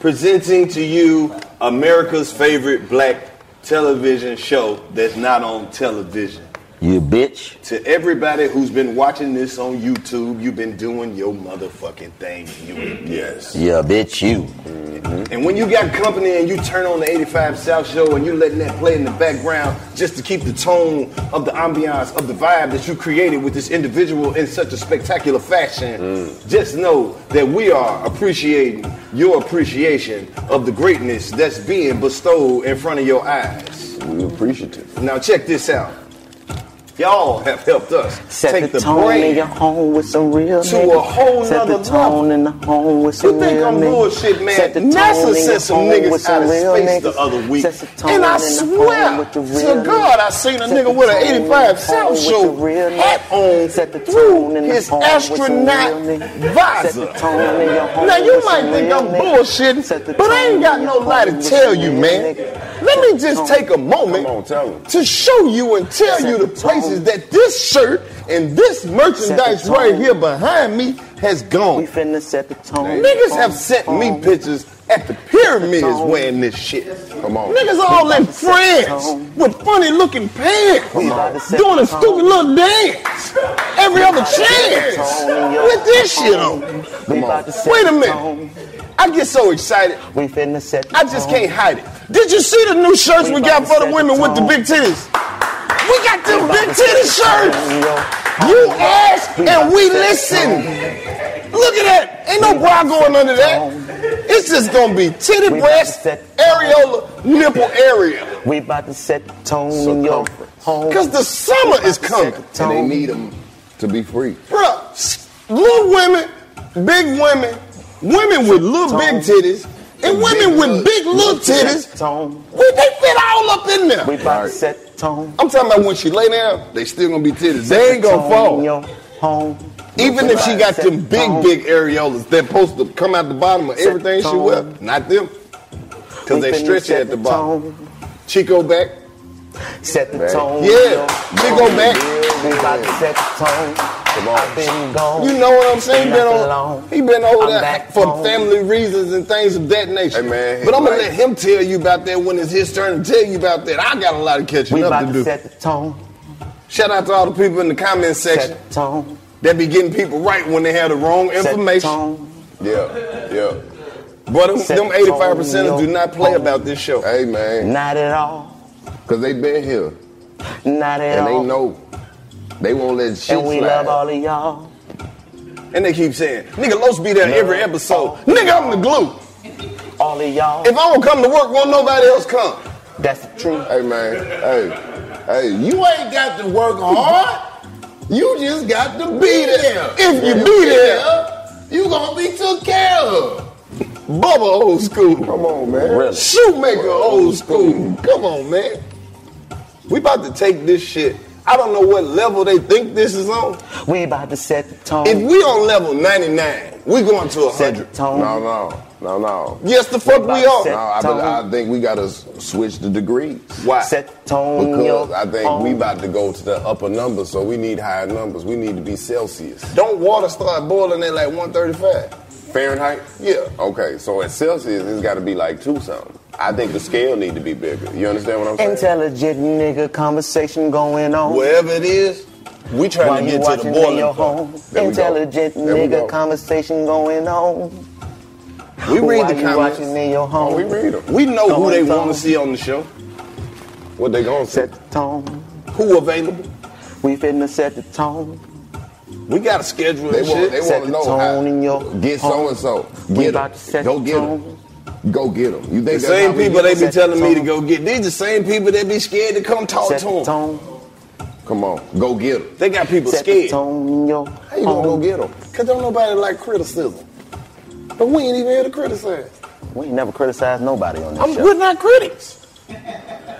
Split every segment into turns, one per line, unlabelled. presenting to you America's favorite black television show that's not on television.
You bitch.
To everybody who's been watching this on YouTube, you've been doing your motherfucking thing. You, yes.
Yeah, bitch, you.
And when you got company and you turn on the 85 South show and you letting that play in the background just to keep the tone of the ambiance, of the vibe that you created with this individual in such a spectacular fashion,
Mm.
just know that we are appreciating your appreciation of the greatness that's being bestowed in front of your eyes.
We appreciative.
Now check this out. Y'all have helped us
Set
take
the,
the,
tone
brand
in your home with some real
to
niggas.
a whole
Set the
nother
tone
level.
in the home with some
You think
real
I'm
niggas.
bullshit, man?
Set the tone
NASA
in your
sent some
home
niggas
with some
out of
real
space
niggas.
the other week.
Set the tone
And I
in the home
swear
with the real
to
niggas.
God, I seen a
Set the
nigga with
tone in
an
the
85
home
South
with
Show
the real
hat
niggas.
on
Set the
through
tone in the
his
home with some
astronaut
real niggas.
visor.
Set the tone in your home
Now,
with
you
some
might think
real
I'm
niggas. Set the
bullshitting, but I
tone
ain't got
in
no
your
lie
home
to
with
tell
some
you,
real
man.
niggas.
Let me
Set the
just
tone.
take a moment
Come on, tell 'em.
to show you and tell
Set
you the
the tone.
places that this shirt and this merchandise
tone.
right here behind me has gone.
We finna set the tone.
Niggas have sent me pictures at the pyramids
Tone.
wearing this shit.
Come on.
Niggas all in
set the
friends
tone.
with funny looking pants,
We about to set
doing
the
a stupid
tone.
little dance every other
about to set
chance
the tone in your
with this shit
home.
on.
We
Come
about
on.
to set
Wait a
the
minute.
tone.
I get so excited.
We finna set the
I just
tone.
can't hide it. Did you see the new shirts
We
we
about
got
to
for
set
the
the
women with the
tone.
big titties? We got
We
them
about
big
to set
titty
the tone
shirts.
in your home.
You ask
We about
and
to
we
set the
listen.
tone.
Look at that. Ain't no
We
bra
about to
going
set
under
the
that.
tone.
It's just gonna be titty
We about to
breast,
set the
areola, nipple area.
We about to set the tone in your
Circumference.
home.
Cause the summer is
set
coming.
the tone.
They need them to be free.
Bruh, s- little women, big women, women with little big
Tone.
titties, and women with big little
Set
titties.
the tone.
We, they fit all up in
We
there.
about to set the tone.
I'm talking about when she lay down,
They still gonna be titties.
they ain't gonna
Tone in
fall.
your home.
Even if she got
Set
them
the
big,
tone.
big areolas, they're supposed to come out the bottom of
Set the
everything she
tone.
wear. Not them. Cause
We
they
finna
stretchy
set
at the bottom.
tone.
Chico back.
Set the
Right.
tone. in
Yeah,
your
Chico
home.
back.
We about to set the tone.
Come on.
I've been gone.
You know what I'm saying? He been,
Not
on,
alone.
he been over
I'm
there
back
for
home.
family reasons and things of that nature.
Hey, man,
but I'm gonna
right.
let him tell you about that when it's his turn to tell you about that. I got a lot of catching
We
up
about
to
to
do.
set the tone.
Shout out to all the people in the comment section
Set the tone.
that be getting people right when they have the wrong
Set the
information.
tone.
Yeah, yeah.
But them,
Set
them
the tone,
85 percenters do
yo.
not play about this show.
Hey man,
Not at all.
cause they been here
Not at
and
all.
they know. They won't let shit
and we
slide.
love all of y'all.
And they keep saying, nigga, Los be there every episode. Nigga, I'm the glue.
All of y'all.
If I don't come to work, won't nobody else come.
That's the truth.
Hey man, hey, hey, you ain't got to work hard. You just got to be there.
If you be there,
you gonna be took care of.
Bubba old school.
Come on, man.
Shoemaker old school. Come on, man. We about to take this shit I don't know what level they think this is on.
We about to set the tone.
If we on level 99, we going to
Set
100.
the tone.
No, no, no, no.
Yes, the fuck
Everybody
we are.
set-
No, I,
Tony.
I think we gotta s- switch the degrees.
Why?
Set the tone.
Because I think we
about.
about to go to the upper numbers, so we need higher numbers. We need to be Celsius.
Don't water start boiling at like 135.
Fahrenheit?
Yeah.
Okay, so at Celsius, it's got to be like two something. I think the scale need to be bigger. You understand what I'm saying?
Intelligent nigga conversation going on.
Wherever it is, we trying
While
to
you
get to the
watching in
boiling
your
point.
home,
There we go.
intelligent
There we
nigga
go.
conversation going on.
We read
While
the
you
comments.
watching in your home,
Oh, we read them.
We know who
Going
they want
home.
to see on the show,
What they gonna say?
set the tone.
who available.
We finna set the tone.
We got to schedule
They
and
want.
shit.
They
Set
want to
the
know
tone in
how.
your
Get so
home.
and so.
We
Get
about to
them.
set
Go
the
get
tone.
them. Go get them. You think
the
that's
same
how we
people
get
they
them?
be
Set the
telling me to
tone.
go get. These the same people that be scared to come talk
set
to
the
them.
tone.
Come on, go get them.
They got people
Set the
scared.
tone in your
How you gonna go
home.
get them? Cause don't nobody like criticism. But we ain't even here to criticize.
We ain't never criticized nobody on this
I'm,
show.
we're not critics.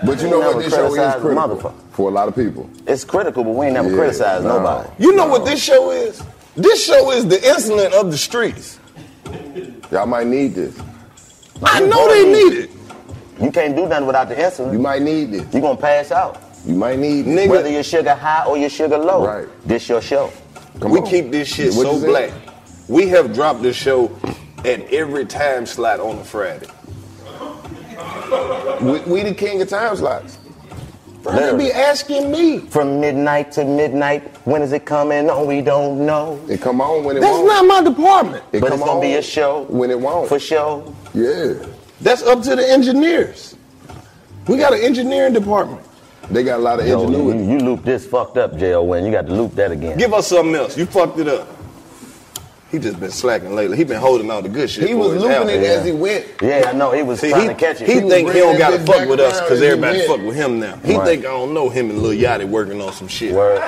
But you
We
know what?
never
This show is
criticized a
critical
motherfucker.
for a lot of people.
It's critical, but we ain't never
Yeah,
criticized
no.
nobody.
You know what this show is? This show is the insulin of the streets.
Y'all might need this.
I know they need it.
You can't do nothing without the insulin.
You
You
might need this.
are gonna pass out.
You might need
Nigga.
Whether your sugar high or your sugar low.
Right.
This your show.
Come
we
on.
keep this shit
What
so
you said?
black. We have dropped this show at every time slot on a Friday.
We, we the king of time slots.
Bro, they be asking me.
From midnight to midnight, when is it coming on? We don't know.
It come on when it
That's
won't.
not my department.
It
but
come
it's gonna
on
be a show.
when it won't.
For show.
Yeah,
That's up to the engineers. We got an engineering department.
they got a lot of
Yo, you,
ingenuity.
you loop this fucked up, JL Win. You got to loop that again.
Give us something else. You fucked it up. He just been slacking lately. He been holding all the good shit.
He
for
was
his
looping
album.
it as he went.
yeah, I know. He was
See,
trying
he,
to catch it.
he
was
think he
bringing
don't gotta
that
fuck
back
with us
around
because
and he
everybody
went.
fuck with him now. He
Right.
think I don't know him and Lil Yachty working on some shit.
Word.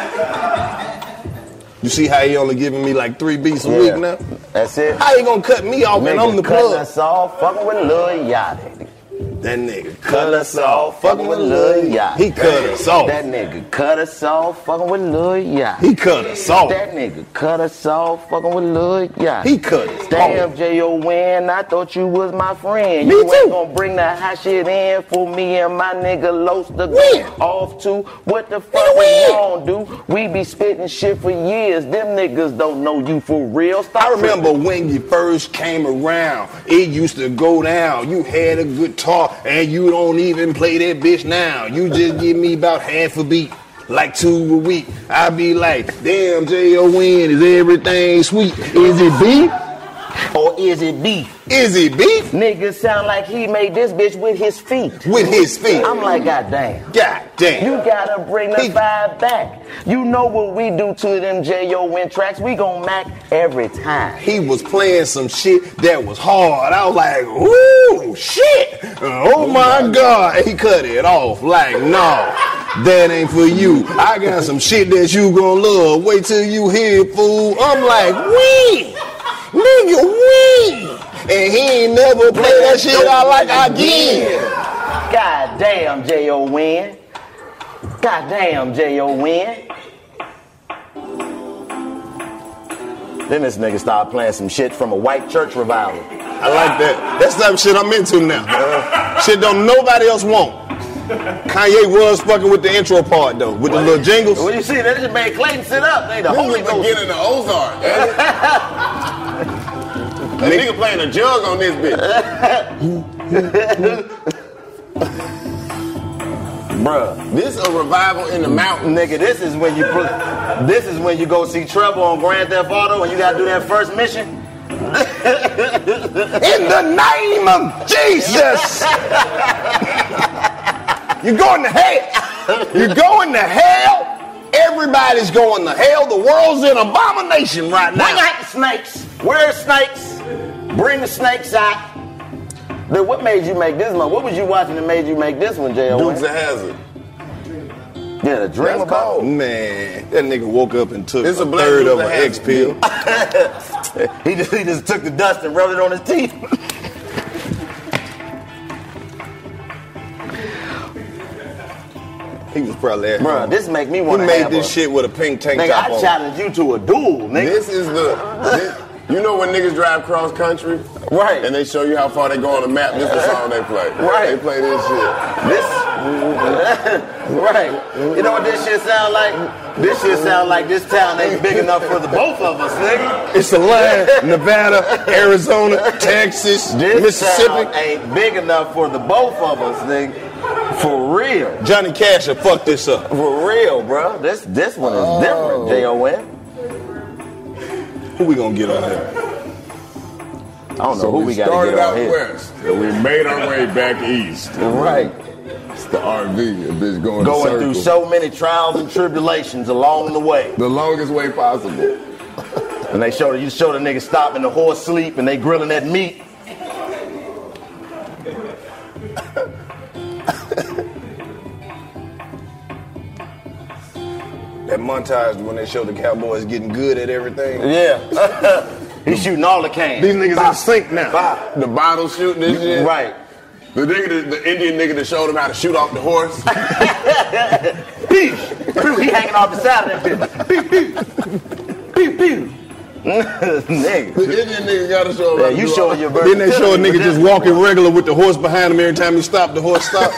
You see how he only giving me like three beats a
Yeah.
week now?
That's it.
How you gonna cut me off when
Nigga
I'm the
cutting
plug?
us off, fucking with Lil Yachty.
That nigga cut us off, fucking with
Lil
Lil
Yachty.
He cut us off.
That nigga cut us off, fucking with Lil Yachty.
He cut us off.
That nigga cut us off, fucking with Lil Yachty.
He cut us
Damn,
off.
J.O. Win, I thought you was my friend.
Me
you
too.
ain't gonna bring that hot shit in for me and my nigga Los to
When?
go off to. What the fuck we
when?
gon' do? We be spitting shit for years. Them niggas don't know you for real. Stop
I remember when you first came around, it used to go down. You had a good talk, and you don't even play that bitch now. You just give me about half a beat, like two a week. I be like, damn, J-O-N, is everything sweet? Is it beef?
tripping. Or is it beef?
oh, Is it beef?
Nigga sound like he made this bitch with his feet.
With his feet.
I'm like, goddamn.
God
You
damn.
gotta bring the
He-
vibe back. You know what we do to them J.O. Win tracks. We gon' mac every time.
He was playing some shit that was hard. I was like, ooh, shit. Oh my God. And he cut it off. Like, no, that ain't for you. I got some shit that you gonna love. Wait till you hear, it, fool. I'm like, we, nigga, we. And he ain't never play that shit out like I did.
God damn, J.O. Win. God damn, J.O. Win. Then this nigga started playing some shit from a white church revival.
I like that. That's the type of shit I'm into now. Shit don't nobody else want. Kanye was fucking with the intro part though, with the little jingles.
Well, you see, that just made Clayton sit up. They the Holy Ghost.
beginning of Ozark. That nigga playing a jug on this bitch.
Bruh.
This a revival in the mountain.
Nigga, this is when you put, this is when you go see Trevor on Grand Theft Auto and you gotta do that first mission.
In the name of Jesus. You're going to hell. You're going to hell. Everybody's going to hell. The world's in abomination right
Bring
now.
out the snakes. Where's snakes? Bring the snakes out. Then what made you make this one? What was you watching that made you make this one, J.O.?
Dukes of Hazard.
Yeah, the dream
That's
about.
cold.
Man, that nigga woke up and took
It's
a,
a black
third of an
dude that has
X pill.
He just, he just took the dust and rubbed it on his teeth.
He was probably at
Bruh,
home.
this make me
He
wanna
made
have
this
a-
shit with a pink tank
Nigga,
top
I
on.
challenge you to a duel, nigga.
This is the. This, you know when niggas drive cross country,
Right.
And they show you how far they go on the map. This is the song they play.
Right.
They play this shit.
This, right? You know what this shit sound like? This shit sound like this town ain't big enough for the both of us, nigga.
It's the line, Nevada, Arizona, Texas,
This
Mississippi.
town ain't big enough for the both of us, nigga. For real,
Johnny Cash have fucked this up.
for real, bro. This this one is
Oh.
different. J O N.
Who we gonna get on here?
I don't know who we, got to
started
get
out
on here.
west, and we made our way back east.
Right,
It's the RV, a bitch going,
going
in
through
circles.
so many trials and tribulations along the way,
the longest way possible.
and they showed you showed a nigga stopping the horse sleep, and they grilling that meat.
That montage when they show the Cowboys getting good at everything.
Yeah, he's shooting all the cans.
These niggas
Bop,
in sync now.
bop.
The bottle shooting this shit.
Right.
The nigga, that- the Indian nigga that showed him how to shoot off the horse.
Pew! Pew! He hanging off the side of that bitch. Pew! Pew! Pew! Pew!
the
Nigga.
Indian nigga got to show him.
Yeah,
how to
you
do all-
showing your bird.
Then they show a nigga just walking regular with the horse behind him. Every time he stopped, the horse stopped.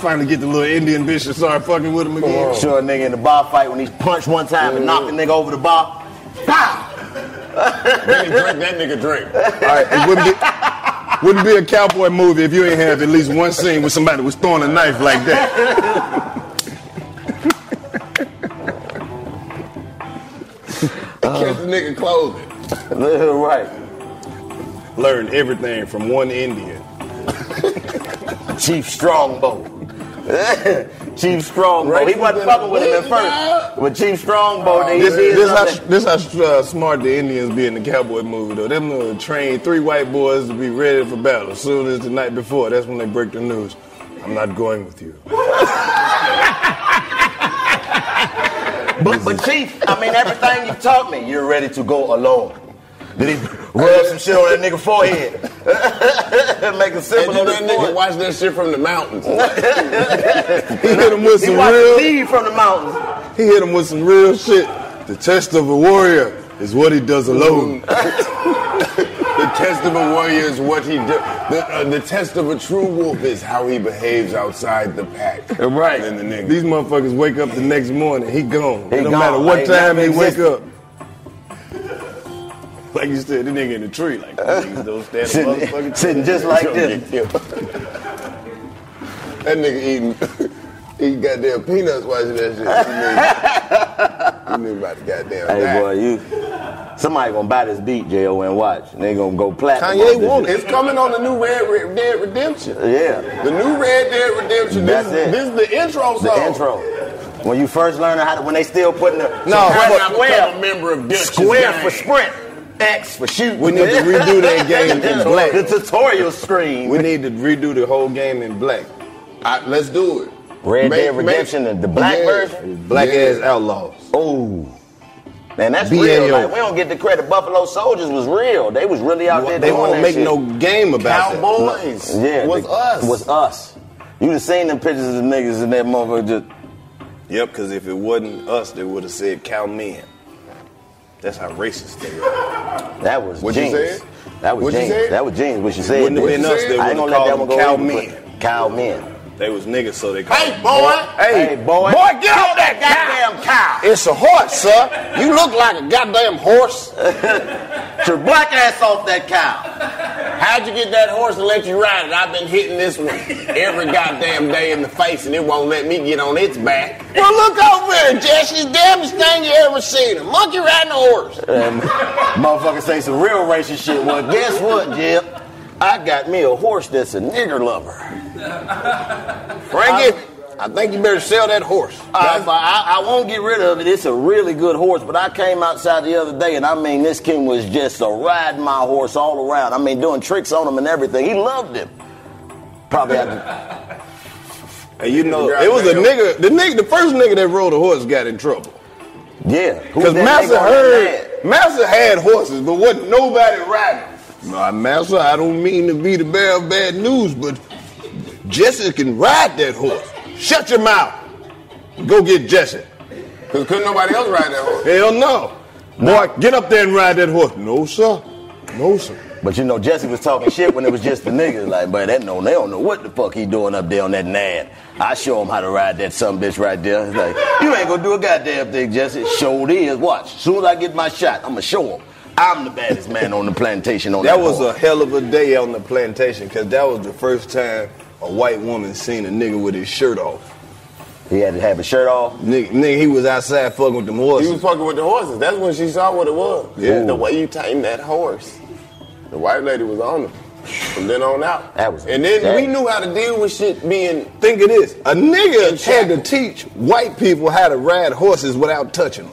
Finally get the little Indian bitch to start fucking with him again.
Show a nigga in the bar fight when he punched one time and knocked the nigga over the bar. Pow!
Let me drink that nigga drink.
All right, it wouldn't be, wouldn't be a cowboy movie if you ain't have at least one scene where somebody was throwing a knife like that.
Catch the nigga clothing.
right.
Learned everything from one Indian.
Chief Strongbow. Chief Strongbow.
Right,
he wasn't
you
fucking with him at
been
first. But Chief Strongbow, they
This,
did
this how,
something.
this how uh, smart the Indians be in the cowboy movie though. Them little trained three white boys to be ready for battle as soon as the night before. That's when they break the news. I'm not going with you.
But, but Chief, I mean, everything you taught me, you're ready to go alone. Did he rub some shit on that nigga forehead? Make a
And
symbol
you
on
that
that
nigga
forehead.
watch that shit from the mountains.
He hit him with
He
some
watched
real.
Steve from the mountains.
He hit him with some real shit. The test of a warrior is what he does alone.
the test of a warrior is what he do. The, uh, the test of a true wolf is how he behaves outside the pack.
Right.
And the nigga.
These motherfuckers wake up the next morning. He gone.
He
no
gone.
matter what
Ain't
time he
nothing
wake
existing.
up. Like you said, the nigga in the tree, like niggas don't stand a
Sitting,
motherfucking
sitting just
chance.
like
Don't
this.
get killed.
That nigga eating, eating goddamn peanuts watching that shit. You nigga, you nigga about to goddamn
Hey
die.
boy, you somebody gonna buy this beat, J.O. and watch. They gonna go platinum.
Kanye
off this
want
It's coming on the new Red, Red Dead Redemption.
shit. Yeah.
The new Red Dead Redemption. This,
That's
is,
it.
this is the intro song.
The intro. When you first learn how to when they still putting the
No,
some kind of
I'm a- I'm a member of Dutch's
square
gang.
for sprint. X for shoot.
We need to redo that game in black.
The tutorial screen.
We need to redo the whole game in black.
I, let's do it.
Red Dead Redemption, the- the black version?
Black
Yeah.
ass outlaws.
oh. Man, that's
BAO.
real. Like, we don't get the credit. Buffalo Soldiers was real. They was really out there.
They
doing
won't
that
make
shit.
no game about that.
Cowboys.
Yeah,
Was
the-
us.
Was us. You have seen them pictures of the niggas in that motherfucker just.
Yep, because if it wasn't us, they would have said cow men. That's how racist they are.
That was
What you
genius.
said?
That was
What you
genius.
said?
That was genius. What you
It
said?
wouldn't have
dude.
been us, they
I ain't gonna
would've
let that
called
one
them
go.
cow
over,
men.
but Cow men.
They was niggas, so they call
Hey, boy.
Hey, boy.
Boy, get off that
goddamn cow.
It's a horse, sir. You look like a goddamn horse.
Get your black ass off that cow.
How'd you get that horse to let you ride it? I've been hitting this one every goddamn day in the face, and it won't let me get on its back. Well, look over here, Jess. It's the damnedest thing you ever seen. A monkey riding a horse.
And Um, motherfucker say some real racist shit. Well, guess what, Jip? I got me a horse that's a nigger lover.
Frankie, I think you better sell that horse.
I, Uh, I, I won't get rid of it. It's a really good horse, but I came outside the other day, and I mean, this king was just a riding my horse all around. I mean, doing tricks on him and everything. He loved him. Probably had to
And you know, it was a nigga. The nigga, the first nigga that rode a horse got in trouble.
Yeah, who's
Cause
that
Massa
nigga on that
heard, Massa had horses, but wasn't nobody riding. Nah, Massa, I don't mean to be the bearer of bad news, but Jesse can ride that horse. Shut your mouth. Go get Jesse.
Because couldn't nobody else ride that horse.
Hell no. Boy, get up there and ride that horse. No, sir. No, sir.
But you know, Jesse was talking shit when it was just the niggas. Like, but that no, they don't know what the fuck he doing up there on that nan. I show him how to ride that some bitch right there. It's like, you ain't gonna do a goddamn thing, Jesse. Show it is. Watch. Soon as I get my shot, I'ma show him. I'm the baddest man on the plantation on that.
That was a
horse.
hell of a day on the plantation because that was the first time a white woman seen a nigga with his shirt off.
He had to have his shirt off.
Nigga, nigga he was outside fucking with them
He
horses.
was fucking with the horses. That's when she saw what it was.
Yeah.
The way you tamed that horse. The white lady was on him. From then on out.
That was-
and then
that-
we knew how to deal with shit being
Think of this: a nigga had to
Exactly.
teach white people how to ride horses without touching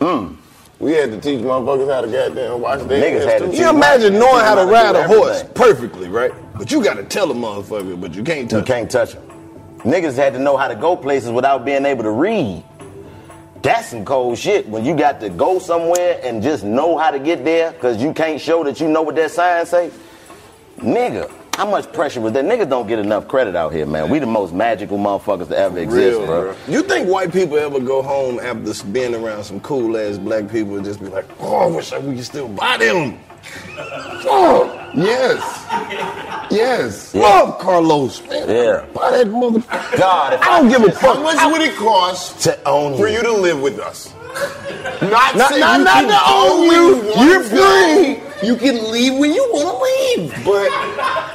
them.
we had to teach motherfuckers how to goddamn watch their
Niggas
ass
had to
too.
teach
You imagine knowing how to ride a horse
Everything.
perfectly, right? But you got to tell a motherfucker, but you can't
You
touch.
can't touch him. Niggas had to know how to go places without being able to read. That's some cold shit when you got to go somewhere and just know how to get there because you can't show that you know what that sign say. Nigga, how much pressure was that? Niggas don't get enough credit out here, man. We the most magical motherfuckers to ever exist,
Real,
bro.
bro. You think white people ever go home after being around some cool ass black people and just be like, "Oh, I wish I we could still buy them."
Oh, yes. Yes.
Love Carlos, man.
Yeah.
Buy that motherfucker.
God, if
I don't give a fuck.
How much would it cost
To own
for
you.
you to live with us? Not,
Not-
say
not-
you
not
can
to own
go
you.
when wanna
You're free.
go. You can leave when you want to leave. But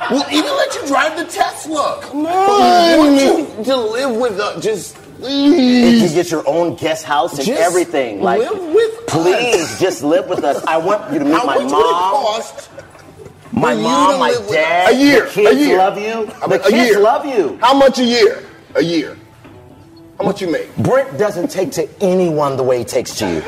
we'll even let you drive the Tesla. Come
on.
We want you to live with us. Just
If you
please.
get your own guest house and
Just
everything, like,
live with
please
us.
just live with us. I want you to meet
How
my
much would it
mom,
cost?
my
for you
mom,
to
my
live with
dad.
a year,
the kids
a year.
love you.
I
The
mean, a
kids
year.
love you.
How much a year? A year. How much you make?
Brent doesn't take to anyone the way he takes to you.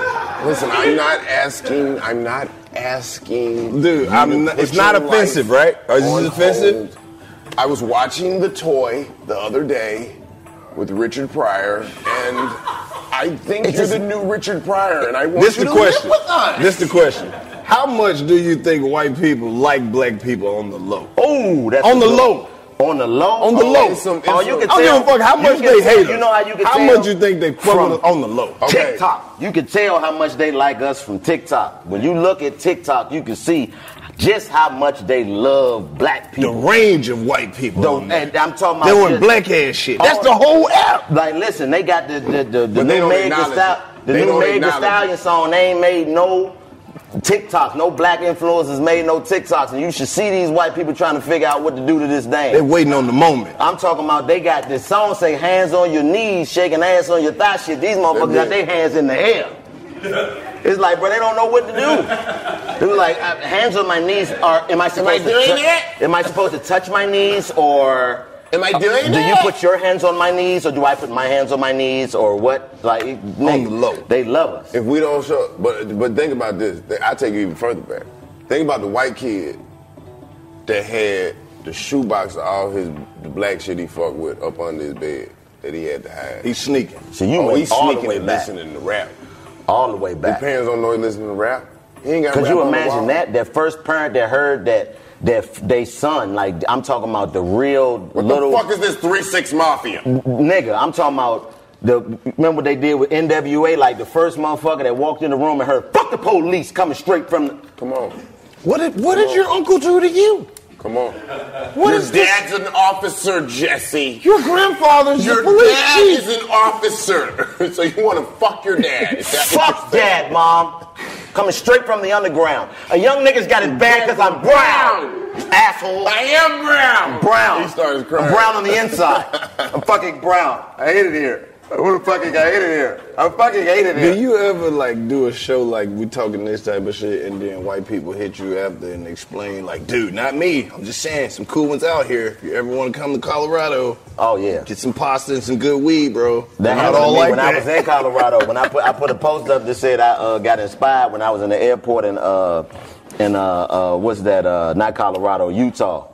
Listen, I'm not asking. I'm not asking.
Dude,
you
I'm
to
not-
put
it's not
your
offensive,
life
right? Or is this
on
offensive?
hold. I was watching The Toy the other day with Richard Pryor, and I think
It
you're
just-
the new Richard Pryor, and I want
This
you
the
to
question.
live with us.
This the question. How much do you think white people like black people on the low?
Oh, that's
On the
good.
low.
On the low.
On the
Oh,
low.
it's some- it's Oh, you
some-
can
I don't give
tell-
a fuck how
you
much
can
they
tell-
hate us.
You know how you can
how
tell?
much you think they fuck
From
with us on the low?
Okay.
TikTok. You can tell how much they like us from TikTok. When you look at TikTok, you can see just how much they love black
The
people.
range of white people.
The-
on there.
and I'm talking about
they want
just-
black ass shit. That's
Oh.
the whole app.
Like, listen, they got the the the, the
But they
new
don't
Meg Thee
acknowledge
Stallion,
it.
the
They
new
don't
Meg Thee
acknowledge
Stallion
it.
song. They ain't made no TikTok. No black influencers made no TikToks, and you should see these white people trying to figure out what to do to this thing.
They waiting on the moment.
I'm talking about they got this song say hands on your knees, shaking ass on your thigh shit. These motherfuckers got their hands in the air. It's like, bro, they don't know what to do. They were like, uh, hands on my knees. Are am I supposed to?
doing
tou-
that?
Am I supposed to touch my knees or? Uh,
Am I doing
Do you
that?
put your hands on my knees or do I put my hands on my knees or what? Like, nigga,
the low.
They love us.
If we don't show, but but think about this. I take you even further back. Think about the white kid that had the shoebox of all his the black shit he fucked with up under his bed that he had to hide.
He's sneaking.
So you
oh,
went
he's
all the
sneaking
way
and
back.
listening to rap.
All the way
His
back.
parents don't know he listening to rap. He ain't got.
Could
rap
you
on the wall.
imagine that? That first parent that heard that that they son, like I'm talking about the real
What
little
the fuck is this three six mafia?
nigga. I'm talking about the remember what they did with NWA, like the first motherfucker that walked in the room and heard "fuck the police" coming straight from. The,
Come on,
What did what did your uncle do to you?
come on.
What
your
is this?
dad's an officer, Jesse.
Your grandfather's
Your
the police
dad
chief.
is an officer, so you want to fuck your dad? Is that what
Fuck
you're saying?
dad, mom. Coming straight from the underground. A young nigga's got it bad because I'm brown. Asshole.
I am brown.
Brown.
He starts crying.
I'm brown on the inside. I'm fucking brown. I hate it here. Who the fucking I hate it here? I fucking hate it
Do you ever like do a show like we talking this type of shit and then white people hit you after and explain like, dude, not me. I'm just saying some cool ones out here. If you ever want to come to Colorado,
Oh yeah.
get some pasta and some good weed, bro.
That
Not
happened to
all
me
like
when
that.
I was in Colorado. When I put I put a post up that said I uh, got inspired when I was in the airport in uh in uh, uh what's that uh not Colorado Utah.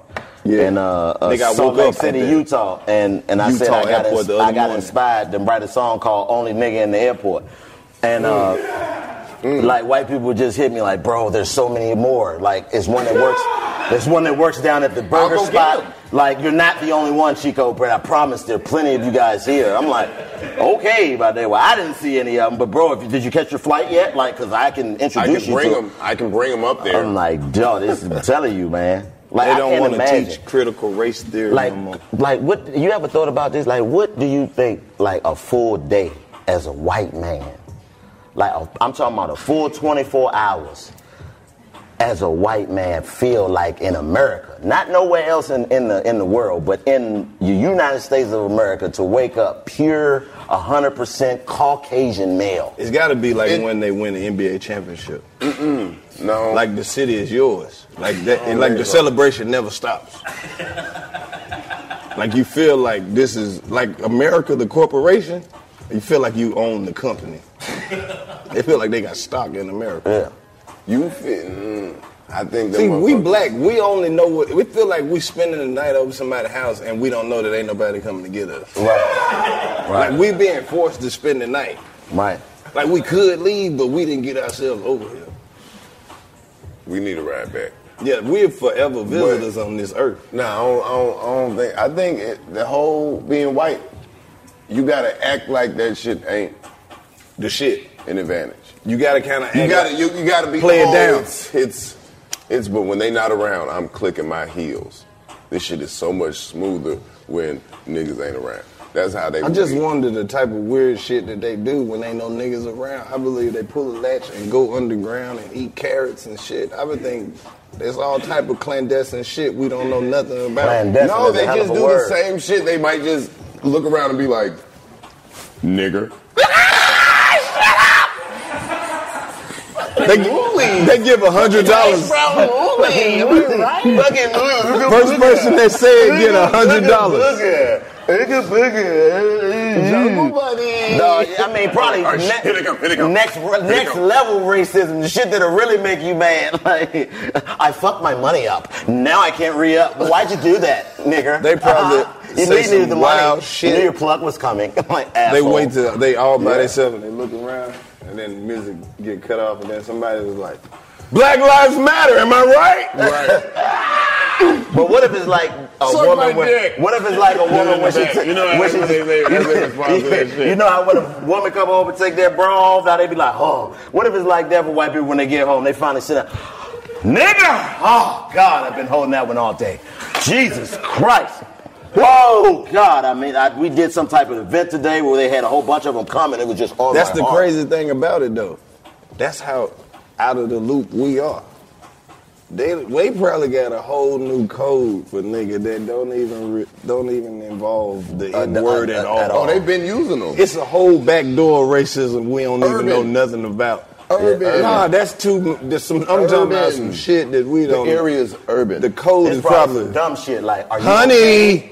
Yeah.
In uh, uh
Nigga, I
Salt
woke
Lake
up out
City,
there.
Utah, and and I said
Utah
I got
airport
ins-
the other
I got
morning.
inspired to write a song called "Only Nigga in the Airport," and uh, like white people just hit me like, bro, there's so many more. Like it's one that works. There's one that works down at the burger
go get him.
spot. Like, you're not the only one, Chico, Brett. I promise there are plenty of you guys here. I'm like, okay, by the way. Well, I didn't see any of them, but bro, if you, did you catch your flight yet? Like, because I can introduce
I can
you
bring
to
them. I can bring them up there.
I'm like, Joe, this is I'm telling you, man. Like,
they
I
don't
can't
want to
imagine.
teach critical race theory
Like,
no more.
like what? You ever thought about this? Like, what do you think? Like a full day as a white man, like a, I'm talking about a full 24 hours as a white man feel like in America, not nowhere else in, in the in the world, but in the United States of America, to wake up pure, 100% Caucasian male.
It's got to be like
It-
when they win the NBA championship.
No.
Like the city is yours. Like that. and
there
like
you
the
go.
celebration never stops. like you feel like this is like America, the corporation. You feel like you own the company. they feel like they got stock in America.
you fit. Mm, I think that
See, we
motherfucker-
black. We only know what we feel like. We spending the night over somebody's house, and we don't know that ain't nobody coming to get us.
Right.
Like we being forced to spend the night.
Right.
Like we could leave, but we didn't get ourselves over here.
We need a ride back.
Yeah, we're forever visitors on this earth.
No, I don't, I don't, I don't think. I think it, the whole being white, you gotta act like that shit ain't
The shit.
an advantage.
You gotta kind of.
You gotta, you, you gotta be
Play it
oh,
down.
It's, it's, it's. But when they not around, I'm clicking my heels. This shit is so much smoother when niggas ain't around. That's how they.
I just
be.
wonder the type of weird shit that they do when ain't no niggas around. I believe they pull a latch and go underground and eat carrots and shit. I would think there's all type of clandestine shit we don't know nothing about.
Clandestine
No,
is a
they
hell of
just
a
do
word.
the same shit. They might just look around and be like, nigger.
They, they give a hundred dollars. First
First
person that say it get a hundred dollars.
Booger. Booger, booger. Jungle buddy.
No, I mean probably
All right,
ne-
here they come, here they come.
next
Here they
next
come.
level racism, the shit that'll really make you mad. Like, I fucked my money up. Now I can't re up. Why'd you do that, nigger? Uh-huh.
They probably
you
say
knew you needed
some
the
wild
money. You
shit.
knew your plug was coming. like,
They
asshole.
wait till they all by
Yeah.
themselves and they look around, and then music get cut off, and then somebody was like, "Black Lives Matter." Am I right?
Right.
But what if it's like a
Suck my
woman? With,
dick.
what if it's like a woman when she?
back.
took-
You know,
when
that's
she-
what they- they- that's their responsibility,
Yeah.
shit.
You know how when a woman come over and take their bra off, now they be like, oh. What if it's like that for white people when they get home? They finally sit down. Nigga! Oh God, I've been holding that one all day. Jesus Christ. Whoa, God! I mean, I, we did some type of event today where they had a whole bunch of them come, and it was just on
That's
my
the
heart.
crazy thing about it, though. That's how out of the loop we are. They, they probably got a whole new code for nigga that don't even re, don't even involve the
Uh,
N word
uh,
at,
uh,
all.
at all.
Oh, they've been using them.
It's a whole backdoor racism we don't even
Urban.
know nothing about.
Urban.
Nah, that's too. There's some, I'm talking about some
Urban.
shit that we
the
don't.
area's urban.
The code
It's
is
probably
probably.
some dumb shit. Like, are you
Honey.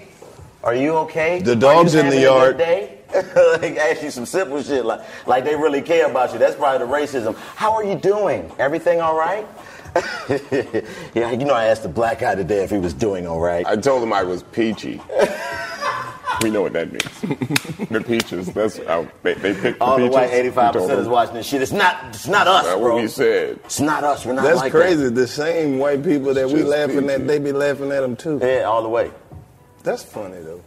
Are you okay?
The
Are
dog's
you
in the
having a
yard.
good Day? like ask you some simple shit like like they really care about you. That's probably the racism. How are you doing? Everything all right? yeah, you know I asked the black guy today if he was doing all right.
I told them I was peachy. we know what that means. the peaches. That's how they, they picked the
all the
peaches.
white eighty five
We told
percent is
them,
watching this shit. It's not it's not us,
That's
bro.
what we said.
It's not us. We're not
That's
like
crazy. The same white people that we
Just
laughing
peachy.
at, they be laughing at them too.
That. Yeah, all the way.
That's funny though,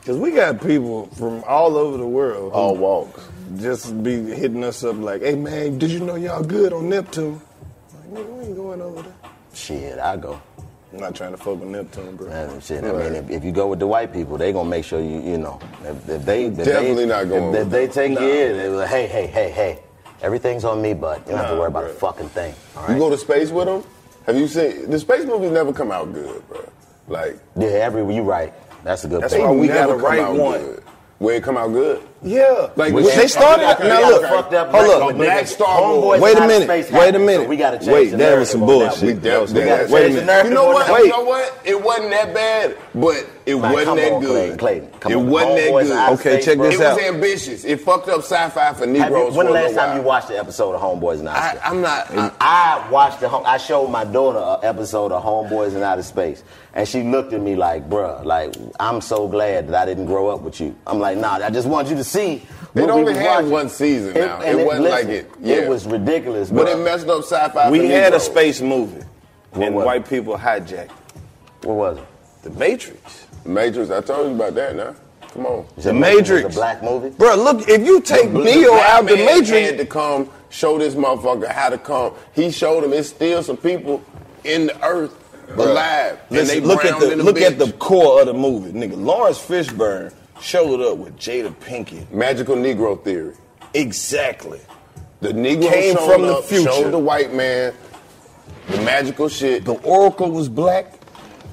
because we got people from all over the world, who
Oh,
All walks.
just be hitting us up like, "Hey man, did you know y'all good on Neptune?" Like, nigga, we ain't going over there.
Shit, I go.
I'm not trying to fuck with Neptune, bro.
Man, shit, I mean, if, if you go with the white people, they gonna make sure you, you know, if, if they if
Definitely
they,
not going
If, if
with
they
them.
take
Nah.
you in, they was like, hey, hey, hey, hey, everything's on me, bud. You don't have to
Nah,
worry about
bruh.
a fucking thing. All
You
right.
go to space with them? Have you seen the space movies never come out good, bro? Like
yeah, every you right. That's a good.
that's
thing.
why we
never
gotta
write
write out
one.
good. Where it come out good?
Yeah, like
We
when they
can't-
started.
okay, okay,
now
okay,
look,
okay.
fucked up
hold
black-
up,
but Black
Star Wars.
Homeboys
Wait
in
a
outer
minute.
space
Wait a
happened, so
minute.
we gotta change
Wait,
the
that was some
narrative on that
bullshit.
one.
We
That was
definitely
some
we gotta
bullshit.
gotta
Wait a
change the
minute.
narrative
You know
on
what?
that.
You know what? It wasn't that bad, but it
Man,
wasn't
come
that
on,
good.
Clayton, Clayton, come
it
on.
wasn't that
Homeboys
good.
out of
Okay,
space,
check
bro.
this
it
out.
was ambitious. It fucked up sci-fi for
Have you,
Negroes.
when the
for a
last
little
time you
while.
watched the episode of Homeboys in Outer
I,
Space?
I'm not. I,
I watched the. Home, I showed my daughter an episode of Homeboys in Outer Space, and she looked at me like, "Bruh, like I'm so glad that I didn't grow up with you." I'm like, "Nah, I just wanted you to see."
They
what
don't
we
even
was
have
watching."
one season now. It wasn't like it- yeah.
was ridiculous,
but
bruh.
it messed up sci-fi.
We
for
had a
Negroes.
space movie. and
was it?
white people hijacked
What was it?
the Matrix.
Matrix, I told you about that now. Come on.
Is
The
it black-
Matrix.
was it a black movie?
Bro, look, if you take
Black
Neo out the
man
Matrix,
had to come show this motherfucker how to come. He showed him it's still some people in the earth alive. and
Listen,
they
look at
browned
the
in the
look at
bitch.
the core of the movie, nigga. Lawrence Fishburne showed up with Jada Pinkett.
magical Negro theory.
Exactly.
The Negro
Came
showed
from the
up,
future.
showed the white man the magical shit.
The Oracle was black.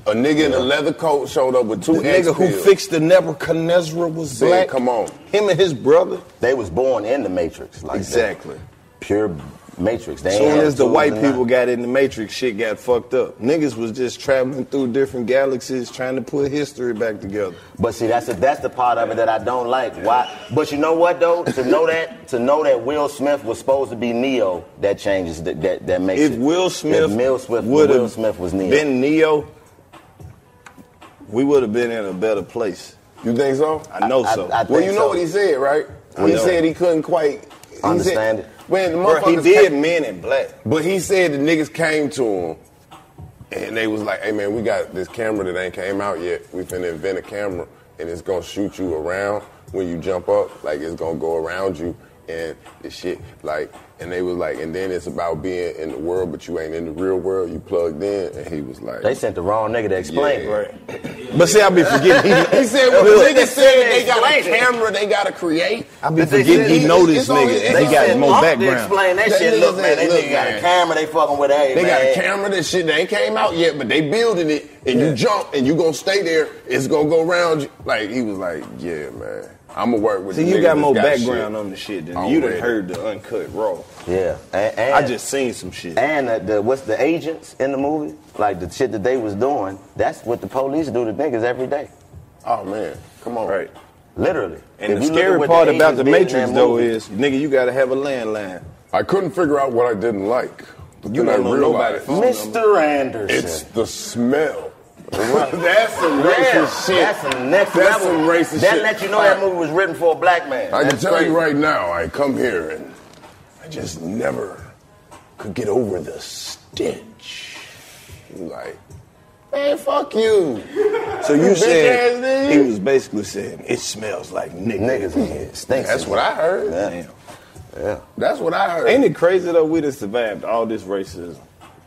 a nigga in a leather coat showed up with
The
two
nigga who
X-pills.
fixed the Nebuchadnezzar was
Said,
black.
"Come on."
Him and his brother.
They was born in the Matrix. Like
Exactly.
that. Pure Matrix. They ain't
Soon
had
as the
two
white
of them
people
out.
got in the Matrix, shit got fucked up. Niggas was just traveling through different galaxies trying to put history back together.
But see, that's the, that's the part of it that I don't like. Why? But you know what though? to know that to know that Will Smith was supposed to be Neo, that changes that that, that makes
If
it.
Will Smith,
if Will Smith,
would
Will
have
Smith was Neo.
been Neo, we would have been in a better place.
You think so?
I know
I-
so.
I
well,
think
you know
so.
what he said, right?
I
he
know.
said he couldn't quite he said,
Understand it.
When the
Bro, he
motherfuckers
did
came-
Men in Black.
But he said the niggas came to him and they was like, hey man, we got this camera that ain't came out yet. We finna invent a camera and it's gonna shoot you around when you jump up. Like it's gonna go around you and the shit like and they was like, and then it's about being in the world, but you ain't in the real world, you plugged in and he was like
they sent the wrong nigga to explain.
Yeah.
Right. But see, I be forgetting. He,
He said when well,
Look,
the niggas said they
Explain
got a
it.
camera they gotta create.
I be
But they
forgetting
said
he
he-
know
it's
this
on
nigga.
his-
They
it's
got
on-
more
Monk to
background.
explain that,
That
shit.
nigga
Look, man,
said,
they
look,
nigga got a
man.
camera. They fucking with. Hey,
They
man.
got a camera, that shit, they ain't came out yet, but they building it, and you jump, and you gonna stay there, it's gonna go around you. Like, he was like, yeah, man, I'ma work with
See,
the
you
nigga
got
that's
more background
shit
on the shit than
already.
you done heard the uncut raw.
Yeah, and, and
I just seen some shit.
And the, the, what's the agents in the movie? Like the shit that they was doing. That's what the police do to niggas every day,
Oh, man, come on.
Right.
literally.
And
If
the
you look at
scary
what
part about
agents
the
did in
Matrix
that
though
movie-
is, nigga, you gotta have a landline.
I couldn't figure out what I didn't like. But
You
then
don't
I
know
realized
nobody.
Mr. Anderson.
It's the smell. that's some racist shit.
That's some next
That's
level.
some racist
that
shit.
let you know
Like,
that movie was written for a black man.
I can
That's
tell
crazy.
you right now, I come here and I just never could get over the stench. Like, man, fuck you.
So you
Bitch ass
said
nigga.
he was basically saying it smells like nigga.
Niggas in here stinks.
That's what I heard.
Damn.
That's what I heard.
Ain't it crazy though? We done survived all this racism,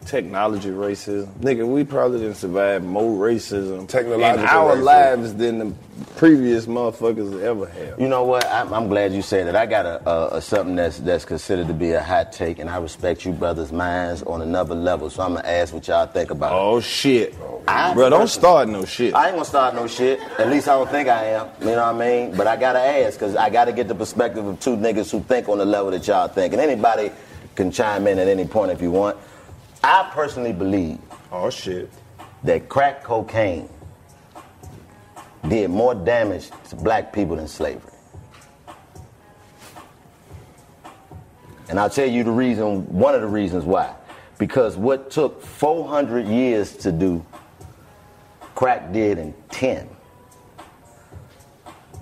technology racism. Nigga, we probably didn't survive more racism
Technological
in our
racism.
lives than the previous motherfuckers ever have.
You know what? I'm, I'm glad you said that. I got a, a, a something that's that's considered to be a hot take, and I respect you brothers' minds on another level. So I'm gonna ask what y'all think about it.
Oh shit,
I-
bro! Don't start no shit.
I ain't gonna start no shit. At least I don't think I am. You know what I mean? But I gotta ask because I gotta get the perspective of two niggas who think on the level that y'all think. And anybody can chime in at any point if you want. I personally believe
oh shit.
that crack cocaine did more damage to black people than slavery. And I'll tell you the reason, one of the reasons why. Because what took 400 years to do, crack did in 10.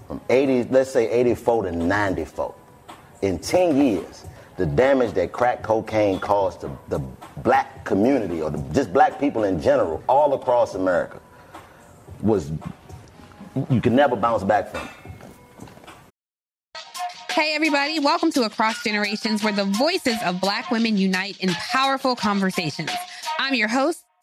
From 80, let's say 84 to 94. In 10 years, the damage that crack cocaine caused to the black community or the, just black people in general, all across America, was you can never bounce back from. it.
Hey, everybody, welcome to Across Generations, where the voices of Black women unite in powerful conversations. I'm your host,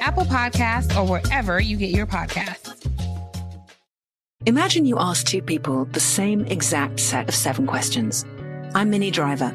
Apple Podcasts, or wherever you get your podcasts.
Imagine you ask two people the same exact set of seven questions. I'm Minnie Driver,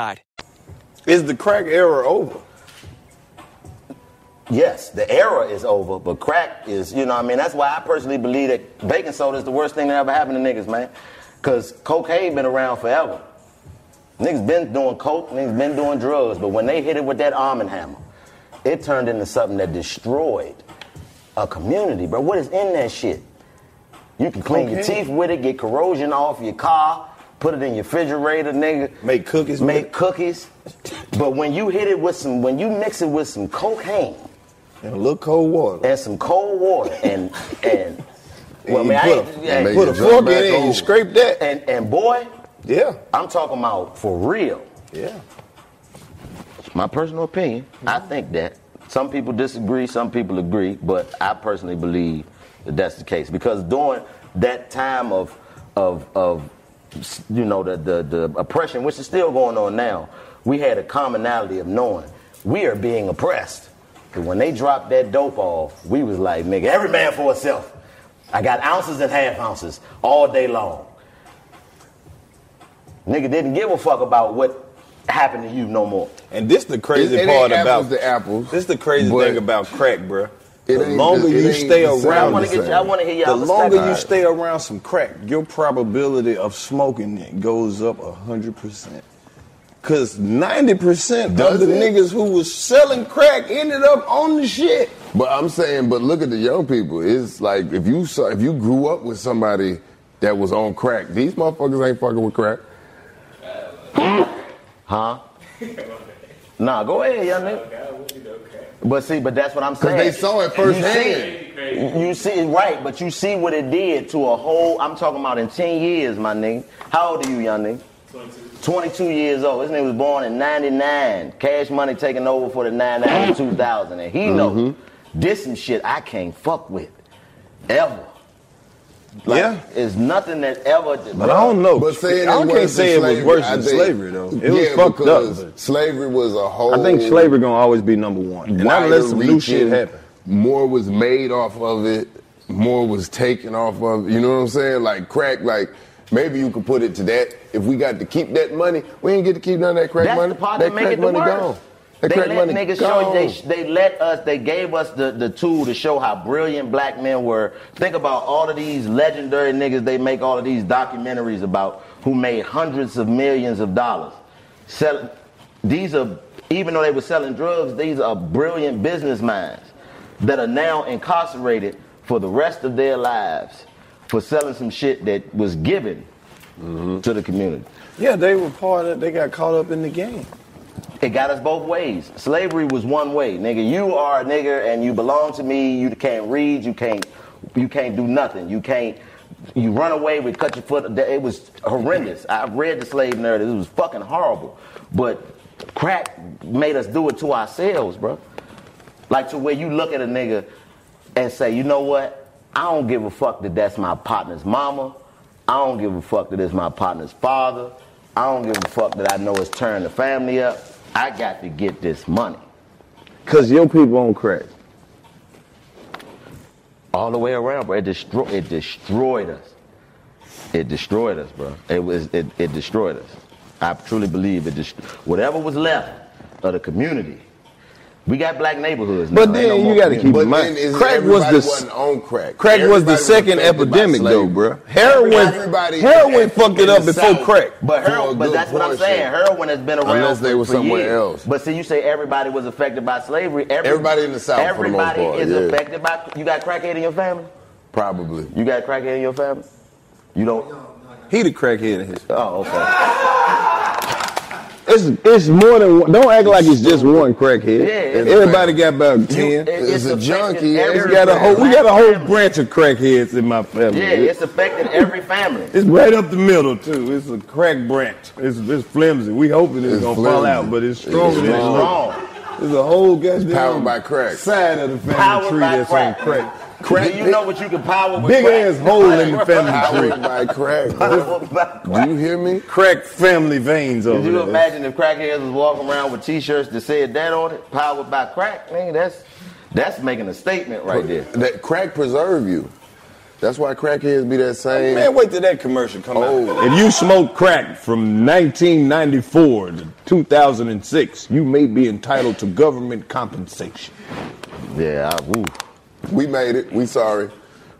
Is the crack era over?
Yes, the era is over, but crack is, you know what I mean? That's why I personally believe that baking soda is the worst thing that ever happened to niggas, man. Because cocaine been around forever. Niggas been doing coke, niggas been doing drugs, but when they hit it with that almond hammer, it turned into something that destroyed a community, bro. What is in that shit? You can clean your
Cocaine?
teeth with it, get corrosion off your car, put it in your refrigerator, nigga. Make cookies. Make cookies. But when you hit it with some, when you mix it with some cocaine and a little cold water, and some cold water, and and well,
you
man,
put
I ain't,
a-
hey,
put a fork in it and you
scrape that, and and boy, yeah, I'm talking about for real.
Yeah.
My personal opinion, I think that. Some people disagree, some people agree, but I personally believe that that's the case because during that time of of of you know the the, the oppression, which is still going on now, we had a commonality of knowing we are being oppressed. But when they dropped that dope off, we was like, nigga, every man for himself. I got ounces and half ounces all day long. Nigga didn't give a fuck about what happened to you no more.
And this the crazy
It- it
part
ain't apples
about the apples. This the crazy
but-
thing about crack, bruh.
It
The
ain't
longer
the- it
you
ain't
stay
the same. I
around,
wanna
the
get you- I wanna hear y'all
The
perspective.
longer you
Alright.
stay around some crack, your probability of smoking it goes up hundred percent. Cause ninety percent of
Does
the
it?
niggas who was selling crack ended up on the shit.
But I'm saying, but look at the young people. It's like if you saw, if you grew up with somebody that was on crack, these motherfuckers ain't fucking with crack.
Huh? Nah, go ahead, young nigga. But see, but that's what I'm
'Cause
saying.
they saw it
You see, you see it right, but you see what it did to a whole. I'm talking about in 10 years, my nigga. How old are you, young nigga? 22 years old. This nigga was born in 99. Cash money taking over for the 99 in 2000. And he know this some shit I can't fuck with. Ever. yeah. It's nothing that ever.
But I don't know.
But saying
Oh, I
it
can't
wasn't
say it was
slavery,
worse
I
than
think-
slavery, though. It was
yeah,
fucked up.
because Slavery was a whole.
I think slavery gonna always be number one. And not unless some new shit
wider-reaching,
happen.
More was made off of it. More was taken off of. it. You know what I'm saying? Like crack. Like maybe you could put it to that. If we got to keep that money, we ain't get to keep none of that crack
That's
money.
the part
that
that make
crack
it the
money
worst.
gone.
They
That crack
let
money
niggas show
gone.
they they let us they gave us the, the tool to show how brilliant black men were. Think about all of these legendary niggas they make all of these documentaries about who made hundreds of millions of dollars. Sell, these are even though they were selling drugs, these are brilliant business minds that are now incarcerated for the rest of their lives for selling some shit that was given
Mm-hmm.
to the community.
Yeah, they were part of. They got caught up in the game.
It got us both ways. Slavery was one way, nigga. You are a nigga and you belong to me. You can't read. You can't. You can't do nothing. You can't. You run away with cut your foot. It was horrendous. I read the slave narrative. It was fucking horrible. But crack made us do it to ourselves, bro. Like to where you look at a nigga and say, you know what? I don't give a fuck that that's my partner's mama. I don't give a fuck that it's my partner's father. I don't give a fuck that I know it's turned the family up. I got to get this money.
Cause your people on crack.
all the way around, bro. It destroyed. It destroyed us. It destroyed us, bro. It was. It, it destroyed us. I truly believe it. Dest- whatever was left of the community, we got black neighborhoods.
But
now. Ain't no
then
more
you got to
community.
keep in mind, crack was the
wasn't on crack.
Crack was the
Everybody
second
affected by
epidemic though,
slavery.
bro. Heroin,
Everybody
heroin fucked it
in
up
the
before
South.
crack.
But heroin,
good
but that's what I'm
portion.
saying. Heroin has been around
Unless they
for-
were
for
somewhere
years.
else.
But see, you say everybody was affected by slavery. Every-
Everybody in the South for the most
Everybody
part,
is
yeah.
affected by. You got crackhead in your family.
Probably.
You got crackhead in your family. You don't.
He the crackhead in his.
Oh, okay.
It's it's more than one. Don't act like it's just one crackhead.
Yeah, it's-
everybody got about ten.
You- it- it's It's a junkie. affected
It's
every
got a whole. We
black
got a whole branch of crackheads in my family.
Yeah, it's affected every family.
It's right up the middle too. It's a crack branch. It's it's flimsy. We hoping it's, gonna fall out, but it's strong.
It's
than it looks.
strong.
It's a whole goddamn
Powered by crack.
side of the family
Powered
tree
by
that's
crack.
on crack.
Do you know what you can power with?
Big
crack?
ass hole in the family
Powered
tree.
by crack.
Do you hear me? Crack family veins over
Could you
there.
imagine if crackheads was walking around with T-shirts that said that on it, powered by crack? Man, that's that's making a statement right there.
That crack preserve you. That's why crackheads be that same.
Man,
wait till that commercial come out.
Oh. If you smoke crack from 1994 to 2006, you may be entitled to government compensation.
Yeah,
we made it. We sorry.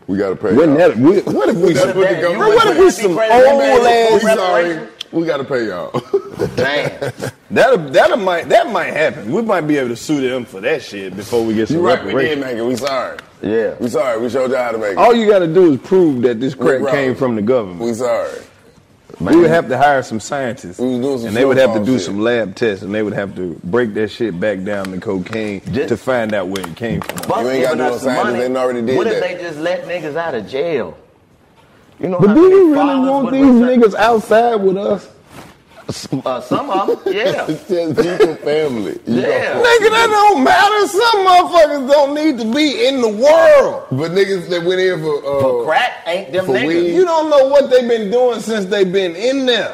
We gotta pay.
When
y'all.
that- we- what if we-
That's
You would-
government-
What if we would some be crazy. old
We made it.
ass-
We sorry.
Reparations?
We gotta pay y'all.
Damn.
That that might that might happen. We might be able to sue them for that shit before we get some
You right? We did
reparations.
make it. We sorry.
Yeah.
We sorry. We showed y'all how to make it.
All you got to do is prove that this
We
crack
wrong.
came from the government.
we sorry.
We would have to hire some scientists,
some
and they would have to
snowball
do
shit.
some lab tests, and they would have to break that shit back down to cocaine to find out where it came from.
Buck
You ain't
giving
gotta do
us
no
some
science,
money.
they done already did
What if
that.
they just let niggas out of jail? You know
But
how
do
many
you really
fathers
want
would
these niggas outside with us?
Uh, some of them, yeah.
It's just people family. You
Yeah.
know?
Nigga, that don't matter. Some motherfuckers don't need to be in the world.
But niggas that went in for, uh,
For crack ain't them
for
niggas.
weed.
You don't know what they've been doing since they've been in there.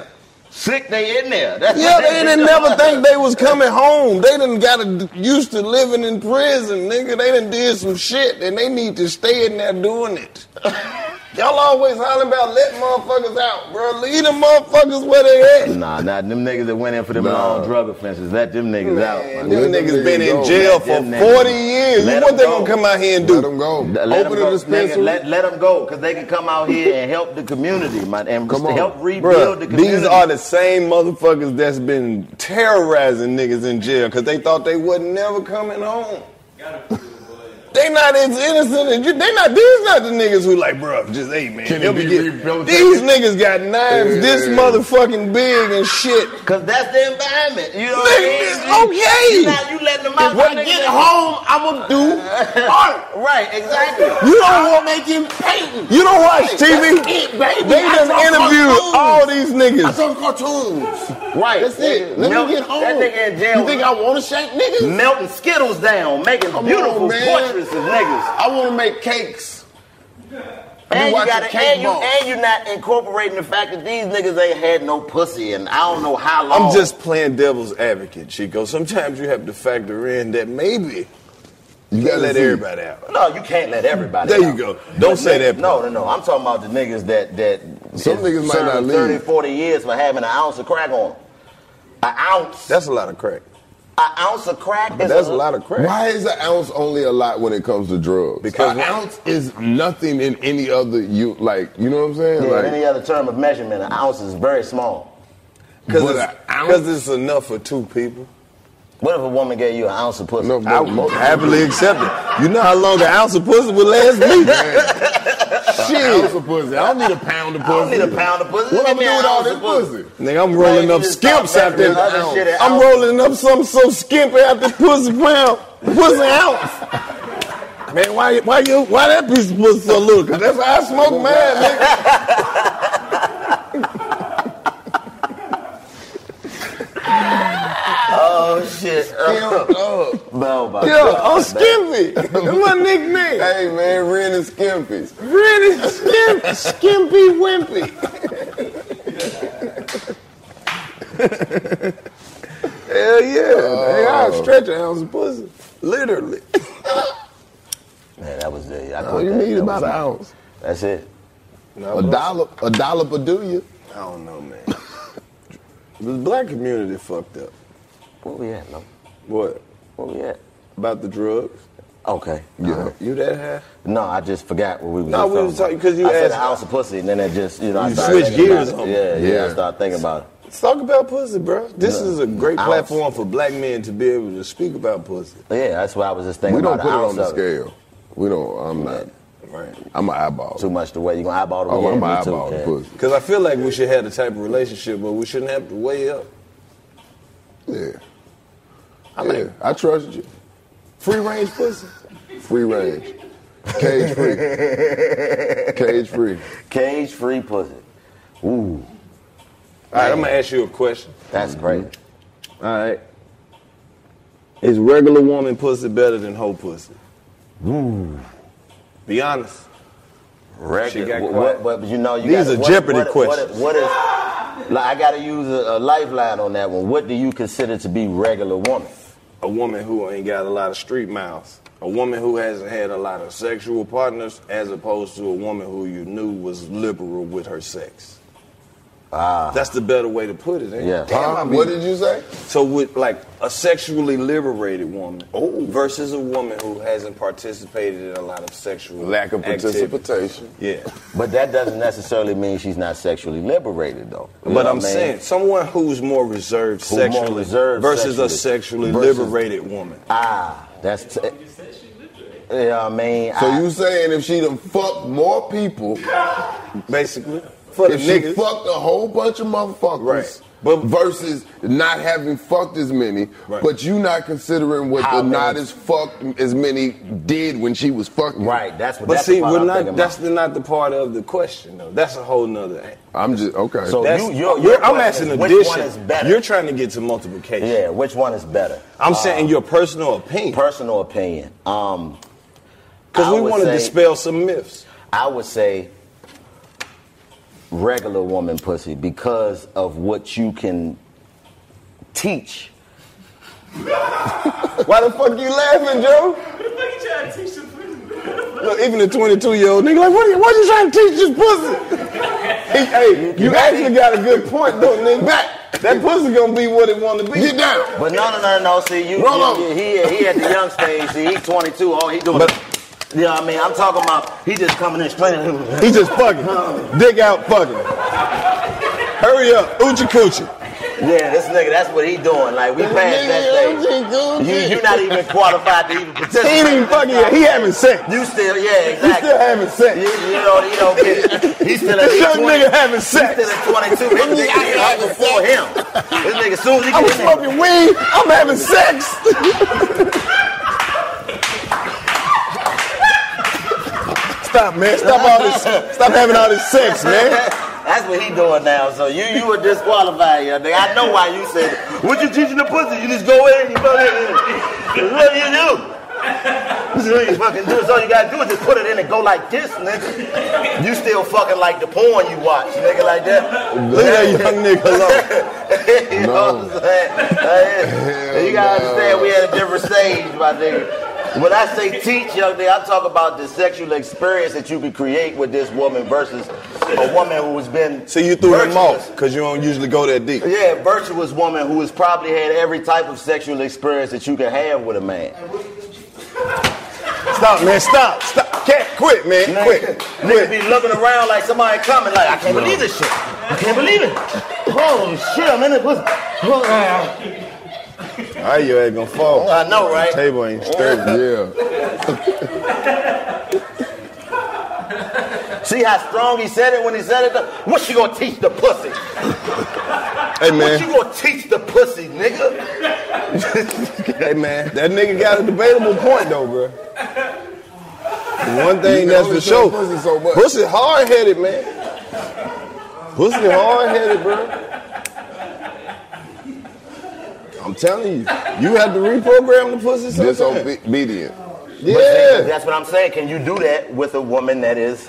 Sick they in there. That's
Yeah, they didn't never think they was coming home. They didn't got a- used to living in prison, nigga. They done did some shit, and they need to stay in there doing it. Y'all always hollering about let motherfuckers out, bro. Leave them motherfuckers where they at.
Nah, nah, them niggas that went in for them long drug offenses, let them niggas out. man.
Them
Let
niggas been in
go.
jail
Let
for
them
40
niggas-
years.
Let
You what
them
they
go.
gonna come out here and do?
Let them go.
Let 'em
Open
go.
the dispensary.
Nigga, let, let them go, because they can come out here and help the community, man, and
Come on.
help rebuild
Bruh,
the community.
these are the same motherfuckers that's been terrorizing niggas in jail because they thought they wasn't never coming home. They not as innocent as you. They not. These not the niggas who like, bruh, just hey man.
Can it
they'll
be
getting-
rebuilt?
these niggas got knives
Yeah.
this motherfucking big and shit.
Cause that's the environment. You know what I mean?
Niggas, okay.
You, not- you letting them out.
When
niggas
I get
ain't-
home, I'ma do art.
Right, exactly.
You don't
want make him painting.
You don't watch TV.
That's it, baby.
They
I
done
saw
interviewed
cartoons.
all these
I
niggas.
saw cartoons.
Right.
That's it. Let
Milton-
me get home.
That nigga in jail.
You think I want to shank niggas?
melting Skittles down, making
Come on,
beautiful
man.
portraits of niggas.
I want to make cakes.
And you,
watching
gotta,
Cake
and, you,
Boss.
and you not incorporating the fact that these niggas ain't had no pussy and I don't know how long.
I'm just playing devil's advocate, Chico. Sometimes you have to factor in that maybe you gotta let
see.
everybody out.
No, you can't let everybody.
There
out.
you go. Don't
But
say
nigga-
that
No, no, no. I'm talking about the niggas that that is
Some niggas might
serving
not leave.
30, 40 years for having an ounce of crack on. 'em. An ounce.
That's a lot of crack.
An ounce of crack
But
is
that's a lot of crack.
Why is an ounce only a lot when it comes to drugs?
Because
an
what-
ounce is nothing in any other you like. You know what I'm
Yeah,
saying?
in
like
any other term of measurement, an ounce is very small.
But
Because
an
it's,
ounce-
'cause it's enough for two people.
What if a woman gave you an ounce of pussy?
no,
I
but,
would happily accept it. You know how long an ounce of pussy would last me?
An ounce
Shit.
of pussy. I don't need a pound of
I
pussy.
don't need a pound of pussy.
What
Give
I'm
me
gonna do
an
with all
ounce
this
of
pussy?
Nigga, I'm
Man,
rolling
you
up
just stop
skimps out
measuring
there.
other shit in
I'm
ounce.
rolling up something so skimpy out there, pussy pound, pussy ounce. Man, why why you why that piece of pussy so little? Cause that's how I smoke mine, nigga.
Oh shit! no, my
Yeah, I'm skimpy. That's my nickname.
Hey man, Ren and Skimpies.
Really skimp, skimpy wimpy.
Hell yeah.
Oh.
Hey, I stretch an ounce of pussy. Literally.
Man, that was the. I
All
quit
you
that.
need
That
about
was-
an ounce.
That's it.
A dollop, a dollop will do you.
I don't know, man. the black community fucked up.
Where we at, no?
What?
Where we at?
About the drugs. Uh,
Okay. Yeah.
You that high?
No, I just forgot what we was.
No,
just
we was talking- 'cause you
I said
asked-
an ounce of pussy, and then it just you know I
You
started
switched
thinking about
gears
it.
on me.
Yeah, yeah, I
Yeah.
started thinking about it.
Let's talk about pussy, bro. This
Yeah.
is a great
Ounce.
platform for black men to be able to speak about pussy.
Yeah, that's what I was just thinking.
We don't
about
put
an
it on
ounce
the
of
Scale. We don't, I'm not.
Right.
I'm an eyeball.
Too much to weigh. You gonna eyeball the
Oh,
way
I'm
me
an
too,
eyeball
yeah.
the pussy.
Because I feel like we should have the type of relationship, but we shouldn't have to weigh up.
Yeah. I yeah, I trust you.
Free range pussy.
Free range. Cage free. Cage free.
Cage free pussy. Ooh.
All right, I'm gonna ask you a question.
That's great.
All right. Is regular woman pussy better than hoe pussy?
Ooh.
Be honest.
Record.
She got
what,
quiet.
what- but you know, you
These
gotta-
are
what-
Jeopardy
what-
questions.
What, what is? Like, I got to use a, a lifeline on that one. What do you consider to be regular woman?
A woman who ain't got a lot of street miles. A woman who hasn't had a lot of sexual partners, as opposed to a woman who you knew was liberal with her sex.
Ah.
That's the better way to put it. Ain't
Yeah.
It? Damn,
Huh?
I be-
What did you say?
So with like a sexually liberated woman versus a woman who hasn't participated in a lot of sexual
Lack of
activity.
participation.
Yeah.
But that doesn't necessarily mean she's not sexually liberated, though. You
But
know what
I'm
I mean?
saying someone who's more reserved
Who more
sexually
reserved
versus a
sexually.
sexually
Versus-
liberated woman.
Ah, that's. T- yeah, I mean.
So
I-
you saying if she done fucked more people,
basically, for the
if she
niggas.
fucked a whole bunch of motherfuckers,
Right.
But versus not having fucked as many,
Right.
but you not considering what
How
the not
many-
as fucked as many did when she was fucking.
Ah, Right, that's
But see, we're not. That's the, not the part of the question, though. That's a whole nother.
I'm just okay.
So
That's-
you, your,
you're-
your
I'm
question
asking
is,
an
which one
addition.
is better?
You're trying to get to multiplication.
yeah, which one is better?
I'm
Uh,
saying your personal opinion,
personal opinion. Um, I
because we
would
want to
say-
dispel some myths.
I would say regular woman pussy because of what you can teach.
Why the fuck you laughing, Joe? Look, even a 22 year old nigga, like, what are you, what you trying to teach this pussy? He- hey, you actually got a good point, though, nigga. Back. That pussy gonna be what it want to be.
Get down.
But no, no, no, no. See, you,
Roll
you,
over.
he, he at the young stage. See, he's 22. All he doing. you know what I mean? I'm talking about he just coming in straight.
He just fucking, dick out, fucking. Hurry up, oochie coochie.
Yeah, this nigga, that's what he doing. Like we passed that stage. You, you not even qualified to even
He
participate.
ain't even fucking yet. He having sex.
You still, yeah,
He
exactly.
still having sex.
You, you know, you know, he's still at
This young
20
nigga having sex.
He's still at 22. This nigga here out before him. This nigga, soon as he
I was
get in there,
smoking weed. I'm having sex. Stop, man. Stop all this. Stop having all this sex, man.
That's what he doing now. So you you were disqualified, young nigga. I know why you said it. What you teaching the pussy? You just go in, you go in. What do you do? This is what you fucking do. So all you gotta do is just put it in and go like this, nigga. You still fucking like the porn you watch, nigga, like that.
Leave that young nigga alone.
you know what I'm saying? Like, you gotta
no.
understand we at a different stage, my nigga. When I say teach, young nigga, I talk about the sexual experience that you can create with this woman versus a woman who has been
So you threw him
virtuous.
off because you don't usually go that deep.
Yeah, virtuous woman who has probably had every type of sexual experience that you can have with a man.
Stop, man. Stop. Stop. Can't quit, man. Quit.
Nigga be looking around like somebody coming, like, I can't believe this shit. I can't believe it. Holy shit, I'm in it. What's- what- uh,
All right, your ass gonna fall.
Oh, I know, right? Oh.
Table ain't sturdy.
Yeah.
See how strong he said it when he said it? though? What you gonna teach the pussy?
Hey,
What
man.
you gonna teach the pussy, nigga?
Hey, man. That nigga got a debatable point, though, bro. One thing
You
that's for
can only
sure.
tell pussy so much.
Pussy hard headed, man. Pussy hard headed, bro. I'm telling you, you have to reprogram the pussy. sometime.
Disobedient.
Yeah.
That's what I'm saying. Can you do that with a woman that is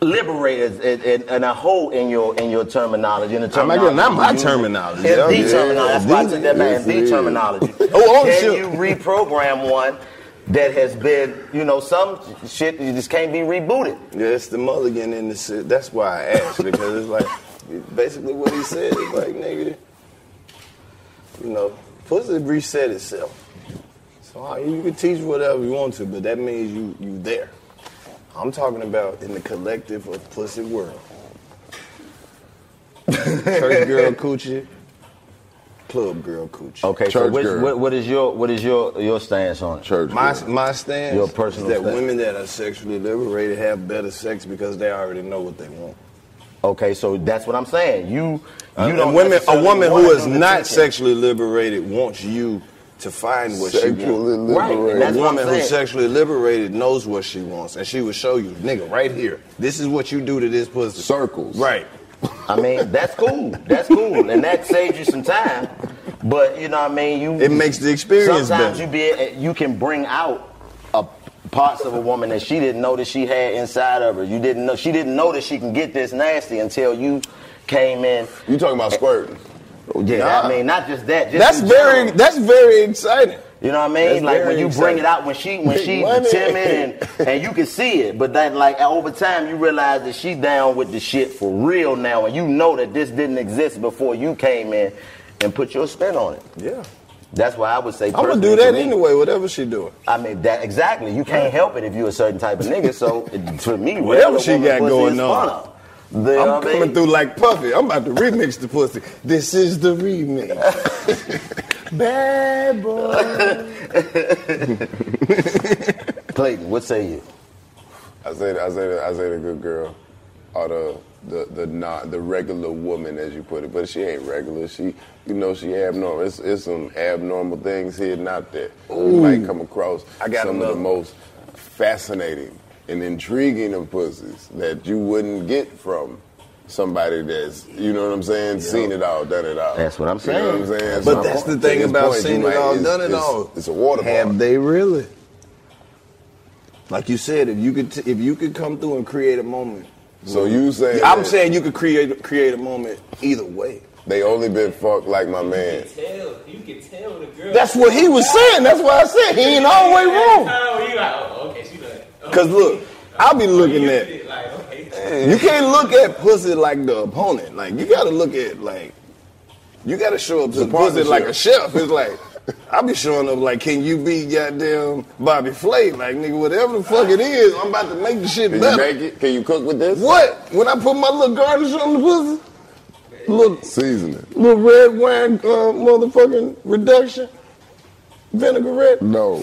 liberated and, and, and a hole in your in your terminology in the
I'm not
terminology.
getting- not my
you use.
terminology.
In
Yeah,
the
yeah,
terminology. That's why I
the-
took that back.
yes,
in
it
the
is.
terminology.
oh,
Can
shit.
you reprogram one that has been, you know, some shit you just can't be rebooted?
Yeah, it's the mulligan in the shit. That's why I asked because it's like basically what he said is like nigga, you know, pussy reset itself. So uh, you can teach whatever you want to, but that means you you there. I'm talking about in the collective of pussy world. Church girl coochie, club girl coochie.
Okay, so which, what, what is your what is your your stance on it? Church.
My, my stance
Your personal
is that
stance.
women that are sexually liberated have better sex because they already know what they want.
Okay, so that's what I'm saying. You you
Uh,
don't
and women, a
necessarily
woman
wanna
who is
do the
not
teaching.
sexually liberated wants you to find what she
Sexually
wants.
liberated. Right, that's
a
what I'm
woman who's
saying.
sexually liberated knows what she wants, and she will show you, nigga, right here. This is what you do to this pussy.
Circles.
Right.
I mean, that's cool. That's cool, and that saves you some time. But you know, what I mean, you
It makes the experience
Sometimes
better.
you be you can bring out a, parts of a woman that she didn't know that she had inside of her. You didn't know she didn't know that she can get this nasty until you came in.
You talking about squirting?
Yeah,
Nah.
I mean, not just that. Just
That's
in
very,
general.
that's very exciting.
You know what I mean?
That's
like when
very
you
exciting.
bring it out when she when
Big
she
money.
timid and and you can see it, but then like over time you realize that she down with the shit for real now, and you know that this didn't exist before you came in and put your spin on it.
Yeah.
That's why I would say
I'm gonna
personally
do that
to me-
anyway, whatever she doing.
I mean that exactly. You can't help it if you're a certain type of nigga. So it- to me,
Whatever she
regular
got
woman pussy
going
is
on.
fun. You know
I'm
what I mean?
coming through like Puffy. I'm about to remix the pussy. This is the remix. Bad boy.
Clayton, what say you?
I say, I say, I say, the good girl, or the the the not the regular woman, as you put it. But she ain't regular. She, you know, she abnormal. It's, it's some abnormal things here and out there. You
Ooh.
might come across
I got
some of
another.
the most fascinating and intriguing of pussies that you wouldn't get from. Somebody that's, you know what I'm saying, seen it all, done it all.
That's what I'm
You know what I'm
saying.
saying?
But
So
that's
to
the thing
this
about
point, you
seeing it
might-
all,
it's-
done it
it's-
all.
It's a water
Have
park.
they really? Like you said, if you could, t- if you could come through and create a moment.
So you saying
I'm
that-
saying you could create create a moment either way.
They only been fucked like my man.
Tell, you can tell the girl.
That's what he was saying. That's why I said he ain't always wrong.
Oh, you like, oh, okay, she like, oh,
Cause look, I'll be looking at.
like, okay.
You can't look at pussy like the opponent. Like you gotta look at like you gotta show up to the pussy
partnership.
like a chef. It's like I be showing up like, can you be goddamn Bobby Flay? Like nigga, whatever the fuck it is, I'm about to make the shit
Can you
better.
make it? Can you cook with this?
What? When I put my little garnish on the pussy, little
Seasoning.
little red wine uh, motherfucking reduction vinaigrette.
No.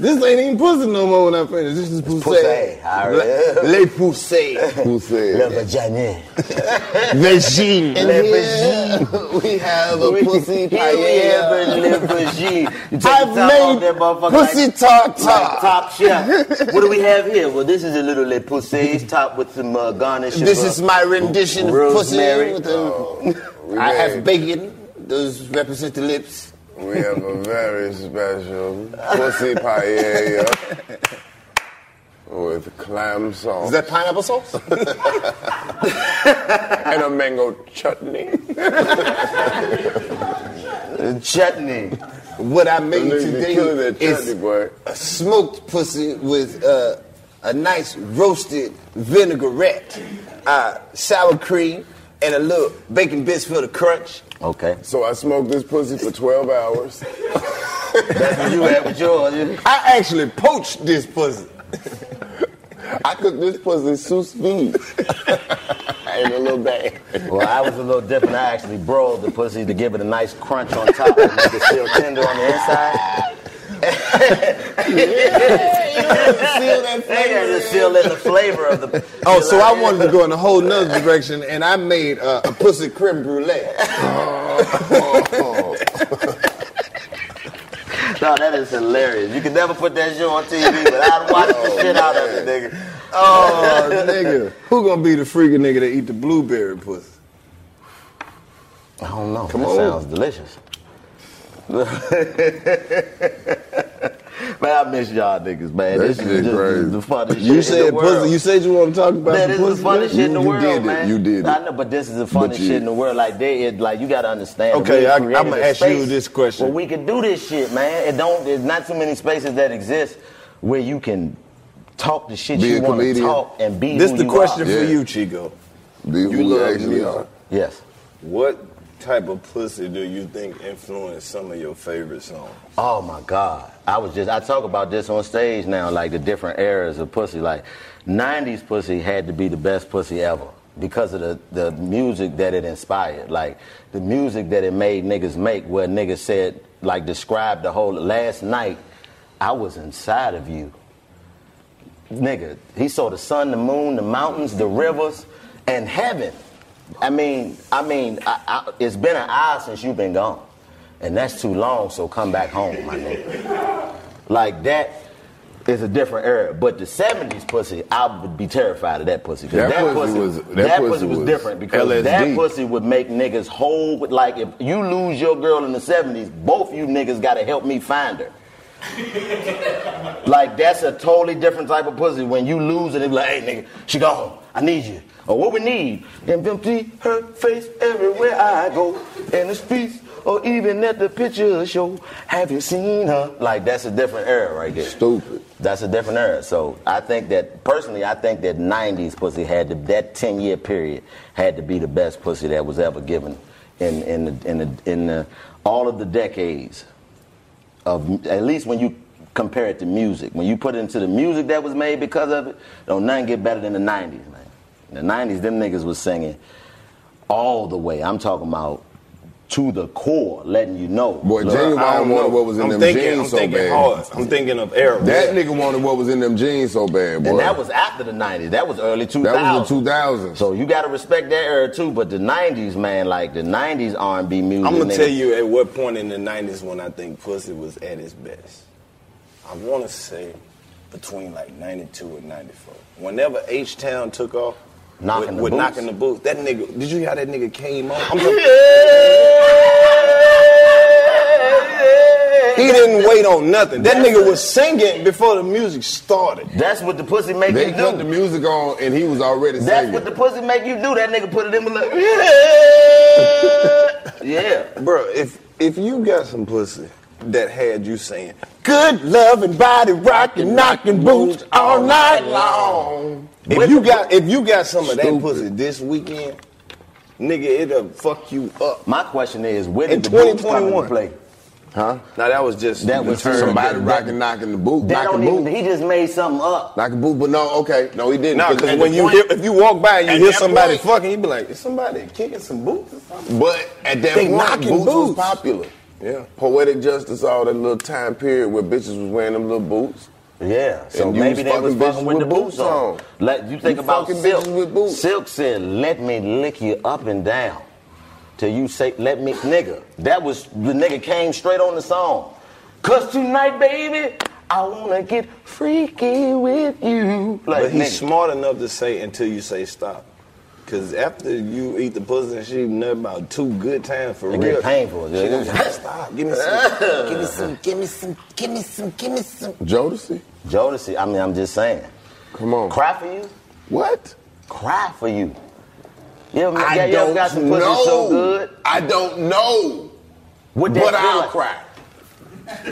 This ain't even pussy no more when I finish. This is pussy.
pussy. All right.
Le, le pussy.
Who
La
said?
vagina.
Vagine.
La vagine.
We have a pussy
Here we have a little vagine. You take
I've
the top off
made
that motherfucker
pussy
like,
tartar.
Like top chef. what do we have here? Well, this is a little Le Pussy's top with some uh, garnish. of,
This
uh,
is my rendition of pussy.
rosemary.
with the-
we
I
made-
have bacon. Those represent the lips.
We have a very special pussy paella with clam sauce.
Is that pineapple sauce?
and a mango chutney.
Uh, chutney.
what I made
Nigga, you
today
killing that chutney,
is
boy.
a smoked pussy with uh, a nice roasted vinaigrette, uh, sour cream, and a little bacon bits for the crunch.
Okay.
So I smoked this pussy for 12 hours.
That's what you have with yours.
I actually poached this pussy.
I cooked this pussy sous vide in a little bag.
Well, I was a little different. I actually broiled the pussy to give it a nice crunch on top and make it feel tender on the inside. Yeah, just feel in the flavor of the.
Oh, so I wanted to go in a whole nother direction, and I made uh, a pussy creme brulee.
No, that is hilarious. You can never put that shit on TV, but I'd watch the shit out of it, nigga.
Oh, nigga, who gonna be the freaking nigga that eat the blueberry pussy?
I don't know.
Come
that
on.
sounds delicious. Man, I miss y'all niggas, man.
That
this
shit
is just
crazy.
the funniest
You
shit in
said
the world.
pussy- you said you wanna talk about
Man,
some
this is
pussy,
the funniest
man.
shit in the
You- you
world,
did it.
man.
You did it.
I know, but this is the funniest
you-
shit in the world. Like, they, it, like you got to understand.
Okay,
we
I-
created
I'ma
a
ask you
space
this question.
Where we can do this shit, man. It don't. There's not too many spaces that exist where you can talk the shit
Be
you
a
want to
comedian.
talk and be.
This
who
the
you
question
are.
for you, Chico.
you
you
who
love
actually
music.
are.
Yes.
What type of pussy do you think influenced some of your favorite songs?
Oh my God. I was just I talk about this on stage now, like the different eras of pussy. Like nineties pussy had to be the best pussy ever because of the, the music that it inspired. Like the music that it made niggas make where niggas said, like described the whole last night, I was inside of you. Nigga, he saw the sun, the moon, the mountains, the rivers, and heaven. I mean, I mean, I, I, it's been an hour since you've been gone, and that's too long. So come back home, my nigga. Like that is a different era. But the '70s pussy, I would be terrified of that pussy. 'cause
That pussy was- that
that,
pussy
pussy, was,
was
different because
LSD.
that pussy would make niggas whole. with- Like if you lose your girl in the '70s, both you niggas got to help me find her. Like that's a totally different type of pussy. When you lose it, they be like, "Hey, nigga, she gone. I need you." Or what we need? And empty her face everywhere I go in the streets or even at the picture show. Have you seen her? Like that's a different era right there.
Stupid.
That's a different era. So I think that personally, I think that '90s pussy had to, that 10 year period had to be the best pussy that was ever given in in the, in the, in the, all of the decades of at least when you compare it to music. When you put it into the music that was made because of it, don't nothing get better than the '90s, man. In the '90s, them niggas was singing all the way. I'm talking about to the core, letting you know.
Boy,
Look,
Genuine
I don't
wanted
know.
what was in
I'm
them
thinking-
jeans
I'm
so
thinking
bad.
hard.
I'm thinking of era.
That nigga wanted what was in them jeans so bad, boy.
And that was after the 90s. That was early 2000s.
That was the
2000s. So you got to respect that era too. But the 90s, man, like the 90s R&B music.
I'm gonna
nigga,
tell you at what point in the '90s when I think pussy was at its best. I want to say between like '92 and '94. Whenever H Town took off, with,
Knocking the
with
Boots.
knocking the boots, that nigga. Did you hear how that nigga came on? I'm like, He didn't wait on nothing. That nigga was singing before the music started.
That's what the pussy make
They put the music on and he was already
That's
singing.
what the pussy make you do. That nigga put it in my lip. yeah,
bro. If if you got some pussy that had you saying good love and body rocking, knocking boots all night long. If you got if you got some of that pussy this weekend, nigga, it'll fuck you up.
My question is, where
in
did the boots come into
2021
play?
Huh?
Now that was just
That
the
was
term.
somebody
That-
rocking, knocking the boot,
That
knocking
don't
boot.
even-
he just made something up.
Knocking boot, but no, okay, no, he didn't.
Nah, 'cause
at
when
the
you hear- if you walk by and you
at
hear
that
somebody
point-
fucking, you be like, is somebody kicking some boots? Or something?
But at that
They
point,
knocking
boots, was
boots.
popular.
Yeah.
Poetic Justice, all that little time period where bitches was wearing them little boots.
Yeah, so
And you
maybe they was
fucking
fucking
bitches
with, the boots on. Let you think about
fucking
Silk.
bitches with boots.
Silk said, "Let me lick you up and down, till you say, let me, nigga." That was the nigga came straight on the song. Cause tonight, baby, I wanna get freaky with you. Like,
but he's
nigga.
smart enough to say until you say stop. Cause after you eat the pussy and she nut about two good times for
It
real,
get painful,
She
yeah.
goes, stop. Give me some. give me some.
give me some, give me some, give me some.
Jodeci?
Jodeci, I mean, I'm just saying.
Come on.
Cry for you?
What?
Cry for you. You ever,
I
got- you ever
don't
got some pussy
know.
so good?
I don't know.
What that
but
feel
I'll
like?
cry.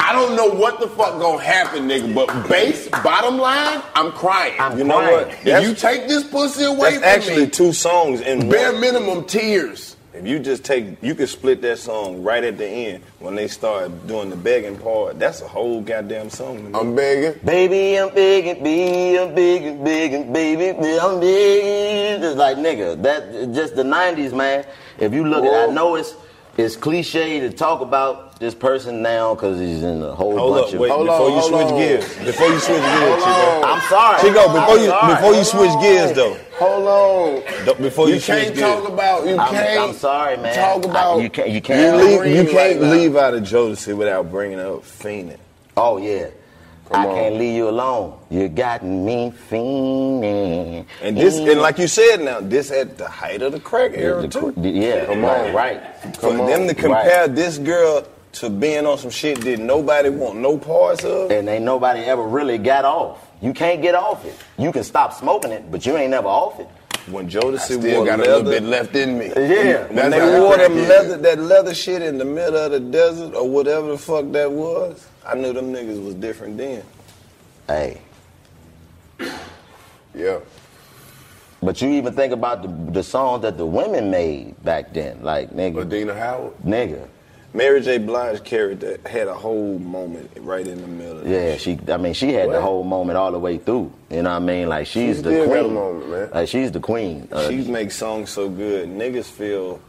I don't know what the fuck gonna happen, nigga. But base, bottom line, I'm crying.
You know crying. what?
If
That's-
you take this pussy away
That's
from
actually
me,
two songs in
bare
one.
minimum tears.
If you just take, you can split that song right at the end when they start doing the begging part. That's a whole goddamn song.
I'm begging.
Baby, I'm begging, baby, I'm begging, begging, baby, I'm begging. It's like, nigga, that just the 90s, man. If you look at I know it's it's cliche to talk about this person now because he's in a whole
Hold
bunch
up,
of.
wait,
Hold
before
on,
you
hold
switch
on.
gears. Before you switch gears,
Hold
Chico.
on. I'm sorry.
Chico, before
I'm
you
sorry.
before you switch gears though.
Hold on.
Th- Before you,
You
switch
can't
gears.
talk about. You
I'm-
can't.
I'm sorry, man.
Talk
I-
about.
you can't- you can't-
You, leave, you
Right
can't
now.
leave out of Jodeci without bringing up Phoenix.
Oh yeah.
Come
I
on.
can't leave you alone. You got me fiending.
And this, and like you said, now this at the height of the crack era
Mm. The-
too.
the- yeah,
come
right,
on,
right.
For
Come
them
on,
to compare
right.
this girl to being on some shit that nobody want no parts of.
And ain't nobody ever really got off. You can't get off it. You can stop smoking it, but you ain't never off it.
When Jodeci
still
wore
got a
leather,
little bit
left in me.
Yeah,
when
that's
they
how I
wore
crack
them
it.
leather, that leather shit in the middle of the desert or whatever the fuck that was, I knew them niggas was different then.
Hey.
Yeah.
But you even think about the, the songs that the women made back then, like nigga.
Adina Howard.
Nigga.
Mary J. Blige carried that, had a whole moment right in the middle.
Yeah, she. I mean, she had the
What?
whole moment all the way through. You know what I mean? Like she's
She
the
still
queen.
got a moment, man.
Like she's the queen. Uh,
she makes songs so good, niggas feel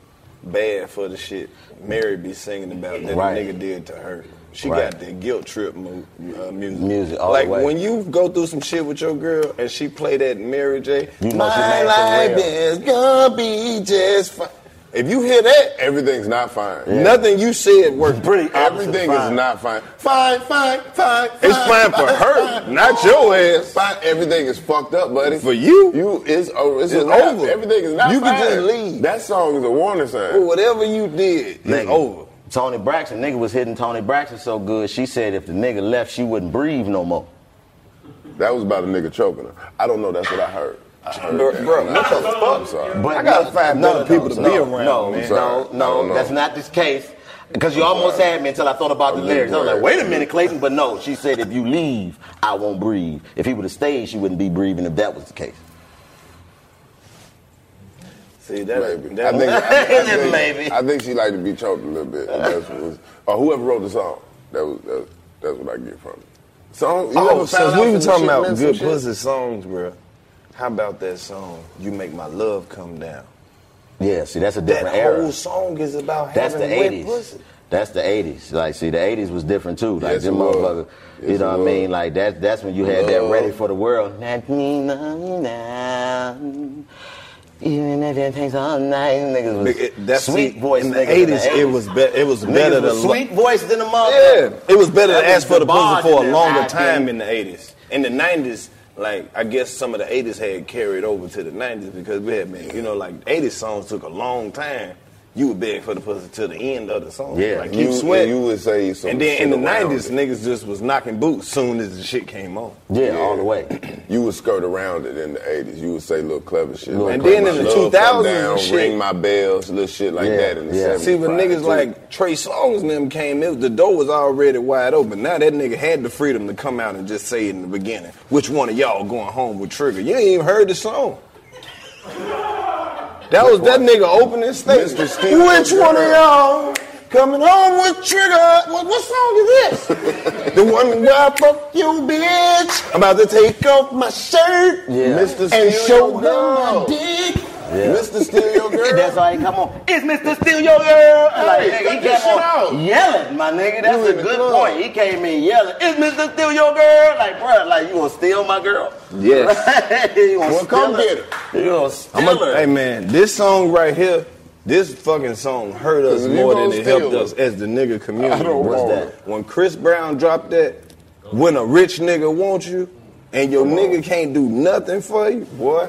bad for the shit Mary be singing about that
Right.
a nigga did to her. She
Right.
got the guilt trip mo- uh, music.
Music all
like
the way.
when you go through some shit with your girl and she play that Mary J.
You know she
My
made some
life
real.
is gonna be just fine. If you hear that,
Everything's not fine.
nothing you said works. Pretty
Everything is not fine.
fine, fine, fine.
It's fine for her, not your ass. Fine. Everything is fucked up, buddy.
For you?
you it's over. It's,
It's
a wrap.
over.
Everything is not
You can
fine.
just leave.
That song is a warning sign.
For whatever you did,
nigga.
it's over.
Tony Braxton, nigga was hitting Tony Braxton so good, she said if the nigga left, she wouldn't breathe no more.
That was about a nigga choking her. I don't know. That's what I heard. I heard
Bro,
that.
bro,
I'm
what the
sorry.
fuck?
I'm sorry.
But
I gotta find
no,
better
no,
people to
no,
be around,
No,
man.
no,
I
no,
don't know.
that's not this case. Because you almost had me until I thought about the lyrics. I was like, wait a minute, Clayton. But no, she said if you leave, I won't breathe. If he would have stayed, she wouldn't be breathing if that was the case.
See that?
Maybe.
that
I think, I, think- I think,
Maybe.
I think she liked to be choked a little bit. That's what was, or whoever wrote the song. That was, that was that's what I get from it. Song. You
oh,
ever found
since
out
we were
some
talking
shit
about
meant some
good
shit?
pussy songs, bro, how about that song "You Make My Love Come Down"?
Yeah, see, that's a
That
different
whole
era.
song is about
That's the
having wet
80s.
pussy.
That's the 80s. Like, see, the 80s was different too. Like,
Yes,
them
it was.
motherfuckers, you
Yes,
know
it
what I
was.
mean? Like, that, that's when you had that
Love.
ready for the world. Even if it takes all night, niggas was
It- that's-
sweet
see,
voice.
in the
niggas in
80s, it was be- it was
Niggas
better
was
to lo-
sweet voice than the
Yeah,
motherfucker.
it was better to
That
ask for the
bar
pussy for a
that
longer
I
time
did.
in the '80s. In the '90s, like I guess some of the '80s had carried over to the '90s because we had been, you know, like '80s songs took a long time. You would beg for the pussy till the end of the song.
Yeah,
like
you,
you sweat.
You would say some
and then
shit
in the
around
'90s,
it.
niggas just was knocking boots soon as the shit came on.
Yeah, all the way.
You would skirt around it in the 80s. You would say little clever shit.
Little
like,
And then
"Bring
in
my
the
love come
2000s
down,
and shit-
Ring my bells, little shit like
Yeah,
that in the
yeah.
70s.
See, when
prior
niggas
to.
like Trey Songz and them came, it was, the door was already wide open. Now that nigga had the freedom to come out and just say in the beginning, which one of y'all going home with Trigger? You ain't even heard the song. That was that nigga opening statement.
Mr. Steve
Which one of y'all coming home with Trigger? What, what song is this? the one where I fuck you, bitch. I'm about to take off my shirt
Yeah.
Mr. Steal
and show
your
them my
girl.
dick.
Mr. Steal your girl.
That's how he come on. It's Mr. Steal Your Girl. Like,
Hey,
nigga, he
cut that
kept on
shit out.
yelling, my nigga.
You
That's a
in the
good
club.
point. He came in yelling, it's Mr. Steal Your Girl. Like, bruh, like, you gonna steal my girl? Yes. you gonna
Well, come
steal
get
her.
her.
You gonna
I'm
steal
a,
her.
hey man, this song right here, this fucking song hurt us
'Cause if you
more
gonna
than it
steal
helped
it.
us as the nigga community.
I don't
What's
want
that?
it.
When Chris Brown dropped that, when a rich nigga wants you, and your nigga can't do nothing for you, boy.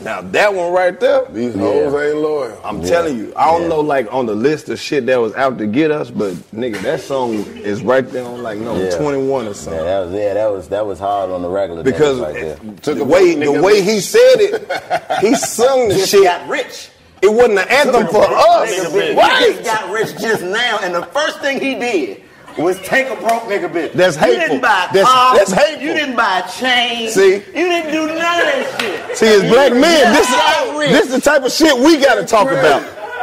Now that one right there,
These hoes ain't loyal.
I'm
Yeah.
telling you, I don't
Yeah.
know like on the list of shit that was out to get us, but nigga, that song is right there on like no
Yeah.
21 or something.
Yeah, that was yeah, that was that was hard on the regular days
Because
right there.
the,
Took a
way,
break,
the
nigga.
way he said it, he sung the
Just
shit.
got rich.
It wasn't an anthem for us.
Nigga, bitch,
Right.
He just got rich just now, and the first thing he did was take a broke nigga bitch.
That's
You
hateful.
didn't buy a
That's-
car.
that's hateful.
You didn't buy a chain.
See?
You didn't do none of that shit.
See, as
You
black men, this
got
is
rich.
this is the type of shit we gotta talk about.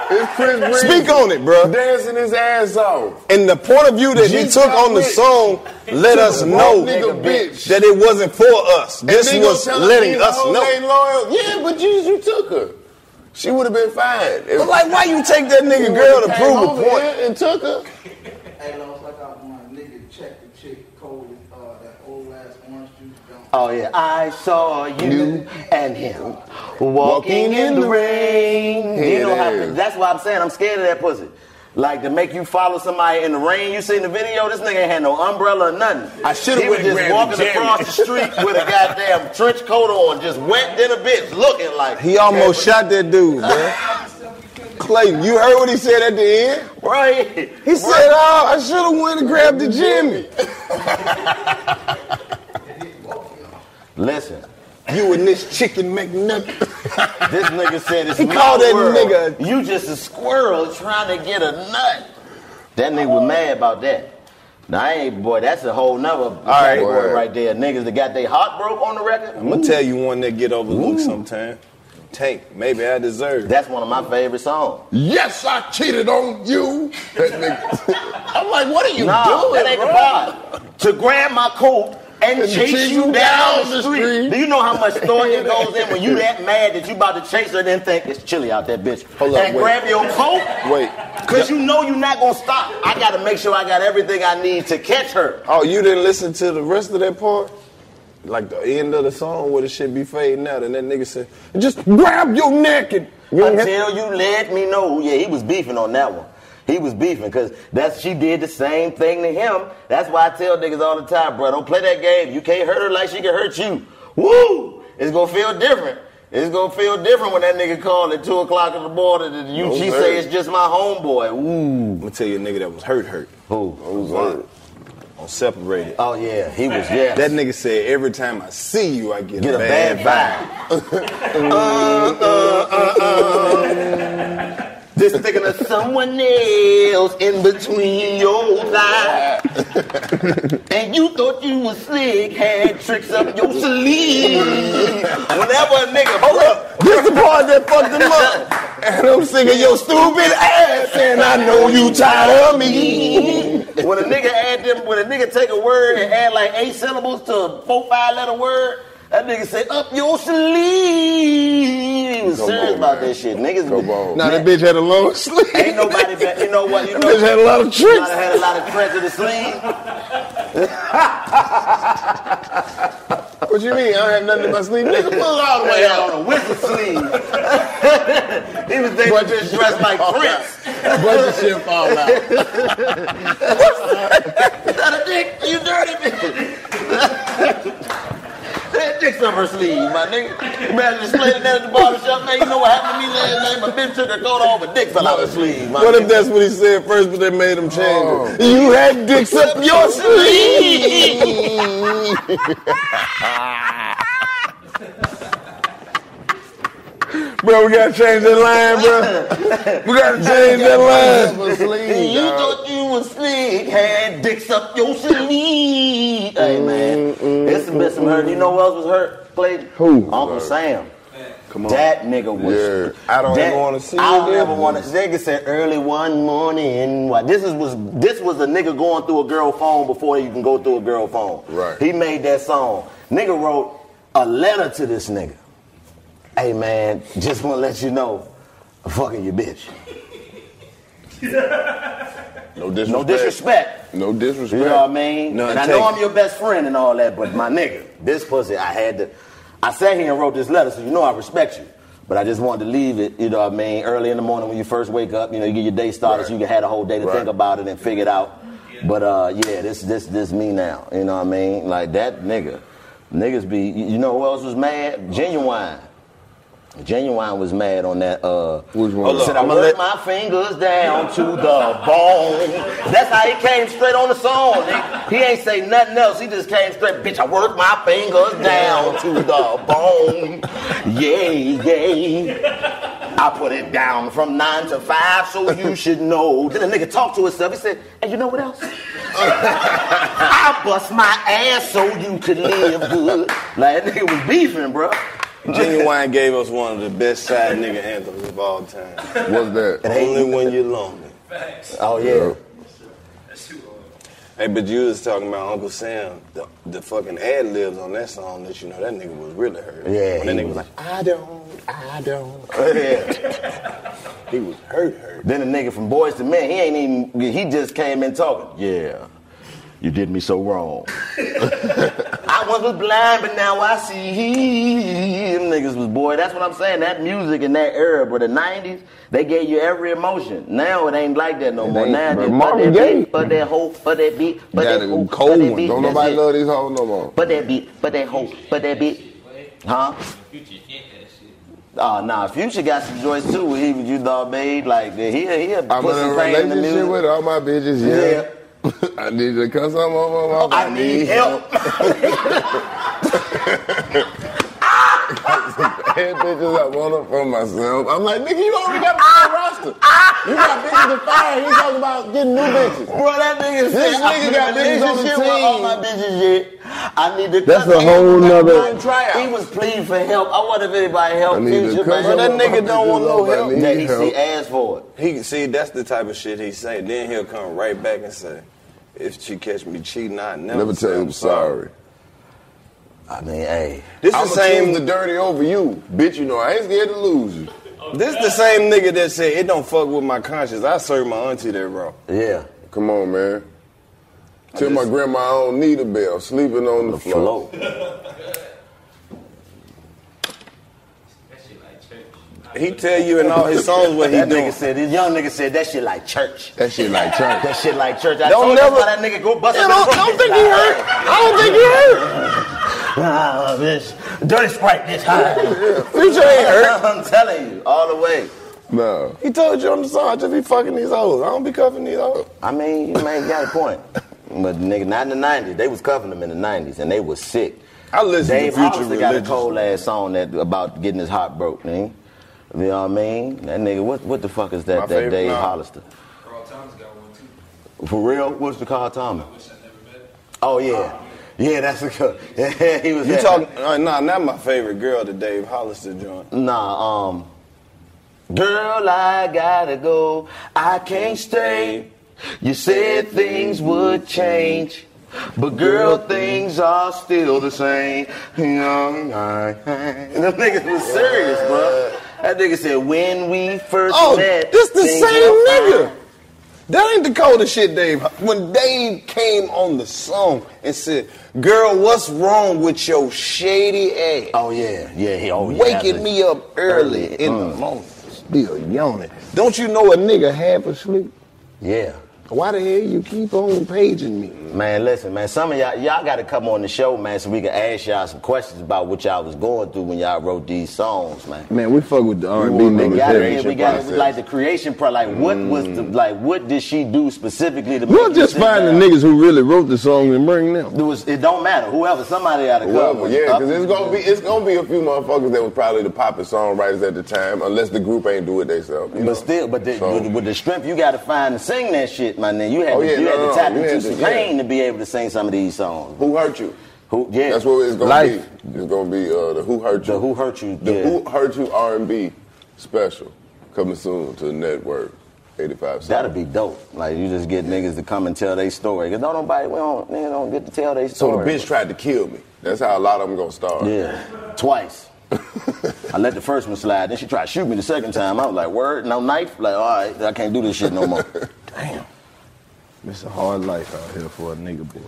It's Chris Breezy.
Speak on it, bro.
Dancing his ass off.
And the point of view that he
G
took on the
Rich.
song let us
Broke
know
nigga bitch.
that it wasn't for us. This
And they
was
gonna tell
letting
these
us
hoes Ain't
know.
loyal. Yeah, but you, you took her. She would have been fine. If-
But like, why you take that
She
nigga
would've
girl to
came
prove
over
a point?
here And took her.
Hey, Lowe's, I got my nigga check the chick cold uh, that old ass orange juice don't.
Oh yeah, I saw you and him walking in the rain.
Here
You know
it
how-
is.
that's why I'm saying I'm scared of that pussy. Like to make you follow somebody in the rain. You seen the video? This nigga ain't had no umbrella or nothing.
I shoulda
He
went
was
and
just
grabbed
walking
Jerry.
across the street with a goddamn trench coat on, just wet than a bitch, looking like
He almost shot that dude, bro. Clayton. You heard what he said at the end? Right. He said, oh, I should have went and grabbed the Jimmy.
Listen,
You and this chicken McNugget.
this nigga said it's
He
my
called that
world.
nigga-
You just a squirrel trying to get a nut. That nigga was mad about that. Now I ain't boy. That's a whole nother
right.
category
Word.
right there. Niggas that got their heart broke on the record.
I'm going to tell you one that get overlooked sometime. Tank, maybe I deserve. That's
one of my favorite songs.
Yes, I cheated on you. That nigga.
I'm like, what are
you
nah,
doing,
That ain't
bro?
the problem. To grab my coat and,
And
chase you down, the street. Do you know how much thought it goes in when you that mad that you about to chase her and then think it's chilly out that bitch?
Hold up,
and
wait.
grab your coat.
Wait.
Cause you know you're not gonna stop. I gotta make sure I got everything I need to catch her.
Oh, you didn't listen to the rest of that part? Like the end of the song where the shit be fading out, and that nigga said, just grab your neck and.
Until you let me know. Yeah, he was beefing on that one. He was beefing because that's she did the same thing to him. That's why I tell niggas all the time, bro, don't play that game. You can't hurt her like she can hurt you. Woo! It's gonna feel different. It's gonna feel different when that nigga called at two o'clock in the morning and you
No,
she
sir.
say it's just my homeboy. Ooh. I'm
gonna tell you a nigga that was hurt, hurt.
Who?
Who's hurt? On separated.
Oh yeah, he was yeah.
That nigga said every time I see you, I get,
Get a bad Uh,
vibe.
Just thinking of someone else in between your life. and you thought you was slick, had tricks up your sleeve. Whenever a nigga, hold up,
this the part that fucked him up. And I'm singing your stupid ass, and I know you tired of me.
when a nigga add them, when a nigga take a word and add like eight syllables to a four, five letter word, that nigga say up your sleeve. He was
Come
serious
on,
about that shit. Niggas
Now that bitch had a long sleeve.
Ain't nobody bet. You know what? You
That
know,
bitch had a lot of tricks.
Might have had a lot of tricks in the sleeve.
What you mean? I don't have nothing in my sleeve. Nigga, pull it all the way
Yeah,
out.
on a whistle sleeve. he was thinking just dressed like
Oh,
Prince.
Bunch of shit fall out.
Is that a dick? You dirty bitch. that dick's up her sleeve, my nigga. You better display that at the barbershop, man. You know what happened to me last night? My bitch took her coat off, but dick fell out her sleeve, my
What
nigga.
if that's what he said first, but they made him change it? You had dicks up your sleeve. bro, we gotta change that line, bro. We gotta change that line.
you thought you was slick, had dicks up your sleeve. Hey
Mm,
man, it's been some hurt. You know who else was hurt? Clayton?
Who?
Uncle Sam. Come on. That nigga was.
Yeah, I don't
that-
ever wanna see
I don't
him
ever
again.
want to. Nigga said early one morning. Why? This is was this was a nigga going through a girl phone before you can go through a girl phone. Right. He made that song. Nigga wrote a letter to this nigga. Hey man, just want to let you know, I'm fucking your bitch.
No
No disrespect.
No disrespect.
You know what I mean?
None
and I know
taken.
I'm your best friend and all that, but my nigga, this pussy, I had to. I sat here and wrote this letter, so you know I respect you. But I just wanted to leave it, you know what I mean, early in the morning when you first wake up, you know, you get your day started, so you can have a whole day to
Right.
think about it and figure it out. But uh, yeah, this this this me now, you know what I mean? Like that nigga, niggas be. You you know who else was mad? Genuine. Genuine was mad on that. Uh, Which
one?
Said, I
I'ma
work
let-
my fingers down to the bone. That's how he came straight on the song. nigga. He, ain't say nothing else. He just came straight. Bitch, I work my fingers down to the bone. Yay, yay. I put it down from nine to five, so you should know. Then the nigga talked to himself. He said, "And you know what else? I bust my ass so you could live good." Like that nigga was beefing, bro.
Genuine gave us one of the best side nigga anthems of all time.
What's that?
Only when you're lonely.
Oh yeah.
Hey, but you was talking about Uncle Sam, the, the fucking ad libs on that song that you know that nigga was really hurt.
Yeah,
When that
he
nigga was
was.
like,
I don't, I don't.
he was hurt, hurt.
Then the nigga from Boys to Men, he ain't even, he just came in talking. Yeah, you did me so wrong. I once was blind, but now I see. Them niggas was boy. That's what I'm saying. That music in that era, bro, the '90s, they gave you every emotion. Now it ain't like that no more.
ain't,
Now
bro.
it's
Marvin
but that
Gaye.
beat, but that hoe, but that beat, but
Got
that
them
hoe,
cold
but that
ones.
beat.
Don't
That's
nobody
it.
love these hoes no more.
But that beat, but that hoe, but that beat. Huh?
Future hit that shit.
Oh, nah, Future got some joints too. where He was you thought made like he he a
I'm
put
in a
some pain in the
relationship
music.
with all my bitches, yeah. I need you to cuss some over my I need help. Head bitches I want them for myself. I'm like, nigga, you already got a full roster. You got bitches to fire. You talking about getting new bitches.
Bro, that nigga
This
said, I'm
nigga
in
got
a
bitches on the
relationship with all my
team.
bitches yet. I need to
That's
cut-
a whole
he was
nother-
like, "Man, try out." He was pleading for help. I wonder if anybody
I
helped
need to
Future.
cut
man.
my
That nigga don't want no
motherfucking
help.
bitches
That
off. I
he
need
see
help.
ass for it.
He see that's the type of shit he say. Then he'll come right back and say, "If she catch me cheating, I never,
Never
say
tell you I'm sorry.
I mean, hey.
This
I'ma
the same
choose the dirty over you, bitch. You know I ain't scared to lose you.
This the same nigga that said it don't fuck with my conscience. I served my auntie that wrong.
Yeah.
Come on, man. Tell my grandma I don't need a bell. Sleeping on the, floor.
He tell you in all his songs what he
that
doing.
nigga said. This young nigga said that shit like church.
That shit like church.
that shit like church. I
Don't
don't
never-
never that nigga go bust.
Yeah,
up
don't-
in the
don't
front.
think he hurt. I don't think he
Ah, this dirty sprite, this high.
Future ain't hurt.
I'm telling you, all the way.
No.
He told you on the song, I just be fucking these hoes. I don't be cuffing these hoes.
I mean, you man got a point. But nigga, not in the '90s. They was cuffing them in the '90s, and they was sick.
I listen
Dave
to Future
Hollister got a
religiously.
cold ass song that about getting his heart broke, man. You know what I mean? That nigga, what what the fuck is that?
My
that
favorite
Dave
line.
Hollister. For real? What's the Carl Thomas? Oh yeah, yeah. That's a good. he was.
You
at-
talking? Uh, nah, not my favorite girl, the Dave Hollister joint.
Nah. Um. Girl, I gotta go. I can't stay. You said things would change. But girl, things are still the same. Young, I And them niggas was serious, bro. That nigga said, when we first
Oh,
met.
this the same
things were fine."
nigga. That ain't the coldest shit, Dave. When Dave came on the song and said, "Girl, what's wrong with your shady ass?"
Oh yeah, yeah, he oh, yeah,
waking
absolutely.
me up early,
Early,
in
mm.
the morning, still yawning. Don't you know a nigga half asleep?
Yeah.
Why the hell you keep on paging me?
Man, listen, man. Some of y'all, y'all got to come on the show, man, so we can ask y'all some questions about what y'all was going through when y'all wrote these songs, man.
Man, we fuck with the R&B
We
niggas
got
heavy.
it. We got it. Like the creation part. Like what was the like? What did she do specifically to?
Mm. We'll
make you
just
sit
find the
down?
niggas who really wrote the song and bring them.
It, was, it don't matter. Whoever, somebody out of
Whoever, yeah, because it's gonna be it's gonna be a few motherfuckers that was probably the poppin' songwriters at the time, unless the group ain't do it themselves.
But still, but the, with, with the strength, you got to find to sing that shit, my nigga. You had
Oh,
to,
yeah,
you
no,
had
no,
to tap
you
into
had
some
to- yeah.
pain to be able to sing some of these songs.
Who hurt you?
Who? Yeah,
That's what it's gonna
Life.
be. It's gonna be uh, the Who Hurt You.
The Who Hurt You,
The
yeah.
Who Hurt You R and B special coming soon to the network. Eighty five.
That'd be dope. Like you just get niggas to come and tell their story. Cause don't nobody, we don't, niggas don't get to tell their
So the
story.
bitch tried to kill me. That's how a lot of them gonna start.
Yeah, twice. I let the first one slide. Then she tried to shoot me the second time. I was like, word, no knife. Like, all right, I can't do this shit no more. Damn.
It's a hard life out here for a nigga boy.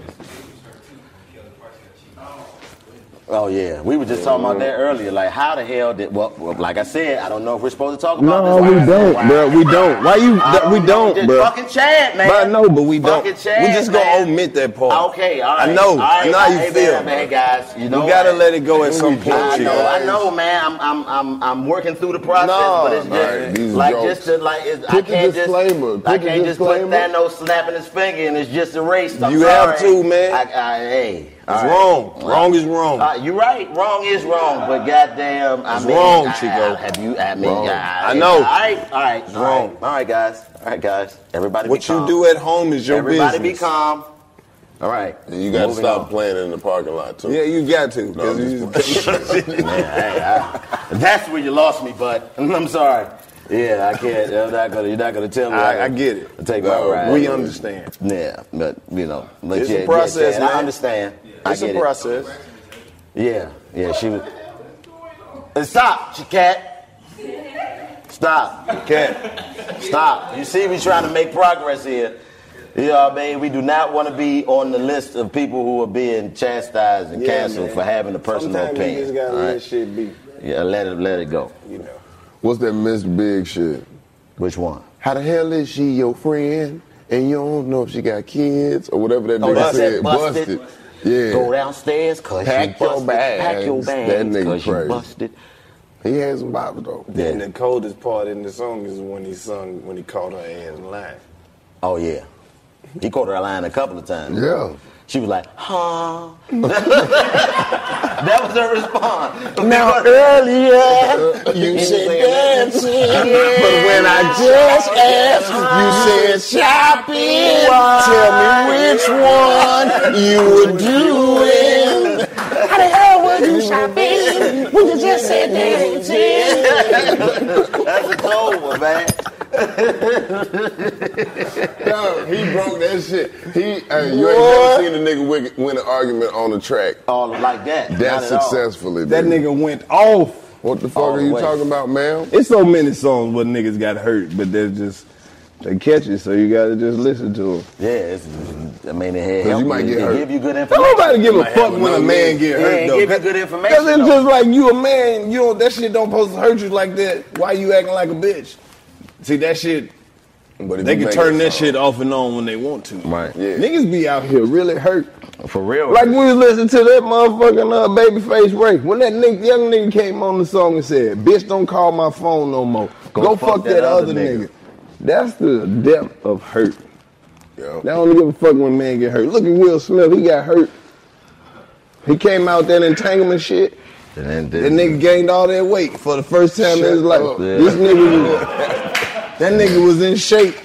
Oh yeah, we were just talking about that earlier. Like, how the hell did? Well, well, like I said, I don't know if we're supposed to talk about
No,
this.
we don't, bro. We don't. Why you?
I
we
know.
don't,
Just
bro.
Fucking Chad, man.
But I know, but we
Fucking
don't.
Chad,
We just
man.
gonna
Admit that part.
Okay, all right.
I know.
All right,
now you
hey,
feel
Man,
it.
man, guys, you
You
know
gotta
what?
let it go at some point,
I
Chief.
know, I know, man. I'm, I'm, I'm, I'm working through the process,
No,
but it's
man,
just
these
like
jokes.
just to, like it's, I
Put the
can't
disclaimer,
just I
put the
can't just put
disclaimer.
Thanos snapping his finger and it's just a race. I'm
You
sorry.
have to, man.
I, I, hey, Uh,
It's wrong. Wrong is wrong.
you're right. Wrong is wrong, but goddamn,
It's
I mean,
wrong,
I- I-
Chico.
have you? I mean,
Wrong.
I,
I know.
All right, all right, all right.
wrong.
All right, guys. All right, guys. Everybody,
What
be
you
calm.
do at home is your
Everybody
business.
be calm. All right.
You gotta
Moving
stop
on.
playing in the parking lot too.
Yeah, you got to.
No, I'm just
Yeah, I- I- that's where you lost me, bud. I'm sorry. Yeah, I can't. You're not gonna. You're not gonna tell me.
I- I get it.
Take my
No,
ride.
we understand.
Yeah, but you know, but
It's
yeah,
a
yeah,
process,
Chad,
man.
I understand. I
It's
get
a
it.
process.
Yeah, yeah. She was. And stop, you cat. Stop, cat. Stop. You see, we trying to make progress here. You know what I mean? We do not want to be on the list of people who are being chastised and
Yeah,
canceled
man.
for having a personal
Sometimes
opinion.
You just gotta
all
let
right?
shit be.
Yeah, let it let it go.
What's that Mr. Big shit?
Which one?
How the hell is she your friend and you don't know if she got kids or whatever that
Oh,
nigga
that's
said?
it, busted.
Yeah.
Go downstairs, cause
Pack
you
your
busted.
bags.
Pack your
That
bags,
nigga
cause you
crazy.
busted.
He had some bops though.
Then the coldest part in the song is when he sung when he called her ass lying.
Oh yeah, he caught her lying a couple of times.
Yeah.
She was like, huh? that was her response.
Now earlier you said dancing, but when I just asked, you said shopping. Tell me which one you were doing. How the hell were you shopping when you just said dancing?
That's a cold one, man.
Yo, he broke that shit. He, hey, you ain't never seen a nigga win, win an argument on the track.
Oh, like that.
That successfully.
That
dude.
nigga went off.
What the fuck are you talking about, man?
It's so many songs where niggas got hurt, but they're just they catch it, so you gotta just listen to them.
Yeah, it's, I mean, it
Cause
help
you might
you,
get
it
hurt.
give you good
Don't
information.
nobody give a
Might
fuck
help
when a
another
man
nigga.
get
yeah,
hurt
it
though.
give you
That-
good
Cause
information.
it's
though.
just like you a man, you don't, that shit don't supposed to hurt you like that. Why you acting like a bitch? See that shit.
But if
they
you
can
make
turn
it
that shit off and on when they want to.
Right. Yeah.
Niggas be out here really hurt.
For real.
Like we was listening to that motherfucking uh, Babyface Ray. When that nigga, young nigga came on the song and said, bitch, don't call my phone no more. Go, fuck, that, other nigga. That's the depth of hurt. They don't give a fuck when men get hurt. Look at Will Smith. He got hurt. He came out that entanglement shit.
And
That nigga gained all that weight for the first time in his
Shut
life.
up.
This
Yeah.
nigga was, that nigga was in shape.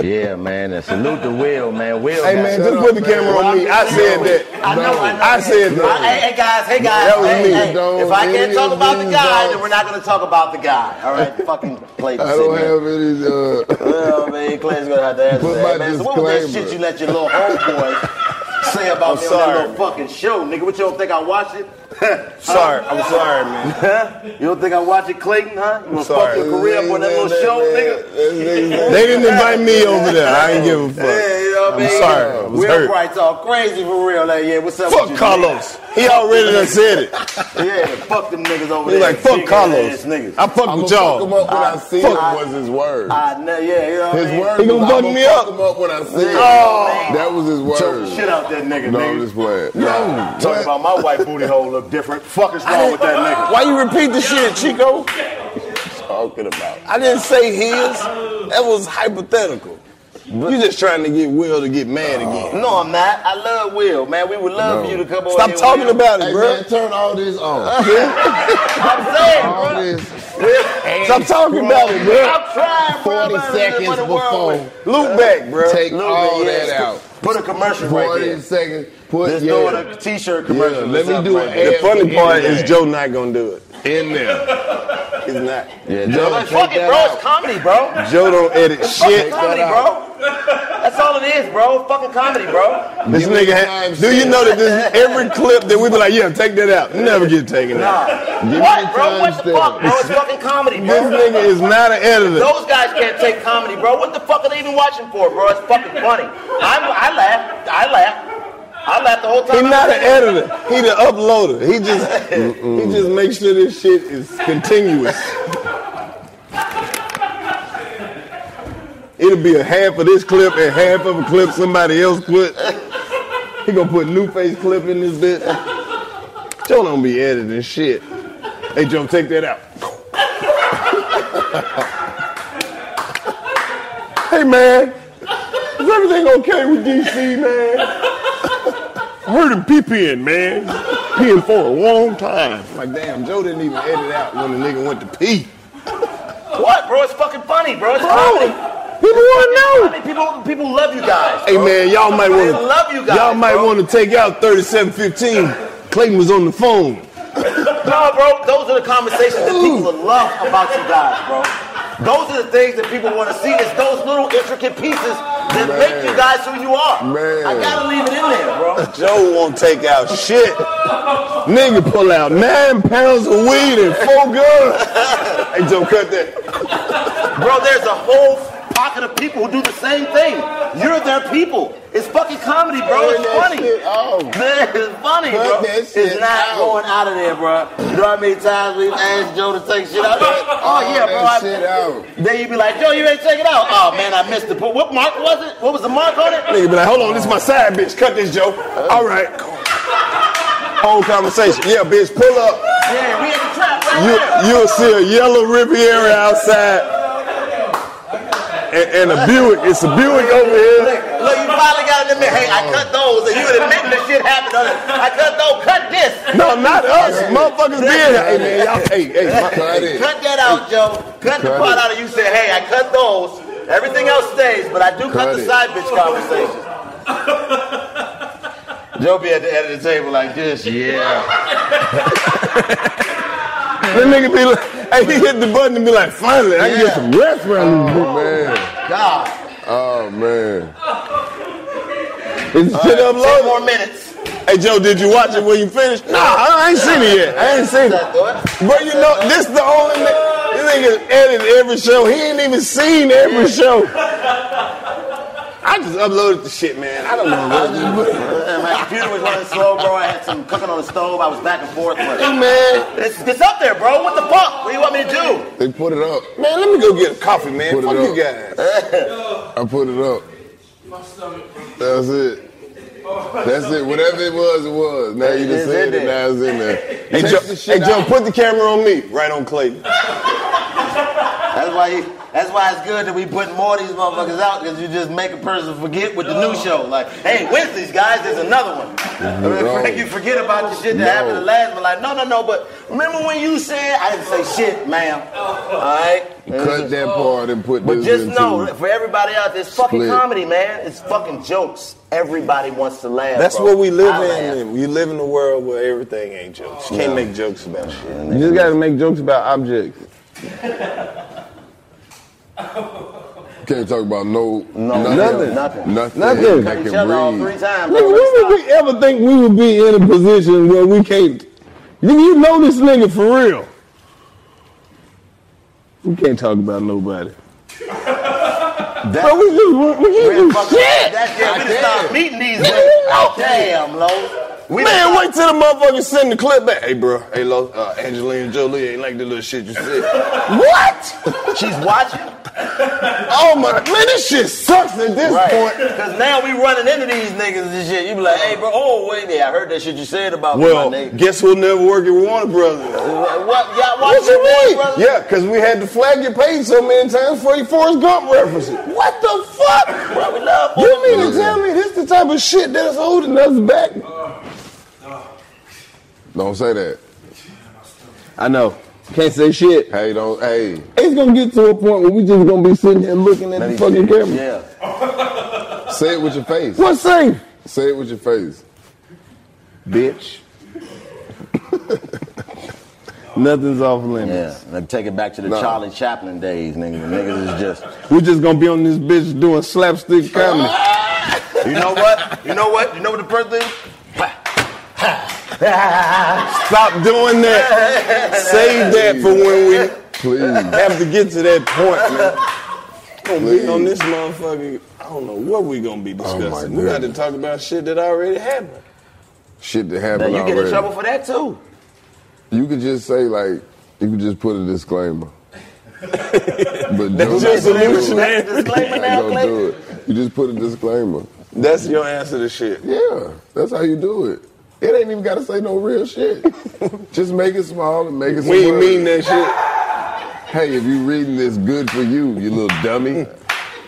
Yeah, man. And salute to Will, man. Will.
Hey,
got-
man, just put the camera on me. I said that.
I know. I, know.
I said that.
Hey, hey, guys. Hey, guys.
That was
hey,
me.
hey.
Don't
If I can't
really
talk about the
use
guy,
dogs.
then we're not going to talk about the guy. All right? Fucking Clay.
I don't have any. Uh,
Well, man, Clay's going to have to answer
Put my
that, man. So what was that
disclaimer.
shit you let your little homeboy say
I'm
about me on
sorry,
that little fucking show, nigga? What, you don't think I watched it? Huh?
Sorry, I'm sorry, man.
Huh? You don't think I watch it, Clayton, huh? You
I'm
gonna fuck
sorry.
your career up on that little
Man,
show,
man,
nigga?
They didn't invite me over there. I ain't give a fuck.
Yeah, you know what I
I'm
mean?
sorry. I was
Will
hurt.
Bright's all crazy for real. Like, yeah, what's up
Fuck
with you,
Carlos. He already done said it.
nigga? Yeah, fuck them niggas over
He
there.
like, fuck
Big
Carlos.
ass Niggas.
I fuck
I'ma
with y'all.
fuck him up when I,
I-
see
fuck-
him was his word.
I know, yeah, you know what I
his
mean?
word
He gonna
was,
fuck
I'ma
me
fuck
up.
him up when I see him.
Oh.
That was his
Choke the
word.
shit out that nigga,
No,
nigga.
I'm just playing.
No, talking about my white booty hole look different. Fuck is wrong with that nigga?
Why you repeat the shit, Chico?
Talking about.
I didn't say his. That was hypothetical. You just trying to get Will to get mad again.
No, I'm not. I love Will, man. We would love
No.
you to come over.
Stop
here,
talking
Will.
about
Hey,
it, bro.
man, turn all this on.
I'm saying,
All
bro.
this
Stop talking about it, bro.
I'm trying, bro.
40
I'm in
seconds
the world
before.
with-
Look back, bro.
Take
Little
all
bit, yeah.
that out.
Put a commercial right
40
there.
seconds. Put
Let's
yeah.
do it a t-shirt commercial.
let
or
me do an
something right
ad
there.
The funny part is
Yeah.
Joe not gonna do it.
in there.
He's not.
Yeah,
Joe,
Joe,
Like, fuck it, bro. It's comedy, bro.
Joe don't edit
Fucking
shit.
comedy, bro. That's all it is, bro. Fucking comedy, bro.
This
Give me
nigga.
time,
Had, do you
shit.
know that this every clip that we be like, yeah, take that out, never get taken
Nah.
out.
me
What,
the
bro? What the
timestamp.
fuck, bro? It's fucking comedy, bro.
This nigga is not an editor.
Those guys can't take comedy, bro. What the fuck are they even watching for, bro? It's fucking funny. I'm, I laughed. I laughed. I laughed the whole time.
He
I
not
was
an editor. He the uploader. He just he just makes sure this shit is continuous. It'll be a half of this clip and half of a clip somebody else put. He gonna put new face clip in this bit. Joe don't be editing shit. Hey Joe, take that out. hey man, is everything okay with DC, man? I heard him pee peeing, man. peeing for a long time. Like, damn, Joe didn't even edit out when the nigga went to pee.
What, bro? It's fucking funny, bro. It's
Bro,
comedy.
people want to know.
Funny. People, people love you guys.
Hey,
bro.
man, y'all might
I
want
love you guys,
Y'all might
bro.
want to take out 3715. Clayton was on the phone.
No, bro, those are the conversations that people love about you guys, bro. Those are the things that people want to see. It's those little intricate pieces that
Man.
make you guys who you are.
Man.
I gotta leave it in there, bro.
Joe won't take out shit. Nigga pull out nine pounds of weed and four guns. hey, Joe, cut that.
Bro, there's a whole pocket of people who do the same thing. You're their people. It's fucking comedy, bro. It's
Turn that
funny.
shit off.
Man, it's funny,
Cut
bro.
that
It's
shit
not
out.
going out of there, bro. You know how many times we've asked Joe to take shit out?
All
Oh yeah,
that
bro. I-
shit out.
Then you'd be like, Joe, you ain't take it out. Oh man, I missed the point. What mark was it? What was the mark on it?
Nigga be like, hold on, this is my side bitch. Cut this, Joe. All right. Whole conversation. Yeah, bitch, pull up.
Yeah, we in the trap,
you, you'll see a yellow Riviera outside. And, and a Buick. It's a Buick over here.
Look, you finally got to admit, hey, I cut those, and you would admit the shit happened. On it. I cut those, cut this.
No, not us. Motherfuckers being here. Hey, man, y'all, hey, hey. My,
Cut that out, Joe. Cut, the
Cut
part
it.
out of you saying, hey, I cut those. Everything else stays, but I do cut,
Cut
the
it.
side bitch conversations. Joe be at the end of the table like this, yeah.
That nigga be like, hey, he hit the button and be like, finally, I can get some rest around this book. Man.
God.
Oh, man. It's
All
shit
right,
up
ten
low.
more minutes.
Hey, Joe, did you watch it when you finished? Nah, I ain't seen it yet. I ain't seen it. Bro, you know, this the only nigga, this nigga edit every show. He ain't even seen every show.
I just uploaded the shit, man. I don't know what
Man, my computer was running slow, bro. I had some cooking on the stove. I was back and forth. But
Hey, man.
It's, it's up there, bro. What the fuck? What do you want me to do?
They put it up.
Man, let me go get a coffee, man.
Put it
Fuck
up.
you guys.
I put it up. That's it. That's it. Whatever it was, it was. Now you
It's
just said
in
it. Now it's in there.
Hey,
Take
Joe,
the
hey
shit
Joe
out.
put the camera on me. Right on Clayton.
That's why you, that's why it's good that we put more of these motherfuckers out because you just make a person forget with the new show. Like, hey, Wednesdays, guys, there's another one. I mean,
No.
Frank, you forget about the shit that happened the last one. Like, no, no, no, but remember when you said I didn't say shit, ma'am. All right.
Cut that part and put
But
this
just
into
know, that for everybody out there, it's fucking
Split.
comedy, man. It's fucking jokes. Everybody wants to laugh.
That's
bro.
what we live
I laugh.
in. We live in a world where everything ain't jokes. You can't make jokes about shit.
You just gotta make jokes about objects. Can't talk about no,
No, nothing.
nothing, nothing,
Nothing.
that
Cut each other off
can breathe.
three times,
Nigga,
bro.
when would we ever think we would be in a position where we can't? Nigga, you know this nigga for real. We can't talk about nobody. Bro, we just, we
We're
just do
fucking-
shit.
That's it. We done stopped meeting these
Nigga,
niggas.
no.
Damn, Lo. We
man,
done-
wait till the motherfucker send the clip back. Hey, bro. Hey, lo, uh, Angelina Jolie ain't like the little shit you said.
what? She's watching.
Oh my man, this shit sucks at this point.
Because now we running into these niggas and shit. You be like, hey, bro, oh, wait there. I heard that shit you said about me,
Well,
my nigga.
guess we'll never work at Warner Brothers.
What, what- y'all watch
What you
Warner
mean?
Brothers?
Yeah, because we had to flag your page so many times for your Forrest Gump references. What the fuck?
Bro, we love
You
Warner
mean to
Brothers. Uh,
tell me this the type of shit that's holding us back? Don't say that. I know. Can't say shit. Hey, don't. Hey. It's gonna get to a point where we just gonna be sitting here looking at the fucking camera.
Yeah.
Say it with your face. What say? Say it with your face. Bitch. Nothing's off
Yeah,
limits.
let me take it back to the
No.
Charlie Chaplin days, nigga. The niggas is just.
We're just gonna be on this bitch doing slapstick comedy.
You know what? You know what? You know what the first thing?
Stop doing that. Save that for when we
Please.
have to get to that point, man. Gonna be on this motherfucker. I don't know what we gonna be discussing. we got to
Oh goodness.
talk about shit that already happened.
Shit that
Now,
happened
you
already.
get in trouble for that too.
You could just say like, you could just put a disclaimer. but
That's
don't-
your solution.
Don't do it.
Disclaimer
Like,
now,
don't
Clay?
do it. You just put a disclaimer.
That's your answer to shit.
Yeah, that's how you do it. It ain't even got to say no real shit. just make it small and make it.
We ain't
some
mean
words.
that shit.
Hey, if you reading this, good for you, you little dummy.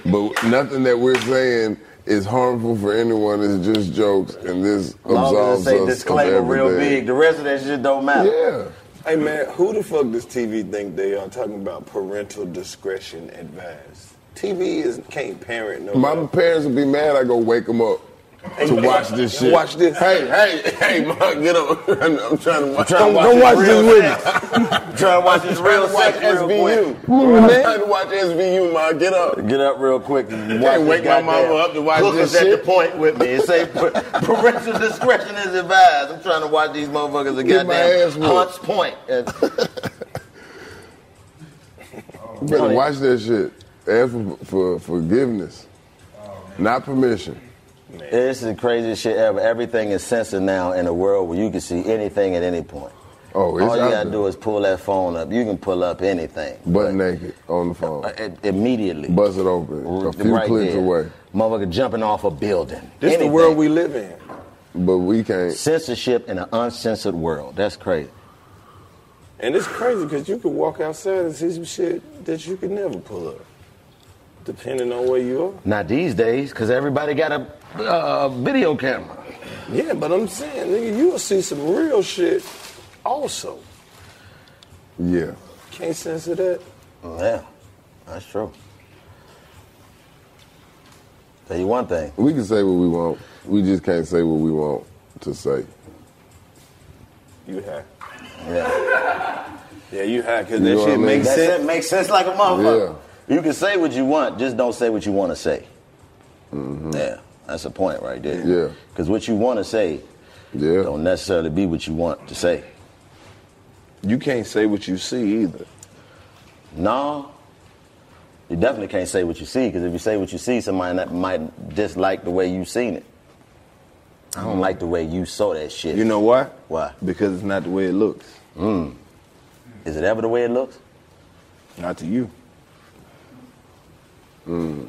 but nothing that we're saying is harmful for anyone. It's just jokes, and this
Long as it
absolves
say
us
disclaimer
of
real
everything.
big. The rest of that shit don't matter.
Hey man, who the fuck does TV think they are talking about parental discretion advised? TV is can't parent no.
My parents would be mad. I go wake them up to watch this shit.
Watch this.
Hey, hey, hey, Ma, get up. I'm trying to watch.
Don't- don't watch this with me.
Yeah. Trying to watch this
I'm trying
real
to watch
sex real quick.
SVU. Come on,
I'm
man.
trying to
watch SVU, Ma. Get up.
Get up real quick. And
Can't
watch
wake
this
my
goddamn-
mama up to watch
Hook
this
us at
shit.
the point with me. It say par- parental discretion is advised. I'm trying to watch these motherfuckers a
Get my ass
goddamn
whooped.
Hunts Point. And
You better watch that shit. Ask for, for forgiveness, not permission.
This is the craziest shit ever. Everything is censored now in a world where you can see anything at any point.
Oh, it's
All you
out
gotta
there.
do is pull that phone up. You can pull up anything.
Butt naked on the phone.
I- immediately.
Buzz it open. A few
Right
clicks
there.
away.
Motherfucker jumping off a building.
This the world we live in.
But we can't.
Censorship in an uncensored world. That's crazy.
And it's crazy because you can walk outside and see some shit that you can never pull up, depending on where you are.
Not these days, because everybody got a uh, video camera.
Yeah, but I'm saying, nigga, you will see some real shit also.
Yeah.
Can't censor that.
Yeah, that's true. Tell you one thing.
We can say what we want. We just can't say what we want to say. You high.
Yeah.
yeah, you high because
You know
that
what I
shit
mean?
makes
That
sense.
shit makes sense like a motherfucker. You can say what you want, just don't say what you want to say.
Mm-hmm.
Yeah, that's a point right there. Yeah. Because what you want to say
yeah.
don't necessarily be what you want to say.
You can't say what you see either.
No. You definitely can't say what you see, because if you say what you see, somebody that might dislike the way you seen it. I don't like the way you saw that shit.
You know why?
Why?
Because it's not the way it looks.
Mm. Is it ever the way it looks?
Not to you. Mm.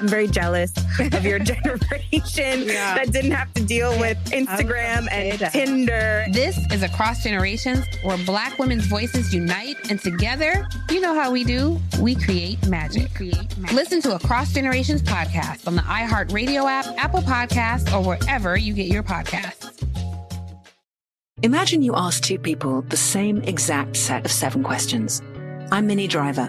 I'm very jealous of your generation that didn't have to deal with Instagram and Tinder.
This is Across Generations, where Black women's voices unite, and together, you know how we do, we create magic. Listen to Across Generations podcast on the iHeartRadio app, Apple Podcasts, or wherever you get your podcasts.
Imagine you ask two people the same exact set of seven questions. I'm Minnie Driver,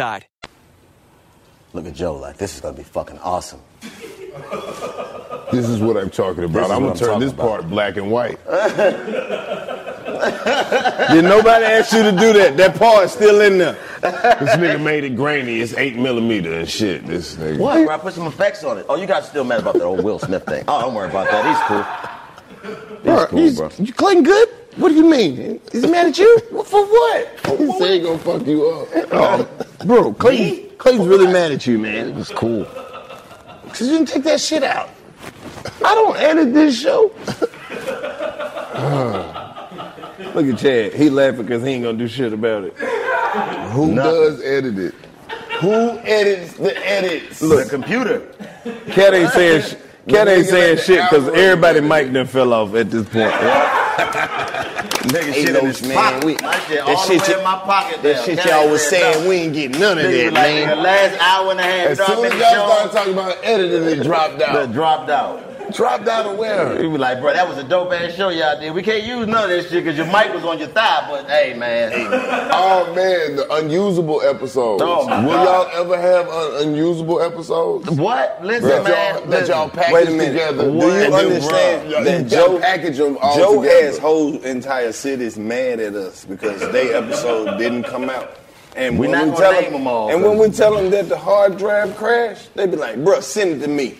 Look at Joe like, this is going to be fucking awesome.
This is what I'm talking
This
about.
is
I'm gonna
what I'm
turn
talking
this
about.
part black and white. Did nobody ask you to do that? That part's still in there. This nigga made it grainy. It's eight millimeter and shit. This nigga.
What? Bro, I put some effects on it. Oh, you guys still mad about that old Will Smith thing. Oh, don't worry about that. He's cool.
Bro, he's- you Clayton good? What do you mean? He's mad at you? What- For what? He said he gonna fuck you up. Oh, bro, Clayton, Clayton's really mad at you, man. It's cool. Cause you didn't take that shit out. I don't edit this show. Look at Chad. He laughing because he ain't gonna do shit about it. Who does edit it? Who edits the edits? Look, computer. Cat ain't saying. Sh- Cat ain't saying shit because everybody mic done fell off at this point.
Nigga,
shit in his pocket.
My shit
That
all the
shit
way
you-
in my pocket.
that
there.
shit
Can't
y'all was
even
saying,
know.
we ain't getting none of that,
Nigga, like,
man.
The last hour and a half.
As soon as y'all started talking about editing, it dropped out.
It dropped out. Dropped out of where? He was like, bro, that was a dope ass show y'all did. We can't use none of this shit because your mic was on your thigh, but hey, man.
oh man, the unusable episodes.
Oh, my
Will
God.
y'all ever have un- unusable episodes?
What? Listen, man,
Y'all, that y'all
listen.
package
Wait a minute.
together.
What?
Do you
And then,
understand
bruh,
that
you
Joe
gotta
package them all
Joe
together?
has whole entire city's mad at us because they episode didn't come out. And
We're
when
not
we
gonna
tell
name them all,
and when we tell them that the hard drive crashed, they be like, "Bruh, send it to me."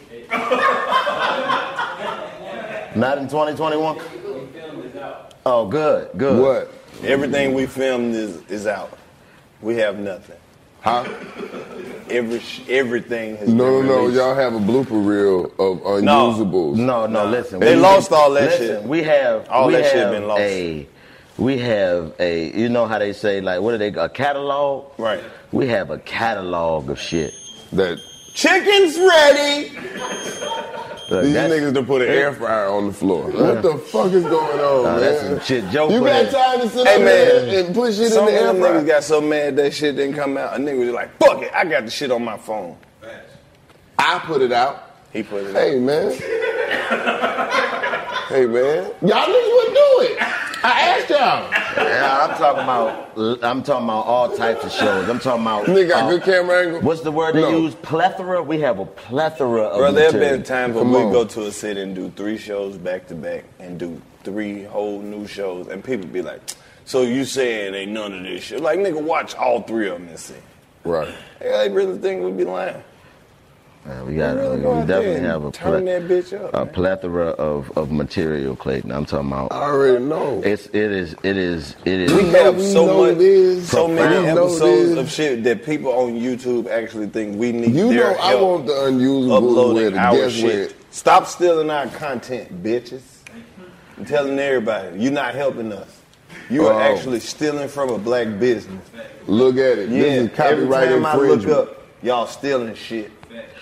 Not in 2021? Oh, good, good.
What? Everything we filmed is is out. We have nothing.
Huh?
Every sh- everything has
No, no,
been
no.
released.
Y'all have a blooper reel of unusables.
No, no, listen.
They
we-
lost all that
listen,
shit.
We have
All
we
that shit
have
been lost.
A, we have a. You know how they say like what are they a catalog? Right. We have a catalog of shit.
That
Chicken's ready.
These niggas done put an air fryer on the floor. What the fuck is going on,
Nah,
man?
that's some shit Joe
You
put
got
in.
time to sit
Hey
up
man,
there and put shit
some
in the air
of them
fryer?
niggas got so mad that shit didn't come out. A nigga was like, "Fuck it, I got the shit on my phone."
I put it out.
He put it.
Hey
out.
man. hey man. Y'all niggas wouldn't do it. I asked y'all.
Yeah, I'm talking about. I'm talking about all types of shows. I'm talking about.
Nigga got
uh,
good camera angle.
What's the word they
No.
use? Plethora. We have a plethora of.
Bro, there have
material.
been times when we go to a city and do three shows back to back and do three whole new shows, and people be like, "So you saying ain't none of this shit?" Like, nigga, watch all three of them and see.
Right.
Hey, they really think we be lying.
Yeah, we got.
Really
we
go out there
definitely
and
have a.
turn
ple-
that bitch up.
a plethora of, of material, Clayton. I'm talking about.
I already know.
It's it is it is it is.
We have so much, so many
We know
episodes
this.
of shit that people on YouTube actually think we need.
You
their
know I
help
want the unusable way
uploading
to
our
guess
shit.
with.
Stop stealing our content, bitches. I'm telling everybody, you're not helping us. You are
Oh.
actually stealing from a black business.
Look at it. This is
every
copyright
time I look
infringement.
up, y'all stealing shit.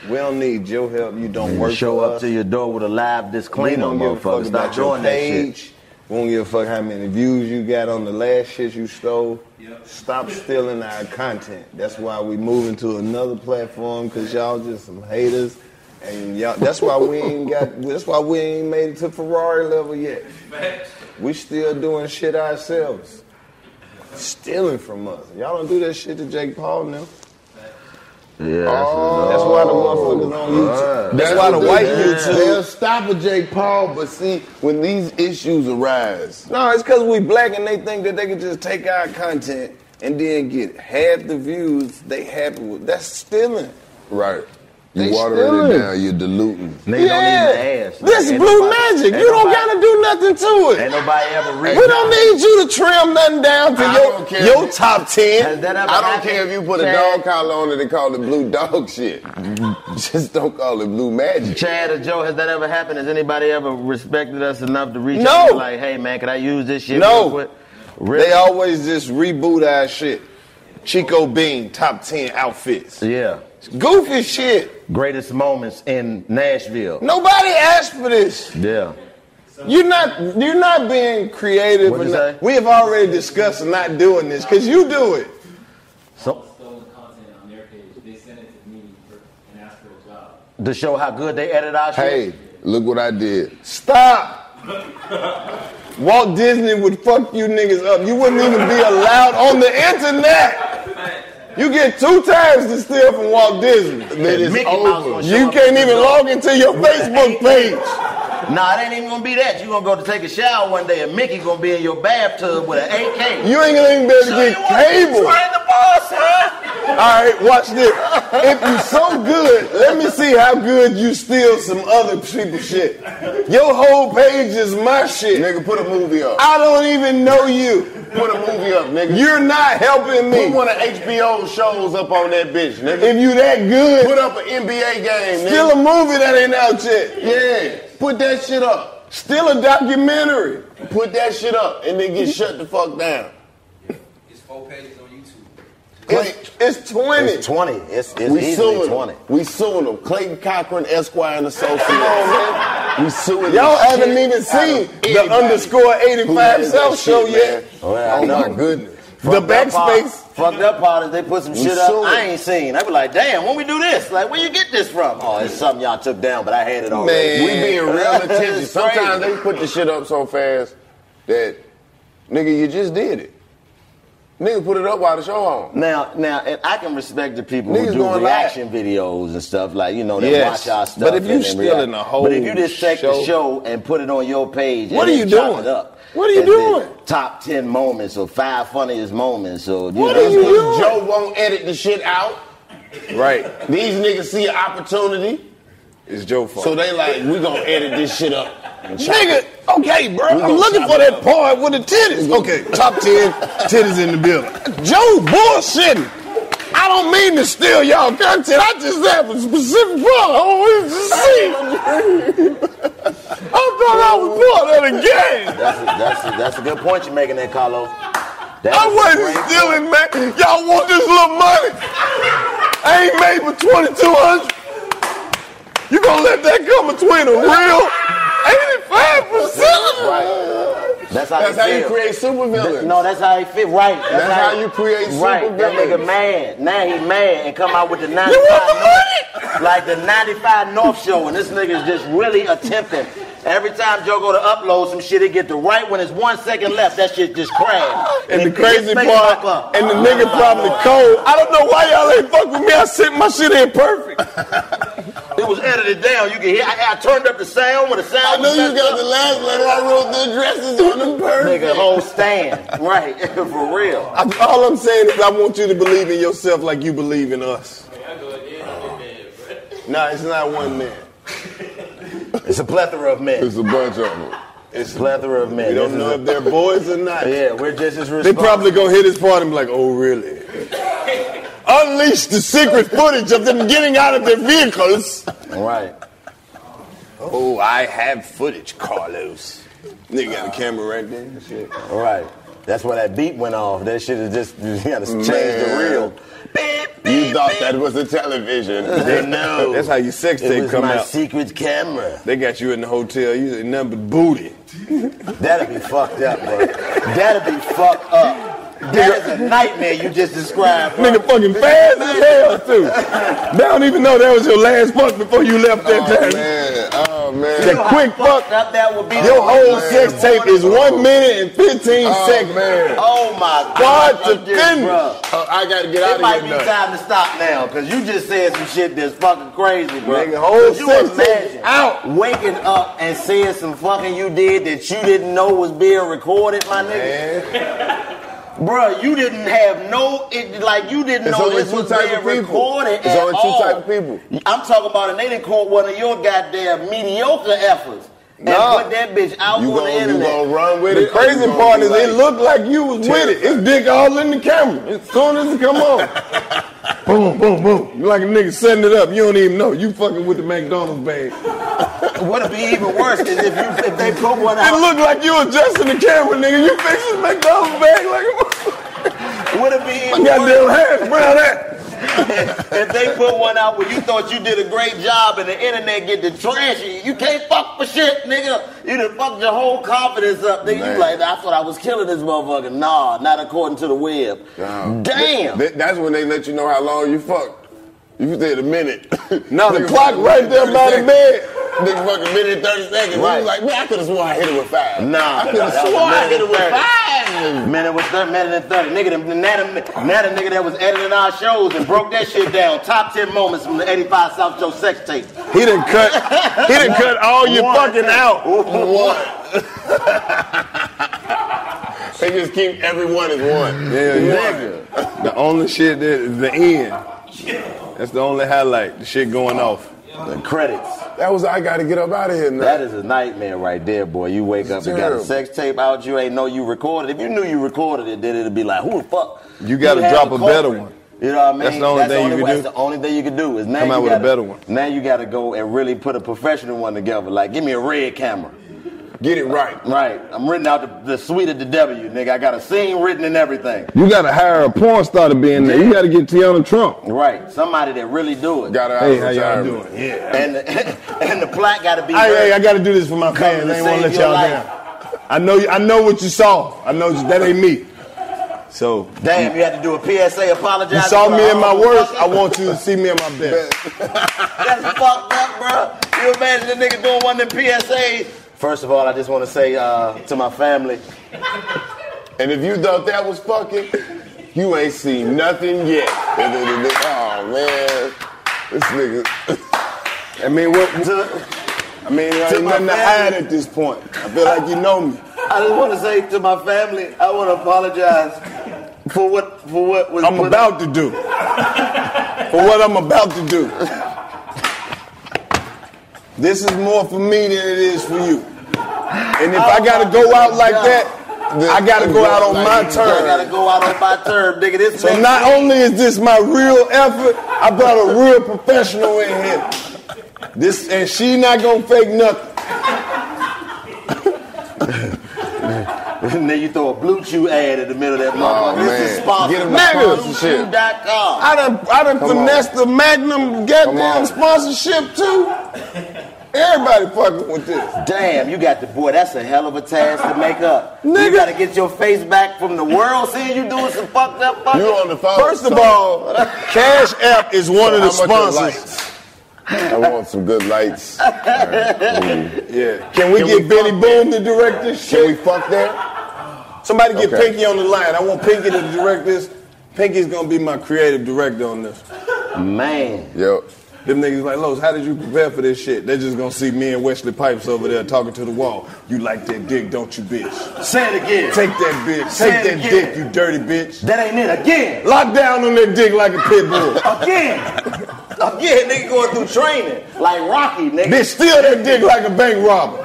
We don't need your help. You don't
And
work
show
for
up
us.
to your door with a live
We
disclaimer,
don't give a fuck
motherfucker.
about
Stop
your
doing that shit.
page. We don't give a fuck how many views you got on the last shit you stole. Stop stealing our content. That's why we moving to another platform because y'all just some haters, and y'all. That's why we ain't got. That's why we ain't made it to Ferrari level yet. We still doing shit ourselves. Stealing from us. Y'all don't do that shit to Jake Paul now.
Yeah.
That's why the motherfuckers on YouTube. That's why the
Oh, what
white
they do. They'll
YouTube.
stop a Jake Paul, but see, when these issues arise,
No, it's because we black and they think that they can just take our content and then get half the views they happy with. That's stealing.
right, you
They
watering it
stealing.
down, you're diluting.
Nigga don't even ask.
This is
Ain't
blue
nobody-
magic.
ain't
You don't
nobody-
gotta do nothing to it.
Ain't nobody ever read.
we don't need you to trim nothing down to
I don't
your,
care.
your top
Has
ten.
that ever
I don't
happened?
care if you put a
Chad,
dog collar on it and call it blue dog shit. Just don't call it blue magic.
Chad or Joe, has that ever happened? Has anybody ever respected us enough to reach
No.
out and be like, hey man, can I use this shit?
No.
real quick?
They always just reboot our shit. Chico Bean, top ten outfits.
Yeah.
Goofy shit.
Greatest moments in Nashville.
Nobody asked for this.
Yeah.
You're not you're not being creative.
What'd you
enough.
say?
We have already discussed not doing this because you do it.
So
Stolen content on their page. They sent it to me for, and asked for a job.
to show how good they edit our shit.
Hey, look what I did.
Stop. Walt Disney would fuck you niggas up. You wouldn't even be allowed on the internet. You get two times to steal from Walt Disney.
Man, it's
Mickey Mouse
over.
gonna show
You
up
can't
at the
even
door.
log into your Facebook page.
Nah, it ain't even gonna be that. You gonna go to take a shower one day, and Mickey gonna be in your bathtub with an AK.
You ain't gonna even be able to
So
get
you want
cable.
to train the boss, huh?
All right, watch this. If you so good, let me see how good you steal some other people's shit. Your whole page is my shit.
Nigga, put a movie up.
I don't even know you.
Put a movie up, nigga.
You're not helping
Put
me.
one of HBO shows up on that bitch, nigga.
If you that
Put
good,
up an NBA game, nigga.
steal a movie that ain't out yet.
yeah, put that shit up.
Steal a documentary.
Put that shit up, and then get shut the fuck down.
It's four pages on YouTube.
It's, it's 20.
It's twenty. It's, it's
we
easily
suing
twenty.
them. We suing them. Clayton Cochran, Esquire, and Associates. we suing
Y'all
the
haven't
shit
even
out of
seen the
anybody
underscore
who
85
has that
South
shit,
show
man.
yet.
Well, I
oh
know.
my goodness.
Fucked
The
up part-
backspace.
Fucked up part is they put some
We
shit up
saw
I
it.
ain't seen. I be like, damn, when we do this? Like, where you get this from? Oh, it's something y'all took down, but I had it already.
Man, we being real
It's
attentive.
crazy.
Sometimes they put the shit up so fast that nigga, you just did it. Nigga put it up while the show on.
Now, now, and I can respect the people
Niggas
who do
going
reaction videos and stuff like you know they
Yes.
watch our stuff.
But if you
and- and
stealing
react.
the whole
but if you just take
show-
the show and put it on your page,
What
and
are
then
you
chop
doing?
It up,
What are you
and then
doing?
Top ten moments or five funniest moments or you
What
know,
are you doing?
Joe
Joe won't edit the shit out.
Right.
These niggas see an opportunity,
It's Joe fault.
so they like, we gonna edit this shit up.
Nigga, okay, bro. I'm looking for that part with the titties. Okay, top 10 titties in the building. Joe bullshitting. I don't mean to steal y'all content. I just have a specific part I wanted to see. I thought I was part of the game.
That's a, that's a, that's a good point you're making there, Carlos. That
I
is a
wasn't
great
stealing, man. Y'all want this little money? I ain't made for 2200 You gonna let that come between a real 85%?
That's how,
That's
they
how you
feel.
create supervillains.
Th- No, that's how he feel. Right. That's,
That's how you create
Right. That
supervillains.
nigga mad. Now he mad and come out with the 95
You want
North, like the 95 North show, and this nigga's just really attempting. Every time Joe go to upload some shit, he get the right when it's one second left. That shit just crash.
And the
it- his
crazy
face pop
part,
up.
and the nigga probably cold. I don't know why y'all ain't fuck with me. I sent my shit in perfect.
It was edited down. You can hear. I, I turned up the sound when the sound.
I knew you got
the
last letter. I wrote the addresses on the perfect.
Nigga, whole stand. right. For real.
I, all I'm saying is I want you to believe in yourself like you believe in us. No, it's not one man.
It's a plethora of men.
It's a bunch of them.
It's a plethera of men.
We don't
This is
know
a-
if they're boys or not.
Yeah, we're just as
They probably gonna hit his part and be like, oh really? Unleash the secret footage of them getting out of their vehicles.
Right.
Oh, I have footage, Carlos. Nigga got a camera right there. and Shit.
All right. That's why that beat went off. That shit is just, you gotta change the
Man.
reel.
You thought that was a television.
No.
That's how your sex
It
tape
was
come
my
out.
secret camera.
They got you in the hotel. You ain't nothing but booty.
That'd be fucked up, bro. That'd be fucked up. That is a nightmare you just described. Bro.
Nigga fucking fast as hell too. They don't even know that was your last fuck before you left that
Oh
time.
man. Oh man.
The quick fuck.
That, that would be
Your whole sex tape is one minute and 15
Oh,
seconds.
man.
Oh my
God,
God! I'm
to
just-
finish.
bro.
Oh, I gotta get
It
out
might
of
be
here. now.
time to stop now, cause you just said some shit that's fucking crazy, bro.
Nigga, whole
Could you
sex
imagine
out.
waking up and seeing some fucking you did that you didn't know was being recorded, my nigga. Bruh, you didn't have no, it, like you didn't
It's
know
only
this
two
was
type
being
of people.
recorded
It's
at
only two
all.
type of people.
I'm talking about, and they didn't caught one of your goddamn mediocre efforts and
Nah.
put that bitch out
You
on the
gonna, you
internet.
gonna run with
The
it?
crazy
You gonna
part
be
is it
like-
looked like you was with it. It's dick all in the camera. As soon as it come on. boom, boom, boom. You like a nigga setting it up. You don't even know. You fucking with the McDonald's bag.
What'd be even worse is if you if they put one
It
out.
looked like you adjusting the camera, nigga. You fixing McDonald's bag like a
What'd be even
my
worse?
goddamn hands. Where that?
if they put one out where you thought you did a great job and the internet get the trash you, you can't fuck for shit, nigga. You done fucked your whole confidence up. Nigga,
Man.
you like, I thought I was killing this motherfucker. Nah, not according to the web.
Nah.
Damn.
Th- th- that's when they let you know how long you fucked. You said a minute.
Now the
Nigga,
clock right there by the
30
bed.
seconds. Nigga fucking minute 30 seconds. You
Right.
was like, man, I could have sworn I hit it with five.
Nah,
I could have
that was
sworn I hit it with
minute
five.
Minute was thirty, minute and thirty. Nigga, the- now the, now the nigga that was editing our shows and broke that shit down. Top ten moments from the '85 South Joe sex tape.
He done cut. He done cut all your
One.
fucking out.
What?
They just keep everyone as one.
Yeah,
Nigga.
nigga. The only shit that is the end. That's the only highlight. The shit going off.
The credits.
That was I gotta get up out of here now.
That is a nightmare right there, boy. You wake up and got
terrible.
a sex tape out. You ain't know you recorded. If you knew you recorded it, then it'd be like, who the fuck?
You gotta
had
drop
the
a better
culprit.
one.
You know what I mean?
That's the only thing you
way-
can do.
That's the only thing you can do is now
Come
you
out with a
gotta-
better one.
Now you got to go and really put a professional one together. Like, give me a red camera.
Get it right.
Right. I'm written out the, the suite of the W, nigga. I got a scene written and everything.
You gotta hire a porn star to be in there. You gotta get Tiana Trump.
Right. Somebody that really do it.
Got it out
Hey,
of
how y'all
retirement.
doing? Yeah.
And the, and the plot got to be.
Hey,
very-
hey, I gotta do this for my fans.
to
I ain't wanna
save
let
your
y'all
life.
down. I know, I know what you saw. I know you- that ain't me.
So
Damn, you had to do a PSA apologize.
You saw me in my worst. I want you to see me in my best.
That's fucked up, bro. You imagine the nigga doing one of them PSAs. First of all, I just want to say uh, to my family.
And if you thought that was fucking, you ain't seen nothing yet. oh man, this nigga.
I mean, what? I mean, there
To
ain't
my
nothing to hide
family.
at this point. I feel like you know me.
I just want to say to my family, I want to apologize for what for what was.
I'm about to do. for what I'm about to do. This is more for me than it is for you. And if I gotta go out like that, I gotta go out on my
I gotta
terms.
go out on my term, nigga. This
So
man-
not only is this my real effort, I brought a real professional in here. This and she not gonna fake nothing.
and then you throw a blue chew ad in the middle of that
Oh,
motherfucker. this is
man.
sponsored.
Get him the sponsorship.
BlueChew.com.
I done, I done
Come on.
finessed the Magnum goddamn sponsorship too. Everybody fucking with this.
Damn, you got the boy. That's a hell of a task to make up.
Nigga.
You gotta get your face back from the world seeing you doing some fucked up fucking.
You on the phone?
First of
son.
all, Cash App is one of the
How much are
sponsors.
I want some good lights.
Yeah. Can we get Benny Boone to direct this shit? Can we fuck that? Somebody get
Okay.
Pinky on the line. I want Pinky to direct this. Pinky's gonna be my creative director on this.
Man.
Yo.
Them niggas like, Los, how did you prepare for this shit? They're just gonna see me and Wesley Pipes over there talking to the wall. You like that dick, don't you, bitch?
Say it again.
Take that bitch.
Say
Take
it
that
again.
dick, you dirty bitch.
That ain't it. Again.
Lock down on that dick like a pit bull.
Again. Again, nigga going through training. Like Rocky, nigga.
Bitch, steal that dick like a bank robber.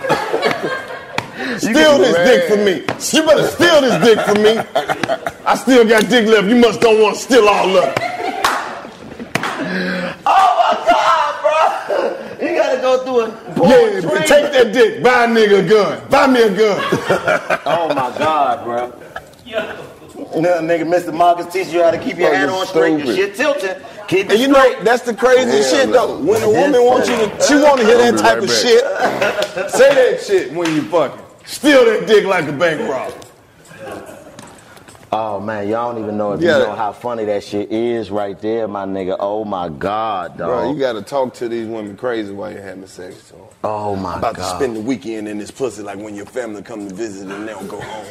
steal this dick from me. You better steal this dick from me. I still got dick left. You must don't want to steal all of it.
You gotta go through a porn
Yeah,
training.
take that dick. Buy a nigga a gun. Buy me a gun.
Oh my God, bro. No, nigga, Mr. Marcus teach you how to keep your head on straight, your shit
Fucking
tilting. Keep it
Oh, And you know that's the crazy shit though. When a woman wants you to, she want to hear that type of shit. Say that shit when you fucking. Steal that dick like a bank robber.
Oh man, y'all don't even know if
Yeah.
you know how funny that shit is right there, my nigga. Oh my God, dog.
Bro, you gotta talk to these women crazy while you're having sex. So.
Oh my
About to
God.
spend the weekend in this pussy like when your family come to visit and they don't go home.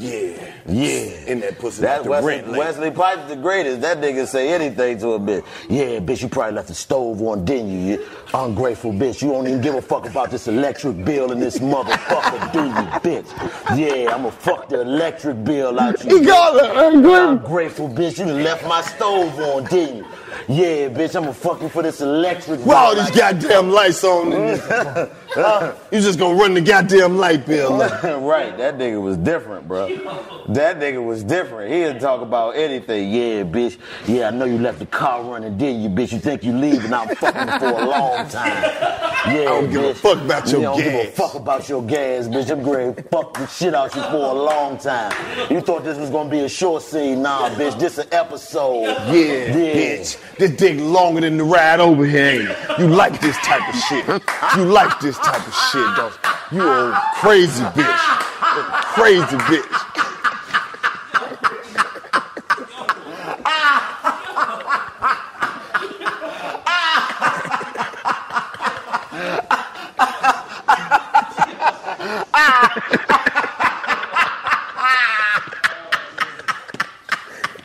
Yeah.
Yeah.
In that pussy
that
like the
Wesley,
rent. lady.
Wesley Pipes the greatest. That nigga say anything to a bitch. Yeah, bitch, you probably left the stove on, didn't you? you ungrateful bitch. You don't even give a fuck about this electric bill and this motherfucker, do you, bitch? Yeah, I'ma fuck the electric bill out you.
He got it. I'm
grateful. bitch. You done left my stove on, didn't you? Yeah, bitch, I'ma fuck you for this electric
With all
bill
these goddamn lights on, in this- you just gonna run the goddamn light bill. Like.
right, that nigga was different, bro. That nigga was different. He didn't talk about anything. Yeah, bitch. Yeah, I know you left the car running, didn't you, bitch? You think you leaving? I'm fucking you for a long time. Yeah,
I don't give a
bitch.
fuck about
You
your
don't give a
gas.
fuck about your gas, bitch. I'm going to fuck the shit out you for a long time. You thought this was gonna be a short scene, nah, bitch. This an episode.
Yeah, bitch. This dick longer than the ride over here. Ain't it? You like this type of shit. You like this type of shit, don't you? You a crazy bitch. You a crazy bitch.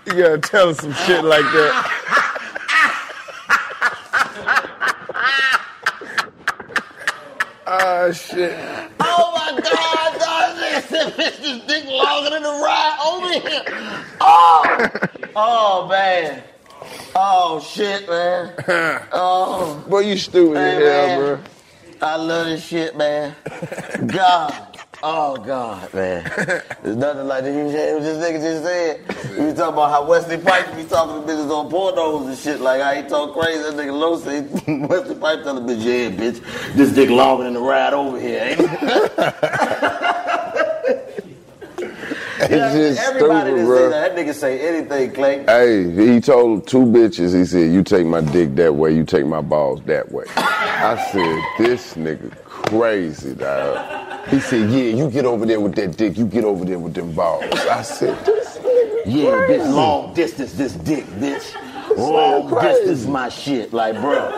You gotta tell us some shit like that. Ah, shit.
Oh my God, God, this bitch is dick longer than the ride over here. Oh, oh man. Oh shit, man. Oh,
Boy, you stupid
Hey,
as hell,
man.
bro.
I love this shit, man. God. Oh God, man. There's nothing like this. You said- This nigga just said. We talking about how Wesley Pipes be talking to bitches on pornos and shit. Like how he talk crazy. That nigga low said Wesley Pipes telling bitch, yeah, bitch, this dick longer than the ride over here, ain't it?
It's just
Everybody
stupid,
that
bro.
say that, that nigga say anything, Clay.
Hey, he told two bitches, he said, you take my dick that way, you take my balls that way. I said, this nigga crazy, dog. He said, yeah, you get over there with that dick, you get over there with them balls. I said, this nigga
Yeah, this long distance, this dick, bitch. Long distance, my shit. Like, bro.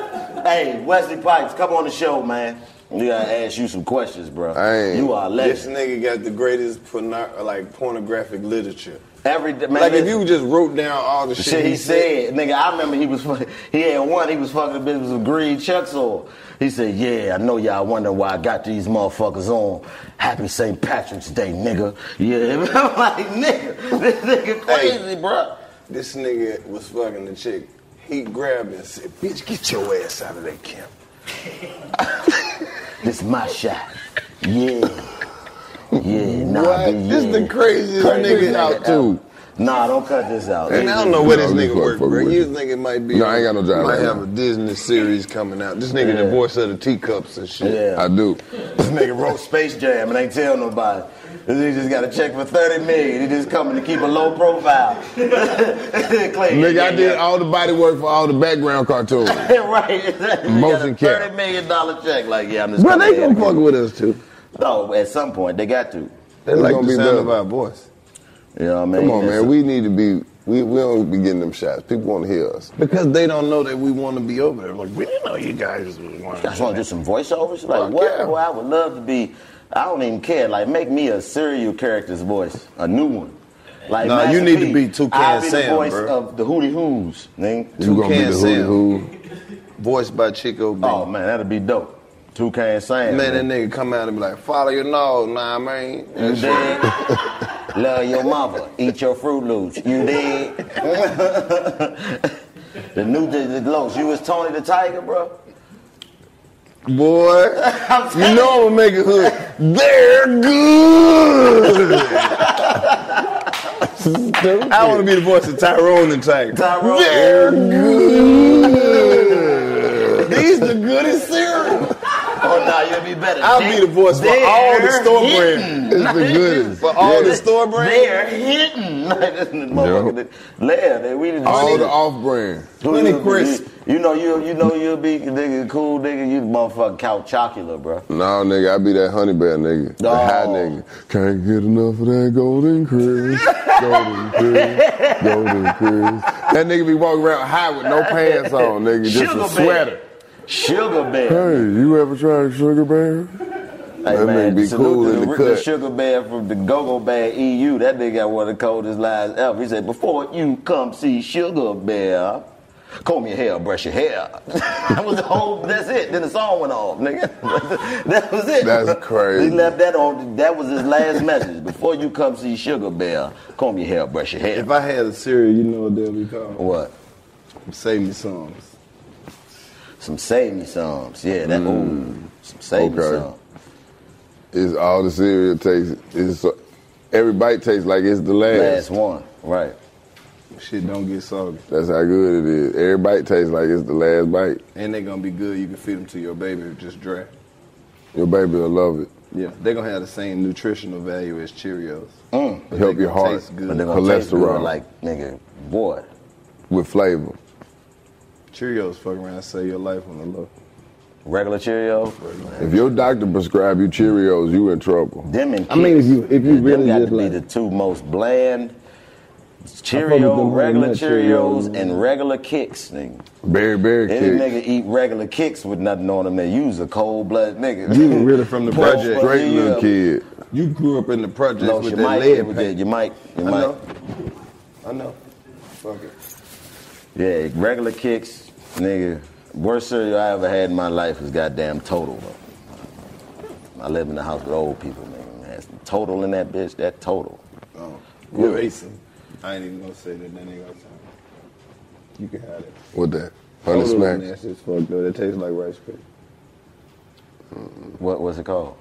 Hey, Wesley Pipes, come on the show, man. We gotta ask you some questions, bro. You are a
This
legend.
nigga got the greatest porno- like pornographic literature.
Every man,
like if
listen.
you just wrote down all the
The
shit,
shit he said, nigga, I remember he was fucking, he had one, he was fucking a bitch with some green chucks on. He said, yeah, I know y'all wondering why I got these motherfuckers on. Happy St. Patrick's Day, nigga. Yeah, I'm like, nigga, this nigga crazy, bro.
This nigga was fucking the chick. He grabbed her and said, "Bitch, get your ass out of that camp."
this my shot. Yeah. Yeah, nah,
What?
dude,
This
yeah.
the craziest nigga out, too.
ever. Nah, don't cut this out.
And I don't know where this
No, you
nigga
fuck-
work,
fuck
bro.
with
You
it.
think it might be?
No, I ain't got no job
Might
right
have
now.
a Disney series coming out. This nigga the
Yeah.
voice of the teacups and shit.
Yeah.
I do.
This nigga wrote Space Jam and ain't tell nobody. This nigga just got a check for 30 million. He just coming to keep a low profile. Clay,
Nigga,
yeah,
I
yeah.
did all the body work for all the background cartoons.
right. exactly. He got a
Motion cap.
$30 million dollar check. Like, yeah, I'm just
Bro, they
coming
gonna
here.
fuck with us too.
No, at some point, they got to.
They like the sound of our
voice.
You know what I mean?
Come on,
That's-
man. We need to be. We, we don't be getting them shots. People want to hear us.
Because they don't know that we want to be over there. Like we didn't know you guys
I
want.
just want to do some voiceovers. Like, what? Boy, I would love to be. I don't even care. Like, make me a serial character's voice, a new one. Like,
Nah, you
Master
need to
P,
be 2K
I'll
and
be
Sam,
the voice
bro.
of the Hootie Who's. Nigga.
You gonna be the Hootie
Who?
Voiced by Chico B. Oh
man, that'd be dope. Two K Sam.
Man, that nigga come out and be like, "Follow your nose, nah, man."
You dig? Love your mama. Eat your Fruit Loops. You dig? the new the, the Lopes. You was Tony the Tiger, bro.
Boy, you know I'm gonna make it hood. They're good.
I want to be the voice of Tyrone and Tiger.
Tyrone.
They're good. These the goodest cereal.
Oh no, you'll be better.
I'll be the voice for all the
They're
store
hitting.
brand. It's the goodest for all the store brand.
They're hitting. Like, this motherfucker that- Lair, that we didn't
All the off brand.
Twenty Chris. You know you you know you'll be nigga cool nigga. You motherfucking couch chocolate, bro.
No, nigga, I be that honey bear nigga. The high nigga. Can't get enough of that golden crisp. Golden crisp. Golden crisp. That nigga be walking around high with no pants on, nigga. Just
Sugar
a
bear.
sweater.
Sugar bear.
Hey, you ever tried sugar bear?
Hey,
that
man,
nigga be
salute
cool
to
in
the,
the
the
cut.
sugar bag from the go-go bag EU. That nigga got one of the coldest lines ever. He said, before you come see Sugar Bear, comb your hair, brush your hair. that was the whole, that's it. Then the song went off, nigga. that was it.
That's crazy.
He left that on, that was his last message. Before you come see Sugar Bear, comb your hair, brush your hair.
If I had a cereal, you know what they'll be called.
What?
Save me songs.
Some save me songs. Yeah, that, ooh, some save me
Mm. Okay.
songs.
It's all the cereal tastes. It's every bite tastes like it's the
Last
last.
one, right?
Shit don't get soggy.
That's how good it is. Every bite tastes like it's the last bite.
And they gonna be good. You can feed them to your baby if just dry.
Your baby will love it.
Yeah, they gonna have the same nutritional value as Cheerios. But
Help
they
your
gonna
heart,
taste good.
But they're gonna taste good
cholesterol,
like, nigga, boy.
with flavor.
Cheerios fuck around and save your life on the low.
Regular Cheerios?
If your doctor prescribe you Cheerios, you in trouble.
Them and
I mean, if you- if you
them
really
got
just
to
like-
be the two most bland
I fuck with them
Cheerio, regular
honey nut
Cheerios,
Cheerios.
and regular kicks, nigga.
Berry berry
Any
kicks.
nigga eat regular kicks with nothing on them, they use a cold blood nigga.
You were really from the
Cold
project.
blood,
Great little
yeah.
kid.
You grew up in the projects
No,
with
you
that
might,
lead.
yeah, you might, you
I
might.
know. I know. Fuck it.
Yeah, regular kicks, nigga. Worst cereal I ever had in my life was goddamn total. I live in the house with old people, nigga. That's total in that bitch. That total.
Oh,
Yeah.
you're racist. I ain't even gonna say that. That ain't gonna sound. You can have it.
What that? Honey
Total
smacks.
nasty as fuck though. That tastes like rice crisp.
What was it called?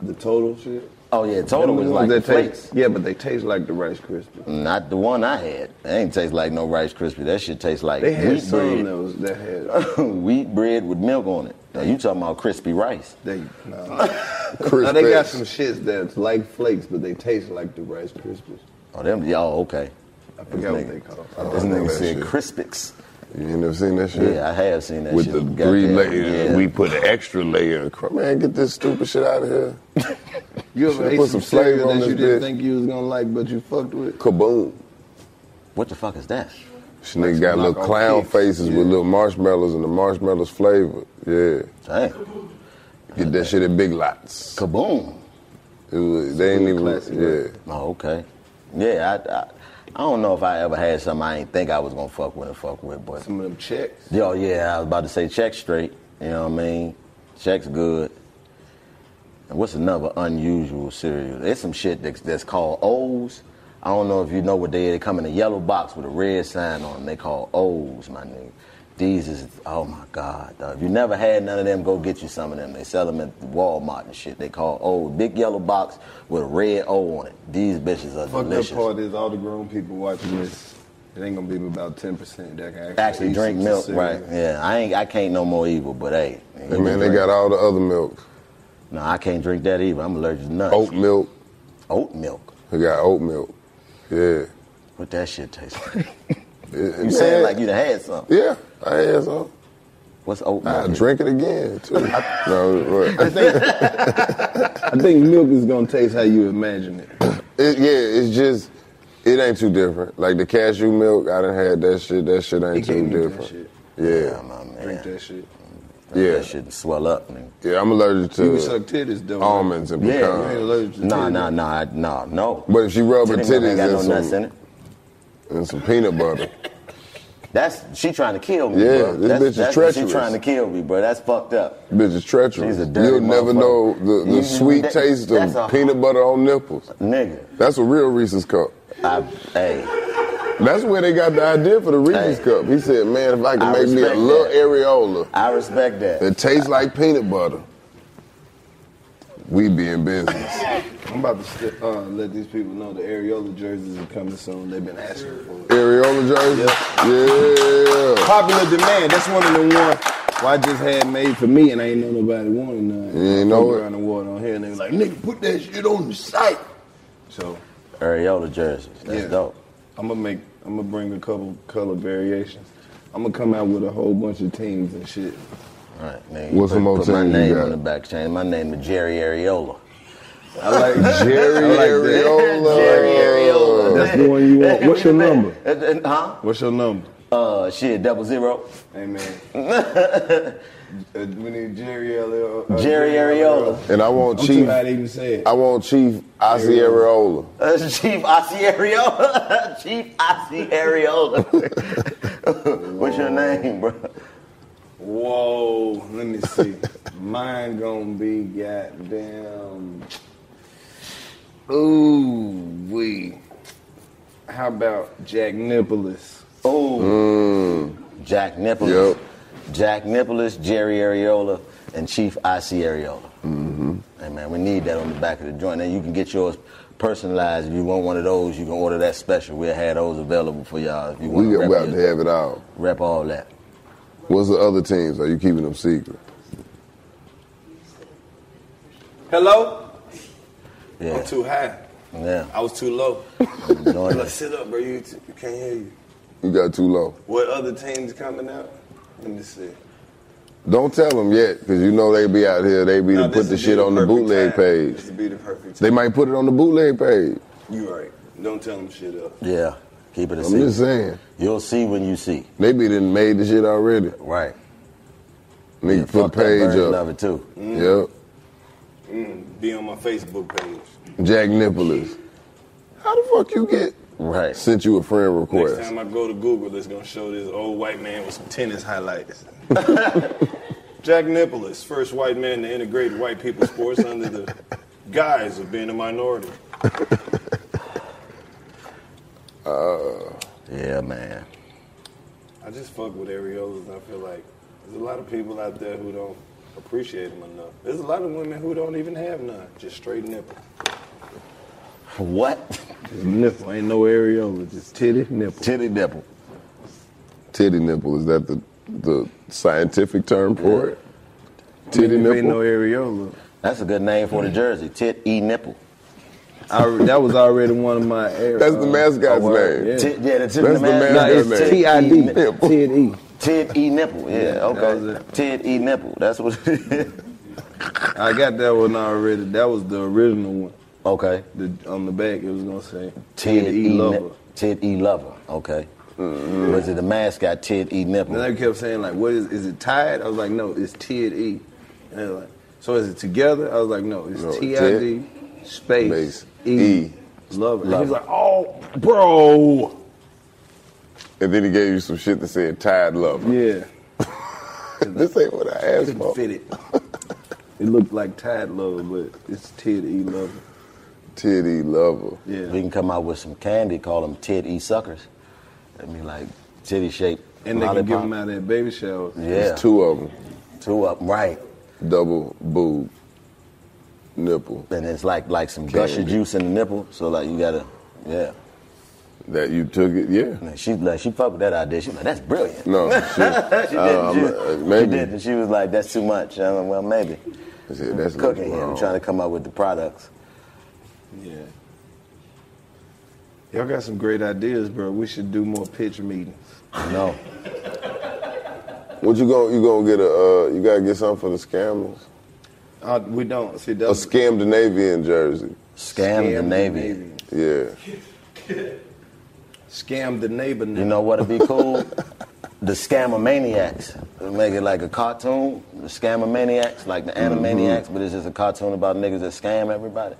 The total shit.
Oh yeah,
Them
total was
ones
like the
that taste-
flakes.
Yeah, but they taste like the Rice Krispies.
Not the one I had. It ain't taste like no Rice Krispie. That shit tastes like
They had
wheat
some
bread.
that was that had
wheat bread with milk on it. Now you talking about crispy rice?
They no. now they got
Crispets.
some shits that's like flakes, but they taste like the Rice Krispies.
Oh them y'all okay.
I forgot what they call.
I don't
This
know
nigga
that
said
shit.
Crispix.
You ain't never seen that shit?
Yeah, I have seen that
With
shit.
the
Goddamn,
three layers,
yeah.
we put an extra layer. of cr- Man, get this stupid shit out of here.
You ever
Should've
ate
put
some
some flavor
cereal
on
that you
this
didn't
bitch.
think you was gonna like, but you fucked with?
Kaboom.
What the fuck is that?
She nigga got little
Knockoff
clown
kicks.
faces with little marshmallows and the marshmallows flavored. Yeah.
Dang.
Get that shit at Big Lots.
Kaboom.
It was, they ain't even.
Classic,
yeah.
right? Oh, okay. Yeah, I, I, I don't know if I ever had something I ain't think I was gonna fuck with and fuck with, but
Some of them checks.
Yo, yeah, I was about to say check straight. You know what I mean? Check's good. And what's another unusual cereal? There's some shit that's, that's called O's. I don't know if you know what they are. They come in a yellow box with a red sign on them. They call O's, my nigga. These is, oh my God, dog. If you never had none of them, go get you some of them. They sell them at Walmart and shit. They call O's. Big yellow box with a red O on it. These bitches are
Fucked
delicious.
up part is all the grown people watching this. It ain't gonna be about ten percent that can actually,
Actually,
eat
drink
some
milk,
cereal.
right? Yeah, I ain't. I can't no more evil, but hey.
Hey, man, they got all the other milk.
No, I can't drink that either. I'm allergic to nuts.
Oat milk.
Oat milk.
They got oat milk. Yeah.
What that shit tastes like?
you
You saying like you done had some?
Yeah, I had some.
What's oat
milk? I drink it again too. no, right.
I think milk is gonna taste how you imagine it.
It, yeah, it's just it ain't too different. Like the cashew milk, I done had that shit. That shit ain't
It gave
too
me that
different.
shit.
Yeah,
Drink that shit.
yeah.
That shit swell up. Nigga.
Yeah, I'm allergic to
You can suck titties though.
almonds and
Yeah, you
pecans.
ain't allergic to
Nah,
titties.
nah, nah, I- nah, no.
But if she rub her
Titty milk ain't
titties
got no
in
nuts
some
in it.
and some peanut butter,
That's she trying to kill me.
Yeah,
bro.
this
that's,
bitch is
that's, She
treacherous.
trying to kill me, bro. That's fucked up.
bitch is treacherous.
She's a dirty
You'll never
motherfucker.
know the, the
You-
sweet
that-
taste
that's a-
of peanut butter on nipples.
Nigga,
that's a real Reese's cup.
I, hey.
That's where they got the idea for the Reese's cup. He said, "Man, if I can
I
make me a
respect
little
that.
areola,
I respect that.
that tastes like peanut butter, we be in business."
I'm about to st- uh, let these people know the areola jerseys are coming soon. They've been asking for it.
Areola jersey? Yeah.
Popular demand. That's one of the ones well, I just had made for me, and I ain't know nobody wanted none.
You ain't know
Fuck
it.
around the world on here, and they was like, "Nigga, put that shit on the site." So
Areola jerseys. That's
yeah.
dope.
I'm gonna make. I'm gonna bring a couple color variations. I'm gonna come out with a whole bunch of teams and shit.
All right, man.
What's
put,
some more
put my
team you
name
got?
on the back chain. My name is Jerry Areola.
I like
Jerry
I like that.
Areola.
Jerry Areola.
That's the one you want. What's your number?
Uh, uh, Huh?
What's your number?
Uh, shit, double zero.
Amen. Uh, we need Jerry Areola.
Jerry Areola.
And I want
I'm too
Chief.
bad I even say it.
I want Chief Ozzy Areola.
Uh, Chief Ossie Areola. Chief Ossie Areola. What's your name, bro?
Whoa, let me see. Mine gonna be goddamn. Ooh, we. How about Jack Nicholas?
Oh,
Mm.
Jack Nicholas.
Yep.
Jack Nicholas, Jerry Areola, and Chief Ossie Areola.
Mm-hmm.
Hey man, we need that on the back of the joint. And you can get yours personalized. If you want one of those, you can order that special. We'll have those available for y'all. If you want
We
to rep,
about
your-
to have it all.
rep all that.
What's the other teams? Are you keeping them secret?
Hello?
Yeah.
I'm too high.
Yeah.
I was too low.
Enjoying
Look,
it.
sit up, bro. You, t- you can't hear you.
You got too low.
What other teams coming out? Let me see.
Don't tell them yet, because you know they be out here. They be
No,
to put
this
the
would be
shit
the
on the
perfect
bootleg
time.
page.
This would be the perfect
They might put it on the bootleg page.
You right. Don't tell them shit up.
Yeah. Keep it a
I'm
secret.
just saying.
You'll see when you see.
They be done made the shit already.
Right.
Nigga,
Yeah,
put
fuck
the
that
page
version
up.
of it, too.
Yep.
Mm, be on my Facebook page.
Jack Nicholas. How the fuck you get?
Right.
Sent you a friend request.
Next time I go to Google, it's gonna show this old white man with some tennis highlights. Jack Nicholas, first white man to integrate white people sports under the guise of being a minority.
Uh, yeah, man.
I just fuck with areolas, and I feel like there's a lot of people out there who don't appreciate them enough. There's a lot of women who don't even have none, just straight nipple.
What?
Nipple ain't no areola, just titty nipple.
Titty nipple.
Titty nipple, is that the, the scientific term for it? Titty
If ain't
nipple?
no areola.
That's a good name for the
Mm.
jersey. Tit E nipple.
I, that was already one of my. Air,
That's the mascot's name.
Yeah.
Tit, yeah, the tip
That's
of the
the
man.
man-
Nah, it's
name.
T I D.
Nipple.
T I D.
Tit E nipple. Yeah,
Yeah, that was
okay.
it.
Tit E nipple. That's what.
I got that one already. That was the original one.
Okay.
The, on the back, it was gonna say
Ted, E.
Lover. Mm-hmm.
Ne- Ted E. Lover. Okay. Was it the mascot Ted E. Nipple?
And they kept saying like, "What is? Is it tied?" I was like, "No, it's T and E." And they were like, "So is it together?" I was like, "No, it's
No,
T I D space, E, love." it. And he was
Lover.
like, "Oh, bro."
And then he gave you some shit that said tied lover.
Yeah.
this ain't what I asked for.
Fit it. It looked like Tide Love, but it's Ted E. Lover.
Ted E. Lover. Yeah. We can come out with some candy, call them Ted E. Suckers. I mean, like titty shaped.
And they can give them out at baby showers.
Yeah.
It's two of them.
Two of them, right.
Double boob nipple.
And it's like like some gusher juice in the nipple, so like you gotta, yeah.
That you took it, yeah.
she like she fucked with that idea. She like that's brilliant.
No, she-
she, didn't,
um,
she,
uh,
she
maybe.
didn't. She was like that's too much. I'm like, well, maybe.
that's
cooking here. I'm
wrong.
trying to come up with the products.
Yeah. Y'all got some great ideas, bro. We should do more pitch meetings.
No.
What you gonna you gonna get a uh, you gotta get something for the scammers?
Uh, we don't. See,
A
that's
scam the Navy in Jersey.
Scam the Navy.
Yeah.
Scam the neighbor.
You know what'd be cool? the Scammer Maniacs. Make it like a cartoon. The Scammer Maniacs, like the
Mm-hmm.
Animaniacs, but it's just a cartoon about niggas that scam everybody.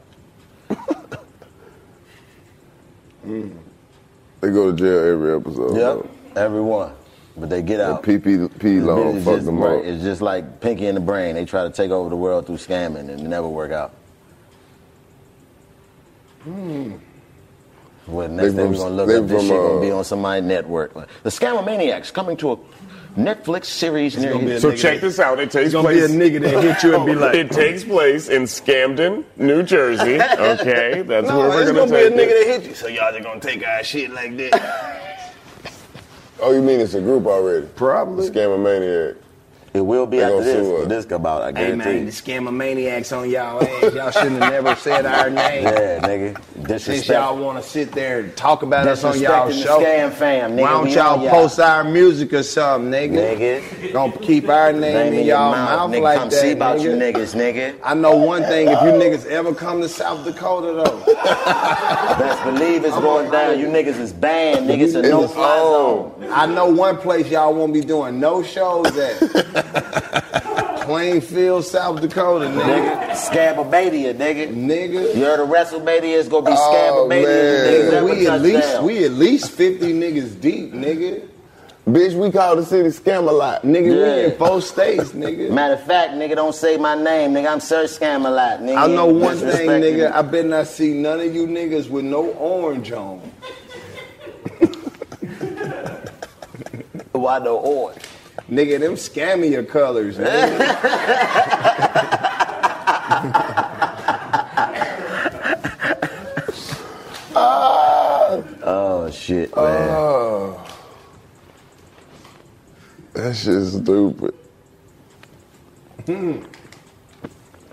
They go to jail every episode.
Yep, everyone. But they get out.
PPP
The
loan,
bitch
fuck
just,
them
right,
up.
It's just like Pinky and the Brain. They try to take over the world through scamming, and it never work out. Well, next
Hmm. They
thing
from-
we're gonna look
they
up, this
from,
shit gonna be
uh,
on somebody's network. Like, the Scammer Maniacs coming to a Netflix series near you.
So check this out. It takes
gonna be
place.
a nigga that hit you and be like-
it takes place in Scamden, New Jersey. Okay, that's
No,
where we're
it's
gonna,
gonna be a
take
nigga
it.
that hit you. So y'all just gonna take our shit like that.
Oh, you mean it's a group already?
Probably.
Scammer maniac.
It will be
They
after
gonna
this.
sue
when
us.
This come out, I
hey
guarantee.
man, the scammer maniacs on y'all ass. Y'all shouldn't have never said our name.
Yeah, nigga.
Since
Disrespect.
y'all want to sit there and talk about us on y'all
Disrespecting the
show,
scam fam, nigga.
why don't
We
y'all
on y'all.
post our music or something, nigga?
Nigga.
Don't keep our name, in,
in your
y'all
mouth,
mouth,
nigga.
like
Come
that,
see about you
nigga.
niggas, nigga.
I know one thing: if you niggas ever come to South Dakota, though,
Best believe it's going down. You niggas is banned. Niggas are
It
no
was-
fly zone.
I know one place y'all won't be doing no shows at. Plainfield, South Dakota, nigga.
Scababadia, nigga.
Nigga.
You heard of WrestleMania? It's gonna be
Oh,
Scababadia.
man.
Niggas ever
We at
touch
least
down.
we at least fifty niggas deep, nigga.
Bitch, we call the city scam a lot.
Nigga, we
Yeah.
in four states, nigga.
Matter of fact, nigga, don't say my name, nigga. I'm Sir Scam a lot, nigga.
I know one thing,
Disrespecting
nigga.
me.
I bet not see none of you niggas with no orange on.
Why no orange?
Nigga, them scammier colors, nigga.
Oh shit, man.
Oh. That shit's stupid.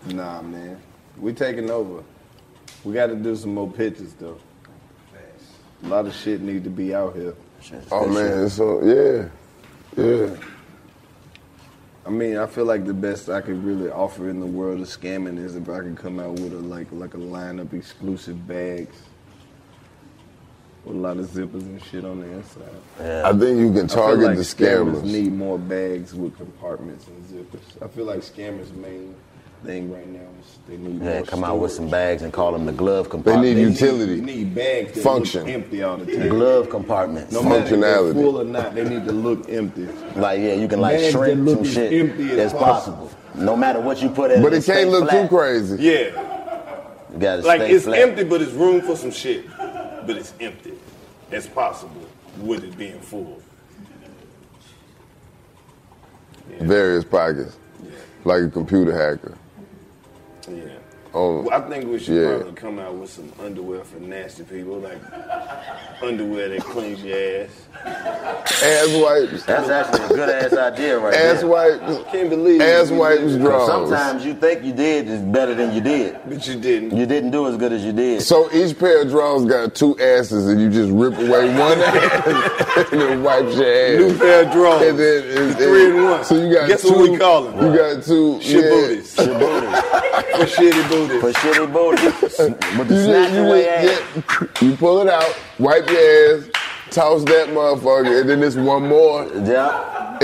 nah, man. We taking over. We got to do some more pictures, though. A lot of shit need to be out here.
Oh man, it's so yeah. Yeah.
I mean, I feel like the best I could really offer in the world of scamming is if I could come out with a like like a line of exclusive bags with a lot of zippers and shit on the inside.
I think you can
I feel
target
like
the scammers.
Need more bags with compartments and zippers. I feel like scammers' main thing right now is they need
Yeah,
more
come out with
storage.
some bags and call them the glove
They
compartment.
need utility.
They need bags that
Function.
look empty all the time.
Glove compartments.
No matter if they're full or not, they need to look empty.
Like yeah, you can like
Bags that
shrink
look
some
as
shit
empty as
possible. No matter what you put in
But it
stay
can't look
flat.
too crazy.
Yeah,
You gotta
like
stay
it's
flat.
empty, but it's room for some shit. But it's empty as possible with it being full.
Various pockets. Like a computer hacker.
Yeah.
Oh,
Well, I think we should
yeah.
probably come out with some underwear for nasty people, like underwear that cleans your ass.
Ass wipes.
That's actually a good ass idea right
Ass
there.
wipes.
Can't believe
Ass
we-
wipes draws.
Sometimes you think you did is better than you did.
But you didn't.
You didn't do as good as you did.
So each pair of drawers got two asses, and you just rip away one ass and then wipe your ass.
New pair of drawers.
And then and-
Three in one.
So you got
Guess
two,
what we call 'em?
You got two
Shit
yeah.
booties. Shit booties. For shitty
booty.
For shitty booty. With the
You
snack
just- you
away
just-
ass.
yeah, you pull it out, wipe your ass, toss that motherfucker, and then it's one more.
Yeah.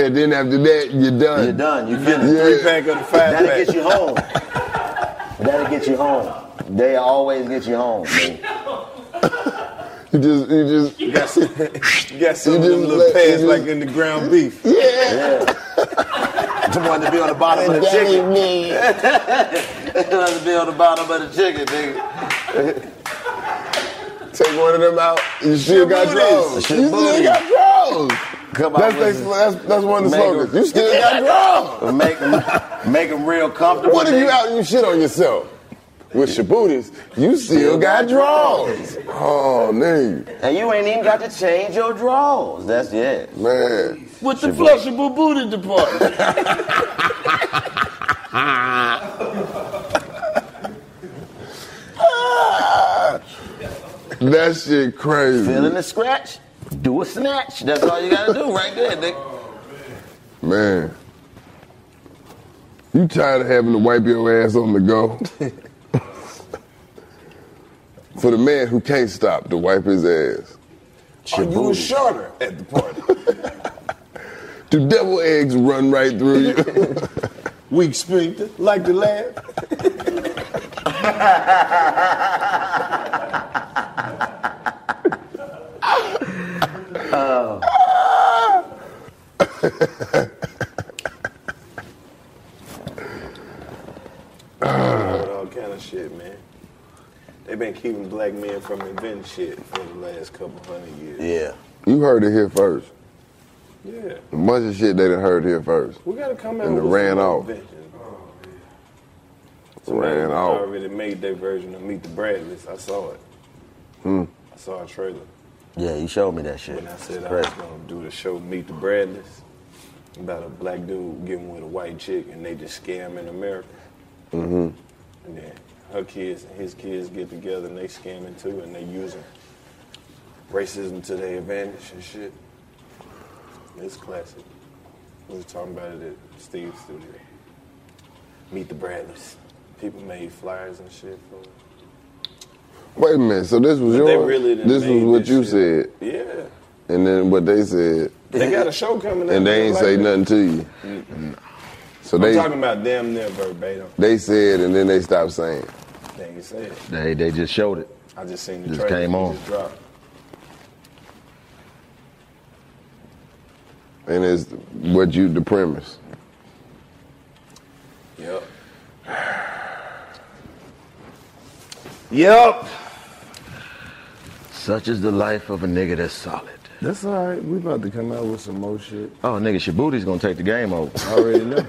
And then after that, you're done. You're
done. You get a three-pack of the five That'll pack. get you home. That'll get you home. They always get you home. Man.
You just, you just,
you got some, you got some
You
of them
just
little
let-
pads
you
like in the ground beef.
Yeah.
The one to be on the bottom of the
Daddy
chicken.
me.
the one to be on the bottom of the chicken, nigga.
Take one of them out. You still
Shit
got
booties.
drugs.
Shit
You still
booties.
got drugs.
Come on,
that's, that's,
listen.
that's, that's one of the
Make 'em-
slogans. You still got drugs.
Make them, make 'em real comfortable.
What if you
nigga.
out and you shit on yourself? With your booties, you still got draws. Oh, nigga.
And you ain't even got to change your drawers. That's it.
Man.
With
the flushable booty department.
That shit crazy.
Feeling the scratch? Do a snatch. That's all you gotta do right there, nigga.
Man. You tired of having to wipe your ass on the go? For the man who can't stop to wipe his ass.
Are you a shorter at the party?
Do devil eggs run right through you?
Weak sphincter, like the laugh.
Oh.
Doing all kind of shit, man. They've been keeping black men from inventing shit for the last couple hundred years.
Yeah.
you heard it here first.
Yeah.
A bunch of shit they done heard here first.
We gotta come out
And
with
it ran
some
off.
inventions.
Ran
I
off.
already made their version of Meet the Bradleys. I saw it.
Hmm.
I saw a trailer.
Yeah, you showed me that shit.
When I said I was
Crazy.
gonna do the show Meet the Bradleys about a black dude getting with a white chick and they just scam in America.
Mm-hmm.
And then her kids and his kids get together and they scamming too and they using racism to their advantage and shit. It's classic. We was talking about it at Steve's studio. Meet the Bradleys. People made flyers and shit for it.
Wait a minute. So this was
But they
your.
really done
this was
made
what
this
you
shit.
said.
Yeah.
And then what they said.
They got a show coming out.
And they ain't
like
say
that.
nothing to you. So
I'm
they
talking about damn near verbatim.
they said and then they stopped saying.
They ain't say it.
They they just showed it.
I just seen the
Just
trailer.
came
It
on.
Just dropped.
And it's what you the premise.
Yep. Yep.
Such is the life of a nigga that's solid.
That's all right. We about to come out with some more shit.
Oh, nigga, your booty's gonna take the game over. I
already know.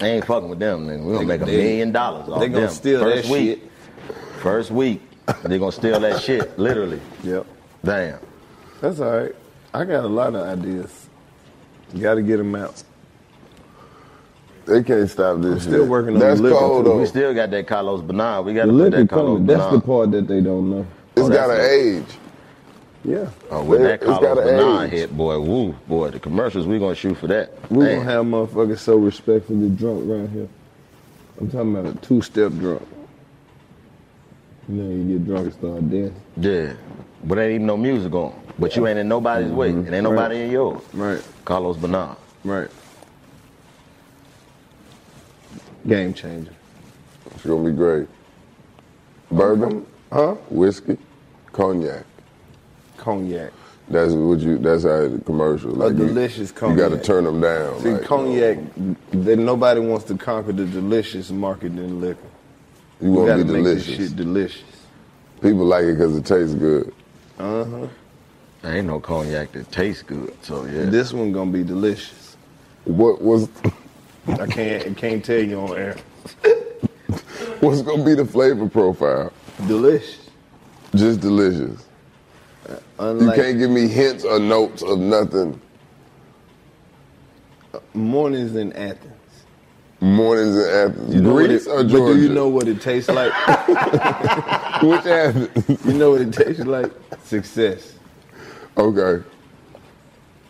I ain't fucking with them, nigga. We're gonna
They-
make a
they-
million dollars off
they gonna
them.
steal
First
that
week. First week. They're gonna steal that shit, literally.
Yep.
Damn.
That's all right. I got a lot of ideas. You got to get them out. They can't stop this. shit. That's cold though.
We still got that Carlos Bernard. We gotta put
Liquor
that Carlos
coming. That's the
Bernard.
part that they don't know.
Oh,
It's
that's
got an
it.
age. Yeah.
Oh, when that
It- it's
Carlos
got an
Bernard
age.
hit, boy, woo, boy, the commercials we gonna shoot for that.
We
Damn.
gonna have motherfuckers so respectfully drunk right here. I'm talking about a two-step drunk. You know, you get drunk and start dancing.
Yeah, but ain't even no music on. But you ain't in nobody's way.
Mm-hmm.
It ain't nobody in yours.
Right.
Carlos Bernard.
Right. Game changer. It's gonna be great. Bourbon, huh? Whiskey, cognac.
Cognac.
That's what you. That's how the commercial. Like you-
delicious
You, got to
cognac.
turn them down.
See,
like,
cognac, then nobody wants to conquer the delicious market in liquor.
You
We
want
gotta
to be
make this
delicious.
shit delicious.
People like it because it tastes good.
Uh huh.
Ain't no cognac that tastes good. So yeah.
This one gonna be delicious.
What was?
I can't. I can't tell you on air.
What's gonna be the flavor profile?
Delicious.
Just delicious.
unlike-
you can't give me hints or notes of nothing.
Mornings in Athens.
Mornings in Athens.
You know what
Greece
it-
or
but
Georgia?
do you know what it tastes like?
Which Athens?
You know what it tastes like? Success.
Okay.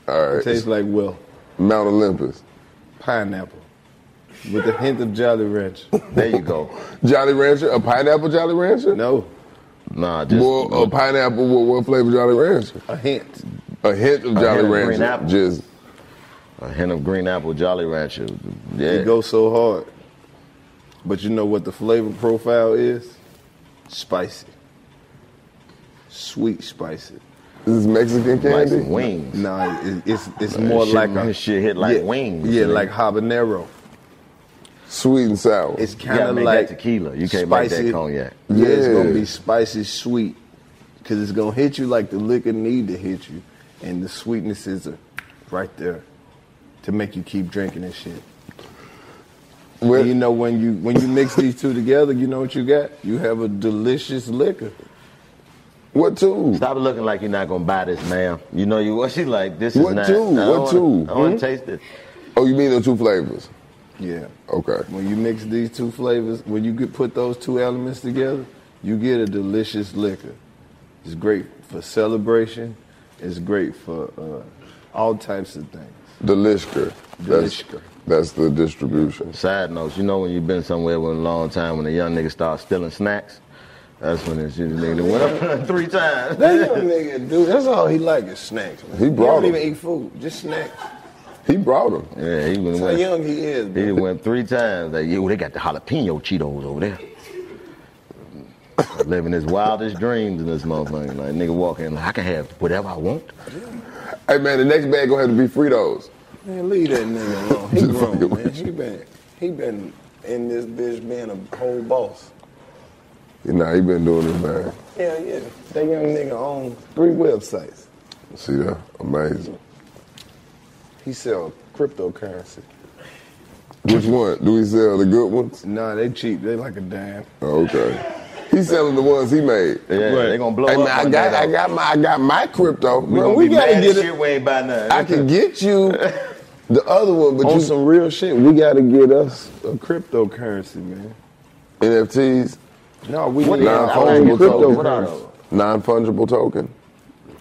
All right.
It tastes like well,
Mount Olympus.
pineapple. With a hint of Jolly Rancher. There you go. Jolly Rancher? A pineapple Jolly Rancher? No. Nah, just. Well, a pineapple with what flavor Jolly Rancher? A hint. A hint of
A
Jolly
hint of green
Rancher.
apple.
Just.
A hint of green apple Jolly Rancher. Yeah.
You go so hard. But you know what the flavor profile is? Spicy. Sweet spicy. This is Mexican
Like
candy?
some wings.
Nah, it- it's it's
Like
more
shit-
like a
this shit hit like
yeah,
wings,
Yeah,
man.
like habanero. Sweet and sour. It's
You gotta
kind of
make that
like
tequila. You can't make that
spicy.
cognac.
Yeah, it's gonna
Yeah.
be spicy sweet, cause it's gonna hit you like the liquor need to hit you, and the sweetness is uh, right there to make you keep drinking and shit. And you know when you when you mix these two together, you know what you got. You have a delicious liquor. What two?
Stop looking like you're not gonna buy this, ma'am. You know you what she like. This is
What
not.
two?
I don't
What
wanna-
two?
I wanna
Hmm?
taste it.
Oh, you mean the two flavors? Yeah. Okay. When you mix these two flavors, when you get put those two elements together, you get a delicious liquor. It's great for celebration. It's great for uh, all types of things.
The Lishker.
That's-
that's the distribution. Side notes, you know when you've been somewhere for a long time when a young nigga starts stealing snacks? That's when it's usually nigga that went up. three times.
That young nigga, dude, that's all he like is snacks. Man.
He brought
He don't
'em.
even eat food, just snacks.
He brought him. Yeah, he went.
That's how
went-
young he is,
He done went three times. Like, yo, they got the jalapeno Cheetos over there. Living his wildest dreams in this motherfucker. Like nigga walking, like, I can have whatever I want.
Hey man, the next bag gonna have to be Fritos. Man, leave that nigga alone. He
Just
grown,
fucking-
man. He been, he been in this bitch being a whole boss.
Nah, he been doing this, man.
Hell yeah. That young nigga own three websites.
See that? Amazing.
He sell cryptocurrency.
Which one? Do we sell the good ones?
Nah, they cheap. They like a dime.
Oh, okay. He's selling the ones he made.
Yeah, they gonna blow
hey,
up
Man, I
on
got,
that,
I got my, I got my crypto.
We
Bro,
gonna
we
be
gotta
mad
get
as
it.
shit. We ain't buy nothing.
I can get you the other one, but
On
you
some
real shit. We gotta get us
A cryptocurrency, man.
NFTs.
No, we
What
need
is- I
our
like
own
crypto.
cryptocurrency.
What are those?
non fungible token,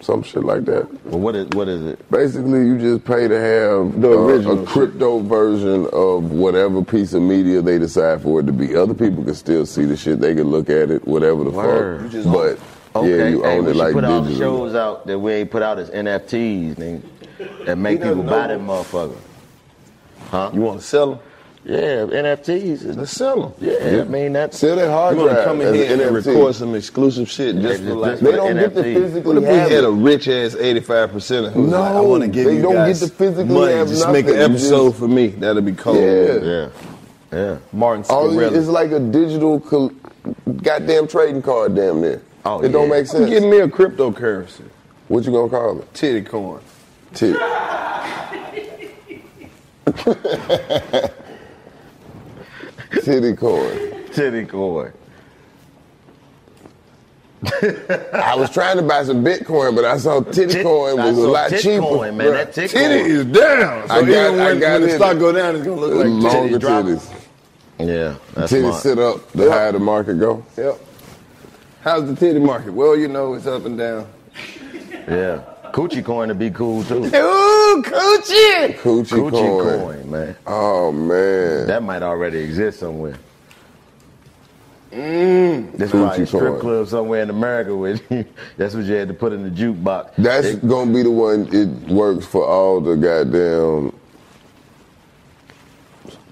some shit like that.
Well, what is what is it?
Basically, you just pay to have
The
uh,
original
a crypto version of whatever piece of media they decide for it to be. Other people can still see the shit; they can look at it, whatever the
Word. You
fuck.
just own
but
Okay,
yeah, you
hey,
own
we
it
should
like
put all the
digital.
shows out that we ain't put out as NFTs nigga, that make
doesn't
people buy
know.
that motherfucker. Huh?
You want to sell them?
Yeah, NFTs.
Let's sell them.
Yeah, I mean that's
Sell that hard
You want to
drive
come
as
in here and
an NFT.
record some exclusive shit
Yeah,
just
just-
for like
just for NFT.
What if we
have
had
it?
a rich ass eighty five percent?
No,
like, I want to give
they
you
don't
guys
get to physically
money.
have
just make an
nothing. You
episode
just-
for me. That'll be cold.
Yeah.
Yeah. Yeah.
Martin
All you-
Scorsese.
it's like a digital, col- goddamn trading card, damn near.
Oh,
it don't
yeah.
make sense.
Give me a cryptocurrency.
What you gonna call it?
Titty corn.
Tip. Titty corn.
Titty corn.
I was trying to buy some Bitcoin, but I saw titty
Tit-
coin
I
was a
saw
lot
tit
cheaper.
coin, man.
bruh.
That tit
Titty
coin.
is down. So
I got-
even
I
when,
got
when the
it.
stock go down, it's gonna look like
Longer
titty drop.
titties.
Yeah. That's
titties
smart.
sit up the higher the market go.
Yep. How's the titty market? Well, you know it's up and down.
Yeah. Coochie coin to be cool too.
Ooh, coochie.
Coochie,
Coochie
coin.
coin. man.
Oh man.
That might already exist somewhere.
Mm.
There's probably a strip club somewhere in America where that's what you had to put in the jukebox.
That's
They-
gonna be the one. It works for all the goddamn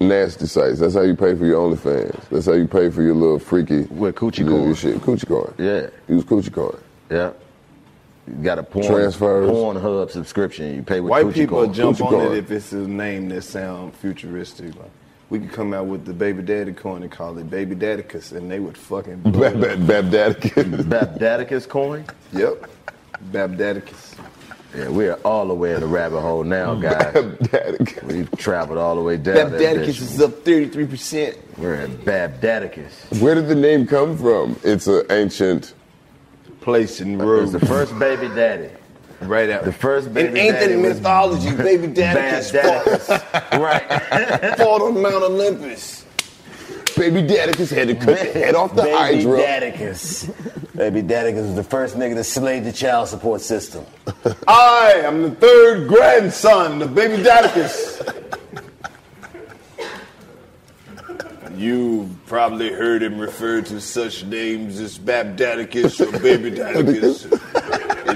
nasty sites. That's how you pay for your OnlyFans. That's how you pay for your little freaky
with coochie
little
coin.
shit. Coochie coin.
Yeah.
Use coochie coin.
Yeah. You got a porn
Transfers.
Pornhub subscription. You pay with
White
coochie
people
coin.
jump
Coochie
on
coin.
it if it's a name that sound futuristic. Like, we could come out with the baby daddy coin and call it baby dadicus, and they would fucking. blow it up.
Babdadicus.
Babdadicus coin?
Yep, babdadicus.
Yeah, we are all the way in the rabbit hole now, guys.
Babdadicus.
We've traveled all the way down. that
Babdadicus
bitch.
is up thirty three percent.
We're at Babdadicus.
Where did the name come from? It's an ancient.
Place in
It's
Rome,
the first baby daddy.
right out.
The first baby
in
daddy.
ancient
was
mythology, baby dadicus fought,
Babdadicus. right.
fought on Mount Olympus.
Baby Dadicus had to cut the head off the
baby
hydra.
Dadicus. Baby Dadicus was the first nigga that slayed the child support system.
I am the third grandson of baby dadicus. You've probably heard him referred to such names as Babdaticus or Babydacus.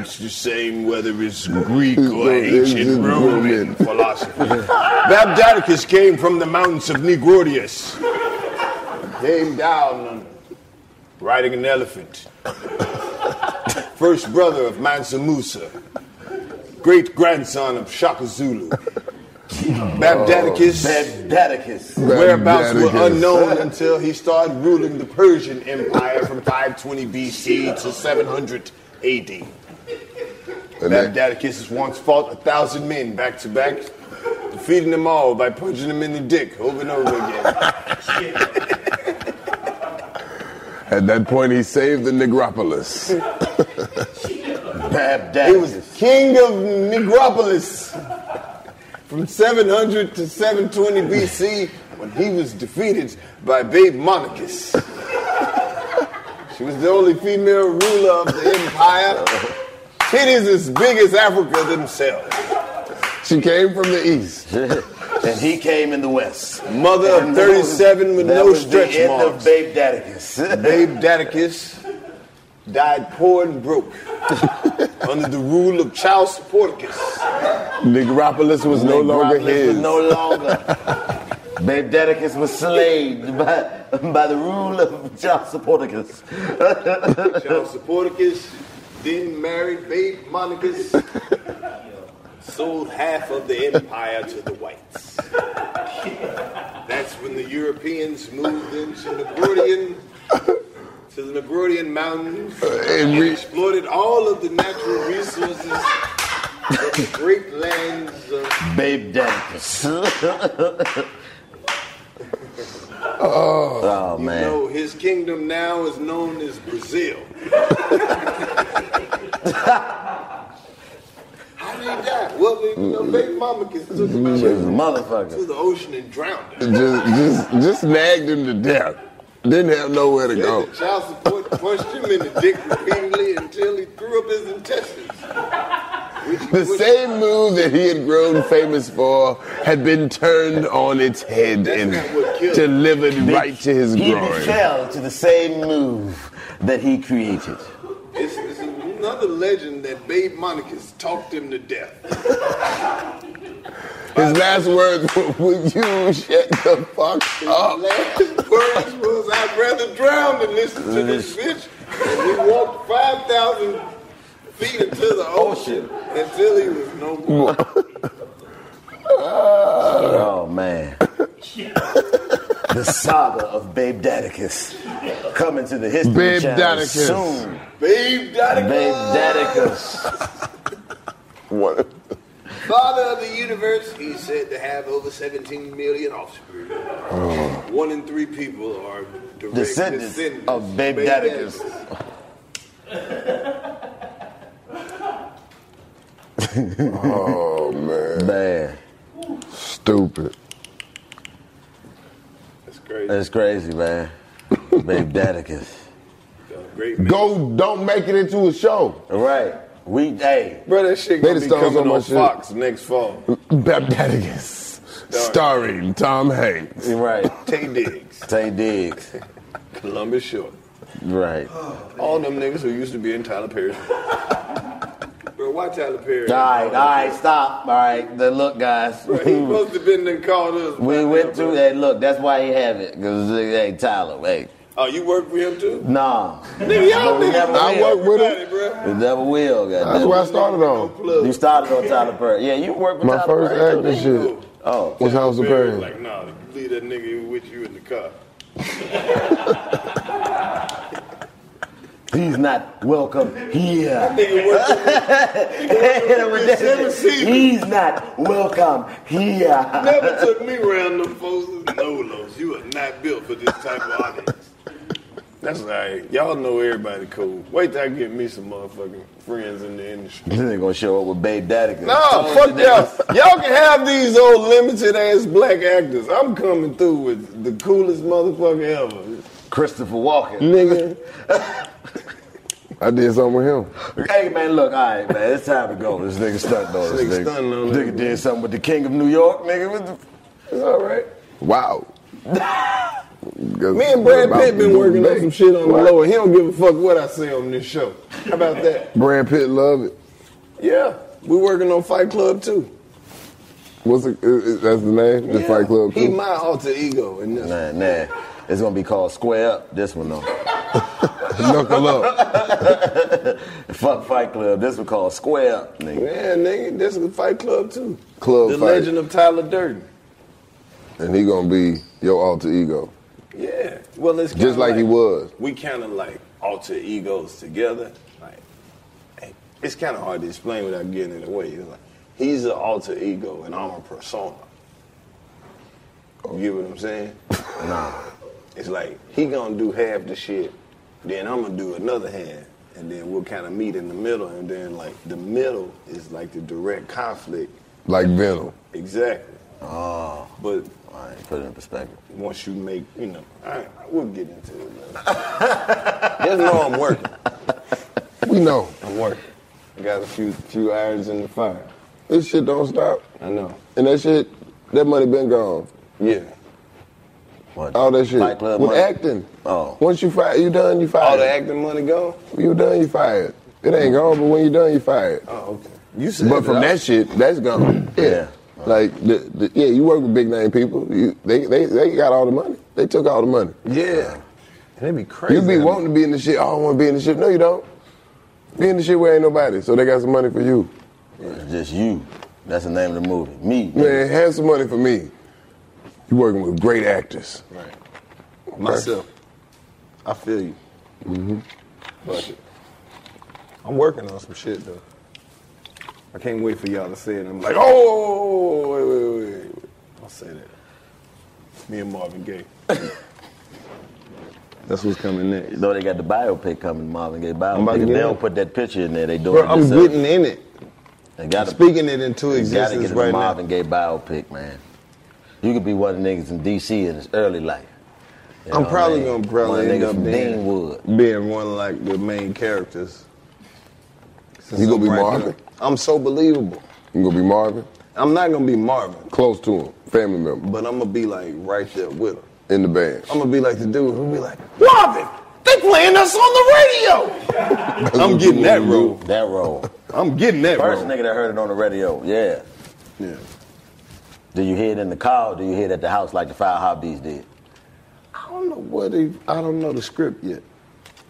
it's the same whether it's Greek or ancient Roman philosophy. Babdaticus came from the mountains of Negrodius. Came down on- riding an elephant. First brother of Mansa Musa. Great grandson of Shaka Zulu. Babdaticus.
Oh,
Babdaticus.
Whereabouts were
Babdaticus.
unknown until he started ruling the Persian Empire from 520 BC to 700 AD. Babdaticus once fought a thousand men back to back, defeating them all by punching them in the dick over and over again.
At that point, he saved the Negropolis.
He was king of Negropolis from 700 to 720 BC when he was defeated by Babe Monarchus. She was the only female ruler of the empire. Titties as big as Africa themselves.
She came from the east.
and he came in the west.
Mother of
And that
37 with
that
no
was
stretch
the end
marks.
of Babe Dadicus.
Babe Dadicus died poor and broke under the rule of Charles Porticus.
Negropolis was no longer his.
No longer. Babe Dedicus was slain by, by the rule of John Supporticus.
Charles Supporticus then married Babe Monicus, sold half of the empire to the whites. That's when the Europeans moved into Negrodian, to the Negrodian mountains, and,
and we-
exploited all of the natural resources of the great lands of
Babe Dedicus. oh, Oh, man.
No, his kingdom now is known as Brazil. How did he die? Well, you know, Baby Mama took him out
She's a
to,
motherfucker.
to the ocean and drowned him.
just, just, just nagged him to death. Didn't have nowhere to go.
The child support punched him in the dick repeatedly until he threw up his intestines.
The same move that he had grown famous for had been turned on its head and delivered right to his
He
groin.
fell to the same move that he created.
It's, it's another legend that Babe Monicus talked him to death.
His last words were, "Will you shut the fuck up?"
Last words was, I'd rather drown than listen to this bitch. And he walked 5,000 feet into the ocean until he was no more.
Oh man. the saga of Babe Dadicus coming to the history
Babe
channel
Dadicus.
soon.
Babe Dadicus.
Babe Dadicus.
What?
Father of the universe, he's said to have over 17 million offspring. One in three people are direct
Oh. Descendants
descendants,
of Babe Dadicus.
Oh man,
man,
stupid.
That's crazy.
That's crazy, man. Babe Dadicus.
Go, don't make it into a show.
All right, we hey,
Bro, that shit
They
gonna be
done stole so
coming on
much shit.
Fox next fall.
Babdaticus, starring Tom Hanks.
Right.
Tay Diggs,
Tay Diggs.
Columbus Short.
Right.
All them niggas who used to be in Tyler Perry. Bro, why Tyler Perry?
All right, all right, stop. All right, then look, guys.
Bro, he must have been done called us.
we went through that. Look, that's why he have it. Cause hey, Tyler, hey,
Oh, you work for him too?
nah.
Nigga, y'all
We
niggas.
never
I
will.
work with him.
We never will. goddamn
That's
it.
where I started on.
You started on Tyler Perry. Yeah, you work with
My
Tyler
first
Perry.
acting shit
Oh,
was House of
Perry was
Pain.
Like, nah, leave that nigga with you in the car.
he's not welcome here.
Nigga worked for
he's not welcome here.
Never took me around them folks with no lows. You are not built for this type of audience. That's all right. Y'all know everybody cool. Wait till I get me some motherfucking friends in the industry.
This ain't gonna show up with Babe Daddy.
No, fuck y'all. Y'all can have these old limited ass black actors. I'm coming through with the coolest motherfucker ever.
Christopher Walken.
Nigga, I did something with him.
Hey man, look, all right, man, it's time to go. This nigga stunting on this
This
nigga.
nigga stunting on
nigga did something with the King of New York, nigga. What the?
It's all right.
Wow.
Me and Brad Pitt been working on some shit on the
Right.
low, and he don't give a fuck what I say on this show. How about that?
Brad Pitt love it.
Yeah, we working on Fight Club too.
What's it, is- is- that's the name? The Fight Club.
He
too?
my alter ego in this.
Nah, nah. It's gonna be called Square Up. This one though.
Knuckle
up. Fuck Fight Club. This one called Square Up, nigga.
Yeah, nigga, this is Fight Club too.
Club
the
Fight.
Legend of Tyler Durden.
and he gonna be your alter ego,
Yeah, well, it's
just
kinda
like, he was.
We kind of like alter egos together. Like, hey, it's kind of hard to explain without getting in the way. It's like, he's an alter ego, and I'm a persona. You get what I'm saying? nah. It's like he gonna do half the shit, then I'm gonna do another half, and then we'll kind of meet in the middle, and then like the middle is like the direct conflict.
Like Venom.
Exactly. Oh. But I ain't put it in perspective. Once you make, you know, I, I will get into it. later. Just know I'm working.
We know.
I'm working. I got a few few irons in the fire.
This shit don't stop.
I know.
And that shit, that money been gone.
Yeah.
All that shit.
Fight Club
With
money?
acting. Oh. Once you fire, you done, you fired.
All the acting money gone?
You done, you fired. It ain't gone, but when you done, you fired.
Oh, okay.
You said But from that shit, that's gone. Yeah. Like, the, the, yeah, you work with big name people. You, they, they, they got all the money. They took all the money.
Yeah. They be crazy.
You be wanting to be in the shit. Oh, I want to be in the shit. No, you don't. Be in the shit where ain't nobody. So they got some money for you.
It's just you. That's the name of the movie. Me.
Man, have some money for me. You working with great actors.
Right. Myself. I feel you.
hmm
Fuck it. I'm working on some shit though. I can't wait for y'all to see it. I'm like, oh, wait, wait, wait, wait. I'll say that. Me and Marvin Gaye. That's what's coming next.
You know they got the biopic coming, Marvin Gaye
I'm about to
biopic. If
get
they
in.
don't put that picture in there, they doing
Bro,
it
I'm
themselves.
getting in it.
They gotta,
Speaking it into
they gotta
existence
get
right
the
now.
Marvin Gaye biopic, man. You could be one of the niggas in D.C. in his early life. You
I'm
know what I
probably
mean?
gonna
One
probably
of the
end
niggas
up
from
being,
Deanwood.
being one of like the main characters. Since
You gonna
I'm
be
ramping
Marvin?
up. I'm so believable.
You gonna be Marvin?
I'm not gonna be Marvin,
Close to him, family member
but I'm gonna be like right there with him.
in the band.
I'm gonna be like the dude who be like,
Marvin, they playing us on the radio.
I'm getting that role.
That role.
I'm getting that
First
role.
nigga that heard it on the radio, yeah.
Yeah.
Do you hear it in the car or do you hear it at the house like the Five Hobbies did?
I don't know what they, I don't know the script yet,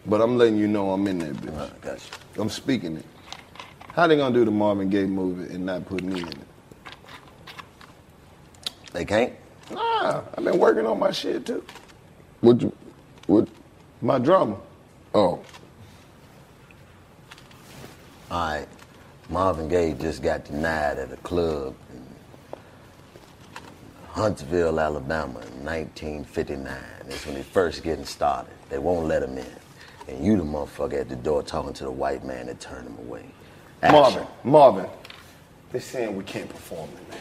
but I'm letting you know I'm in that bitch. I'm speaking it. How they gonna do the Marvin Gaye movie and not put me in it?
They can't.
Nah, I've been working on my shit too.
What you, what?
My drama.
Oh.
All right. Marvin Gaye just got denied at a club in Huntsville, Alabama in 1959. That's when he first getting started. They won't let him in. And you the motherfucker at the door talking to the white man that turned him away.
Marvin, Marvin, they're saying we can't perform tonight, man.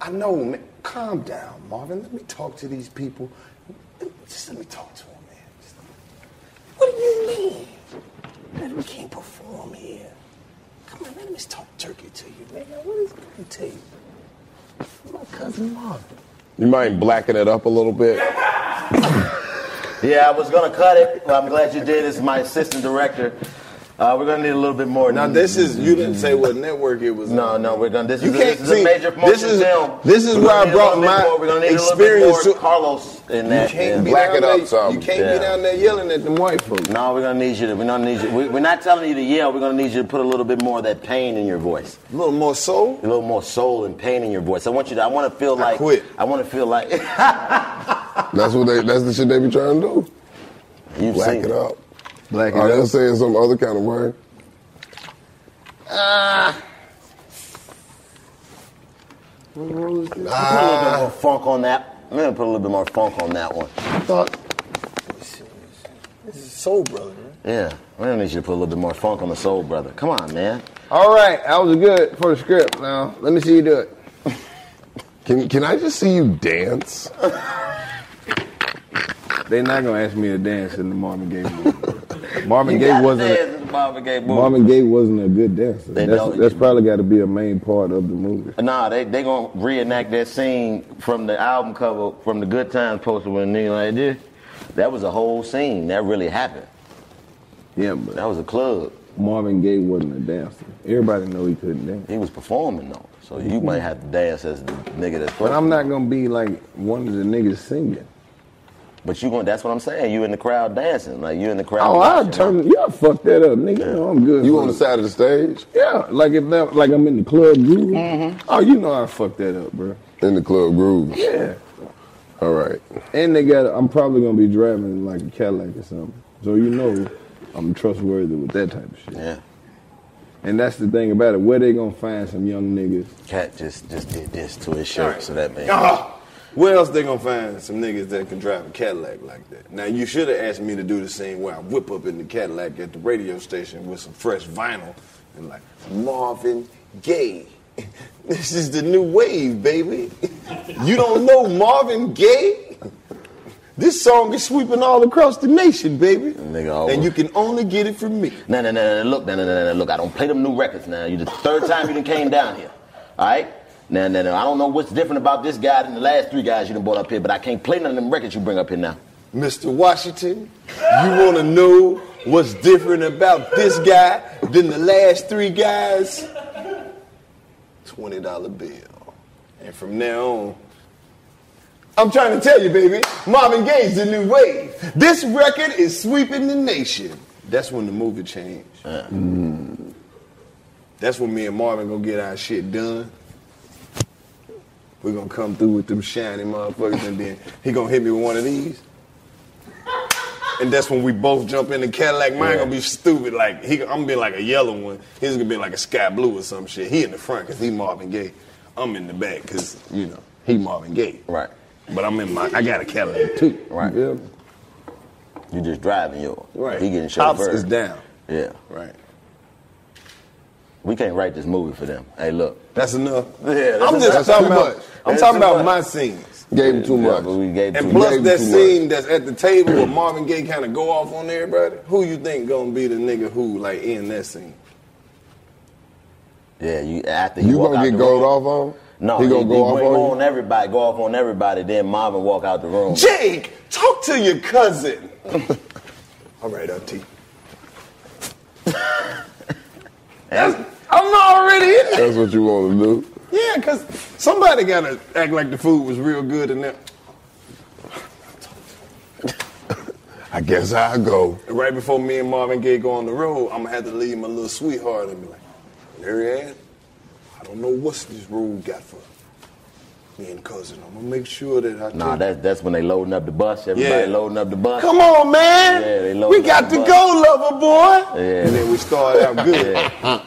I know, man. Calm down, Marvin. Let me talk to these people. Just let me talk to them, man. Just- What do you mean? Man, we can't perform here. Come on, let me talk turkey to you, man. What is going to you? My cousin Marvin.
You mind blacking it up a little bit?
Yeah, I was gonna cut it, but I'm glad you did. This is my assistant director. Uh, we're gonna need a little bit more.
Now this is you didn't say what network it was.
No, no, we're gonna. This
You
is,
can't
this is a
see,
major promotion
this is-
film.
this is
We're
where
gonna
I
need a
brought
little bit
my
more. We're gonna need a little bit
experience
more
to-
Carlos in that.
You can't
yeah.
be down there, You can't be down there yelling at them white folks.
No, we're gonna need you to. We're gonna need you. We, we're not telling you to yell. We're gonna need you to put a little bit more of that pain in your voice.
A little more soul.
A little more soul and pain in your voice. I want you to. I want to feel like.
quit.
I want to feel like.
That's what they. That's the shit they be trying to do.
You
Black
seen
it
it.
up.
Black
it up. saying some other kind of word.
Ah.
Ah.
Put a little
Ah.
bit more funk on that. I'm gonna put a little bit more funk on that one.
This is soul, brother.
Yeah, we're gonna need you to put a little bit more funk on the soul, brother. Come on, man.
All right, that was good for the script. Now let me see you do it.
Can Can I just see you dance?
They're not gonna ask me to dance in the Marvin Gaye movie. Marvin Gaye wasn't.
Marvin Gaye movie.
Marvin Gaye wasn't a good dancer.
They
That's,
don't-
that's probably got to be a main part of the movie.
Nah, they they gonna reenact that scene from the album cover from the Good Times poster when Neil like this. That was a whole scene that really happened.
Yeah, but
that was a club.
Marvin Gaye wasn't a dancer. Everybody know he couldn't dance.
He was performing though, so you might have to dance as the nigga that's.
But I'm not gonna be like one of the niggas singing.
But you going? That's what I'm saying. You in the crowd dancing, like you in the crowd.
Oh, I
watching.
turn. Yeah, I fuck that up, nigga. You know I'm good.
You
for
on the
it.
side of the stage?
Yeah, like if that, like I'm in the club groove. Oh, you know I fuck that up, bro.
In the club groove.
Yeah.
All right.
And they got. I'm probably gonna be driving like a Cadillac or something. So you know, I'm trustworthy with that type of shit.
Yeah.
And that's the thing about it. Where they gonna find some young niggas?
Cat just just did this to his shirt, so that man.
Where else they gonna find some niggas that can drive a Cadillac like that? Now you should have asked me to do the scene where I whip up in the Cadillac at the radio station with some fresh vinyl and like Marvin Gaye. This is the new wave, baby. You don't know Marvin Gaye? This song is sweeping all across the nation, baby.
Nigga, always.
And you can only get it from me.
No, no, no, no, look, no, no, no, no, look, I don't play them new records now. You the third time you done came down here. All right? Now, now, now, I don't know what's different about this guy than the last three guys you done brought up here, but I can't play none of them records you bring up here now.
Mr. Washington, you want to know what's different about this guy than the last three guys? $20 bill. And from now on, I'm trying to tell you, baby, Marvin Gaye's the new wave. This record is sweeping the nation. That's when the movie changed.
Uh,
Mm. That's when me and Marvin gonna get our shit done. We're gonna come through with them shiny motherfuckers, and then he gonna hit me with one of these. And that's when we both jump in the Cadillac. Mine gonna be stupid. Like he, I'm gonna be like a yellow one. His gonna be like a sky blue or some shit. He in the front cause he Marvin Gaye. I'm in the back cause you know he Marvin Gaye.
Right.
But I'm in my. I got a Cadillac too.
Right.
Yeah.
You just driving yours.
Right.
He getting
Ops
chauffeured.
is down.
Yeah.
Right.
We can't write this movie for them. Hey, look.
That's enough.
Yeah, that's
I'm just
enough. That's
talking
too much.
about. I'm
That's
talking
too
about
much.
my scenes.
Gave him too much. we gave
And
too
plus
much.
that scene that's at the table where Marvin Gaye kind of go off on everybody. Who you think gonna be the nigga who like in that scene?
Yeah, you after he
You
walk
gonna
out
get
the
gold
room.
off on?
No,
He
he
gonna
he
go off
went
on you?
everybody, go off on everybody. Then Marvin walk out the room.
Jake, talk to your cousin. All right, Auntie. I'm already in there.
That's what you want to do.
Yeah, because somebody got to act like the food was real good in there.
I guess I'll go.
Right before me and Marvin Gaye go on the road, I'm going to have to leave my little sweetheart and be like, Mary Ann, I don't know what's this road got for me and cousin. I'm going to make sure that I
Nah,
take-
that's that's when they loading up the bus. Everybody
Yeah.
loading up the bus.
Come on, man.
Yeah, they
we
loading
got
up
to
the bus.
go, lover boy.
Yeah.
And then we start out good.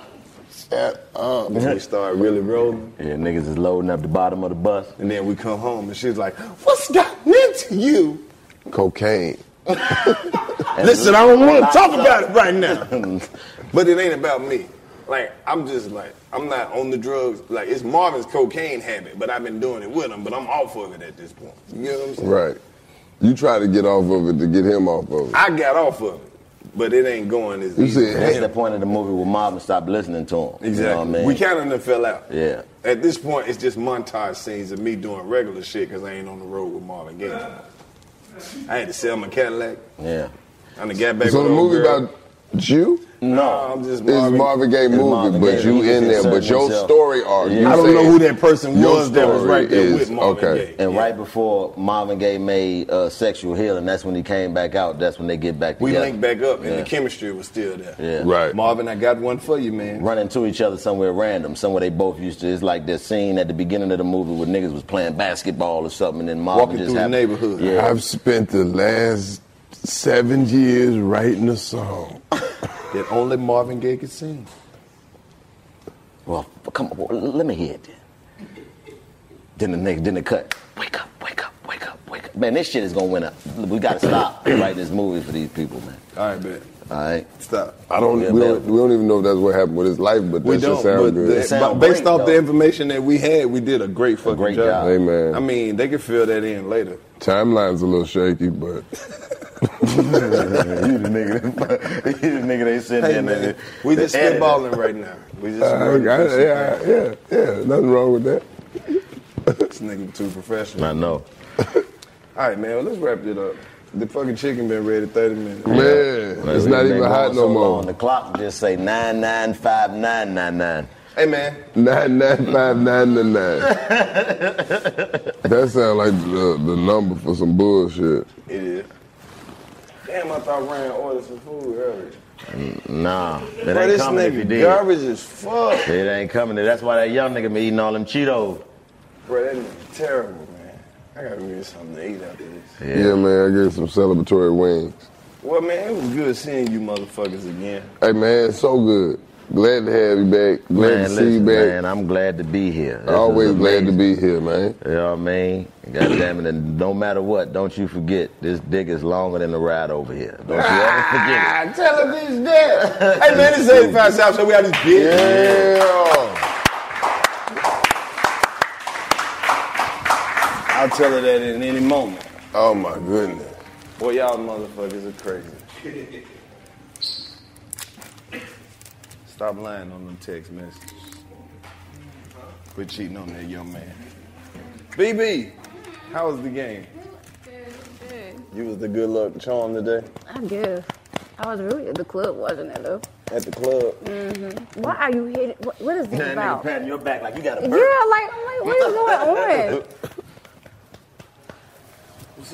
Shut
up. Then we start really rolling.
Yeah, niggas is loading up the bottom of the bus.
And then we come home and she's like, What's gotten into you?
Cocaine.
Listen, I don't want to talk about it right now. but it ain't about me. Like, I'm just like, I'm not on the drugs. Like, it's Marvin's cocaine habit, but I've been doing it with him, but I'm off of it at this point. You know what I'm saying?
Right. You try to get off of it to get him off of it.
I got off of it, but it ain't going as
You
easy.
said,
That's the point of the movie where Marvin stopped listening to him. You know what I
Exactly.
mean?
We kind of done fell out.
Yeah.
At this point, it's just montage scenes of me doing regular shit because I ain't on the road with Marvin Gaye. I had to sell my Cadillac.
Yeah.
I done got back
so
with
the
old
movie
girl.
about you?
No, I'm just
It's
Marvin.
Marvin Gaye
It's
movie,
Marvin
but
Gaye.
you
He
in
just
there. But
inserted
your
himself.
story arc. you
I don't know
saying
who that person
your
was that was
story
right there
is-
with Marvin
okay.
Gaye.
And right before Marvin Gaye made uh, Sexual Healing, that's when he came back out. That's when they get back
We
together.
linked back up, and
Yeah.
the chemistry was still there.
Yeah.
Right.
Marvin, I got one for you, man.
Running to each other somewhere random, somewhere they both used to. It's like that scene at the beginning of the movie where niggas was playing basketball or something, and then Marvin
Walking
just
through the
happened-
neighborhood.
Yeah.
I've spent the last seven years writing a song.
That only Marvin Gaye could sing.
Well, f- come on, well, let me hear it then. Then the nigga, then the cut. Wake up, wake up, wake up, wake up. Man, this shit is gonna win up. We gotta stop writing this movie for these people, man.
All right, man.
All right.
Stop.
I don't.
Yeah,
we,
man.
don't we don't even know if that's what happened with his life, but
We
that shit
don't,
sound
but,
good.
the- but based off the information that we had, we did a great fucking
great job. Hey, man.
I mean, they could fill that in later.
Timeline's a little shaky, but you the nigga. that- You the nigga they said
Hey,
that.
man,
nigga.
we
The
just
editor.
spitballing right now. We just
Uh,
really
I-
just-
yeah,
Yeah, yeah, nothing wrong with that.
This nigga too professional.
I know.
All right, man. Well, let's wrap it up. The fucking chicken been ready 30 minutes.
Yeah. Like, they going so long, The clock just say nine nine five nine nine nine.
Hey man,
Nine nine five nine nine nine. that sound like the, the number for some bullshit.
It is. Damn, I thought Ryan ordered some food earlier.
Nah, it
Bro,
ain't
this
coming if you
nigga
did.
garbage as fuck.
It ain't coming. That's why that young nigga been eating all them Cheetos.
Bro, that nigga terrible, man. I gotta get something to eat after this.
Yeah, man, I get some celebratory wings.
Well, man, it was good seeing you motherfuckers again.
Hey man, it's so good. Glad to have you back. Glad to
Man,
see you
listen,
back.
man, I'm glad to be here. This is
Always glad to
amazing.
be here, man.
You know what I mean? God damn it. And no matter what, don't you forget, this dick is longer than the ride over here. Don't you ever forget it.
Ah, tell him he's dead. hey, man, this is 85 South, so we out this bitch.
Yeah.
I'll tell her that in any moment.
Oh, my goodness.
Boy, y'all motherfuckers are crazy. Stop lying on them text messages. Quit cheating on that young man. BB, how was the game? You was the good luck charm today
I guess. I was really at the club, wasn't it, though?
at the club.
Mm-hmm. Why are you hitting? What, what is this
That nigga
about?
patting your back like you got
Yeah,
a
like, I'm
burp.
like, what is going on?
What's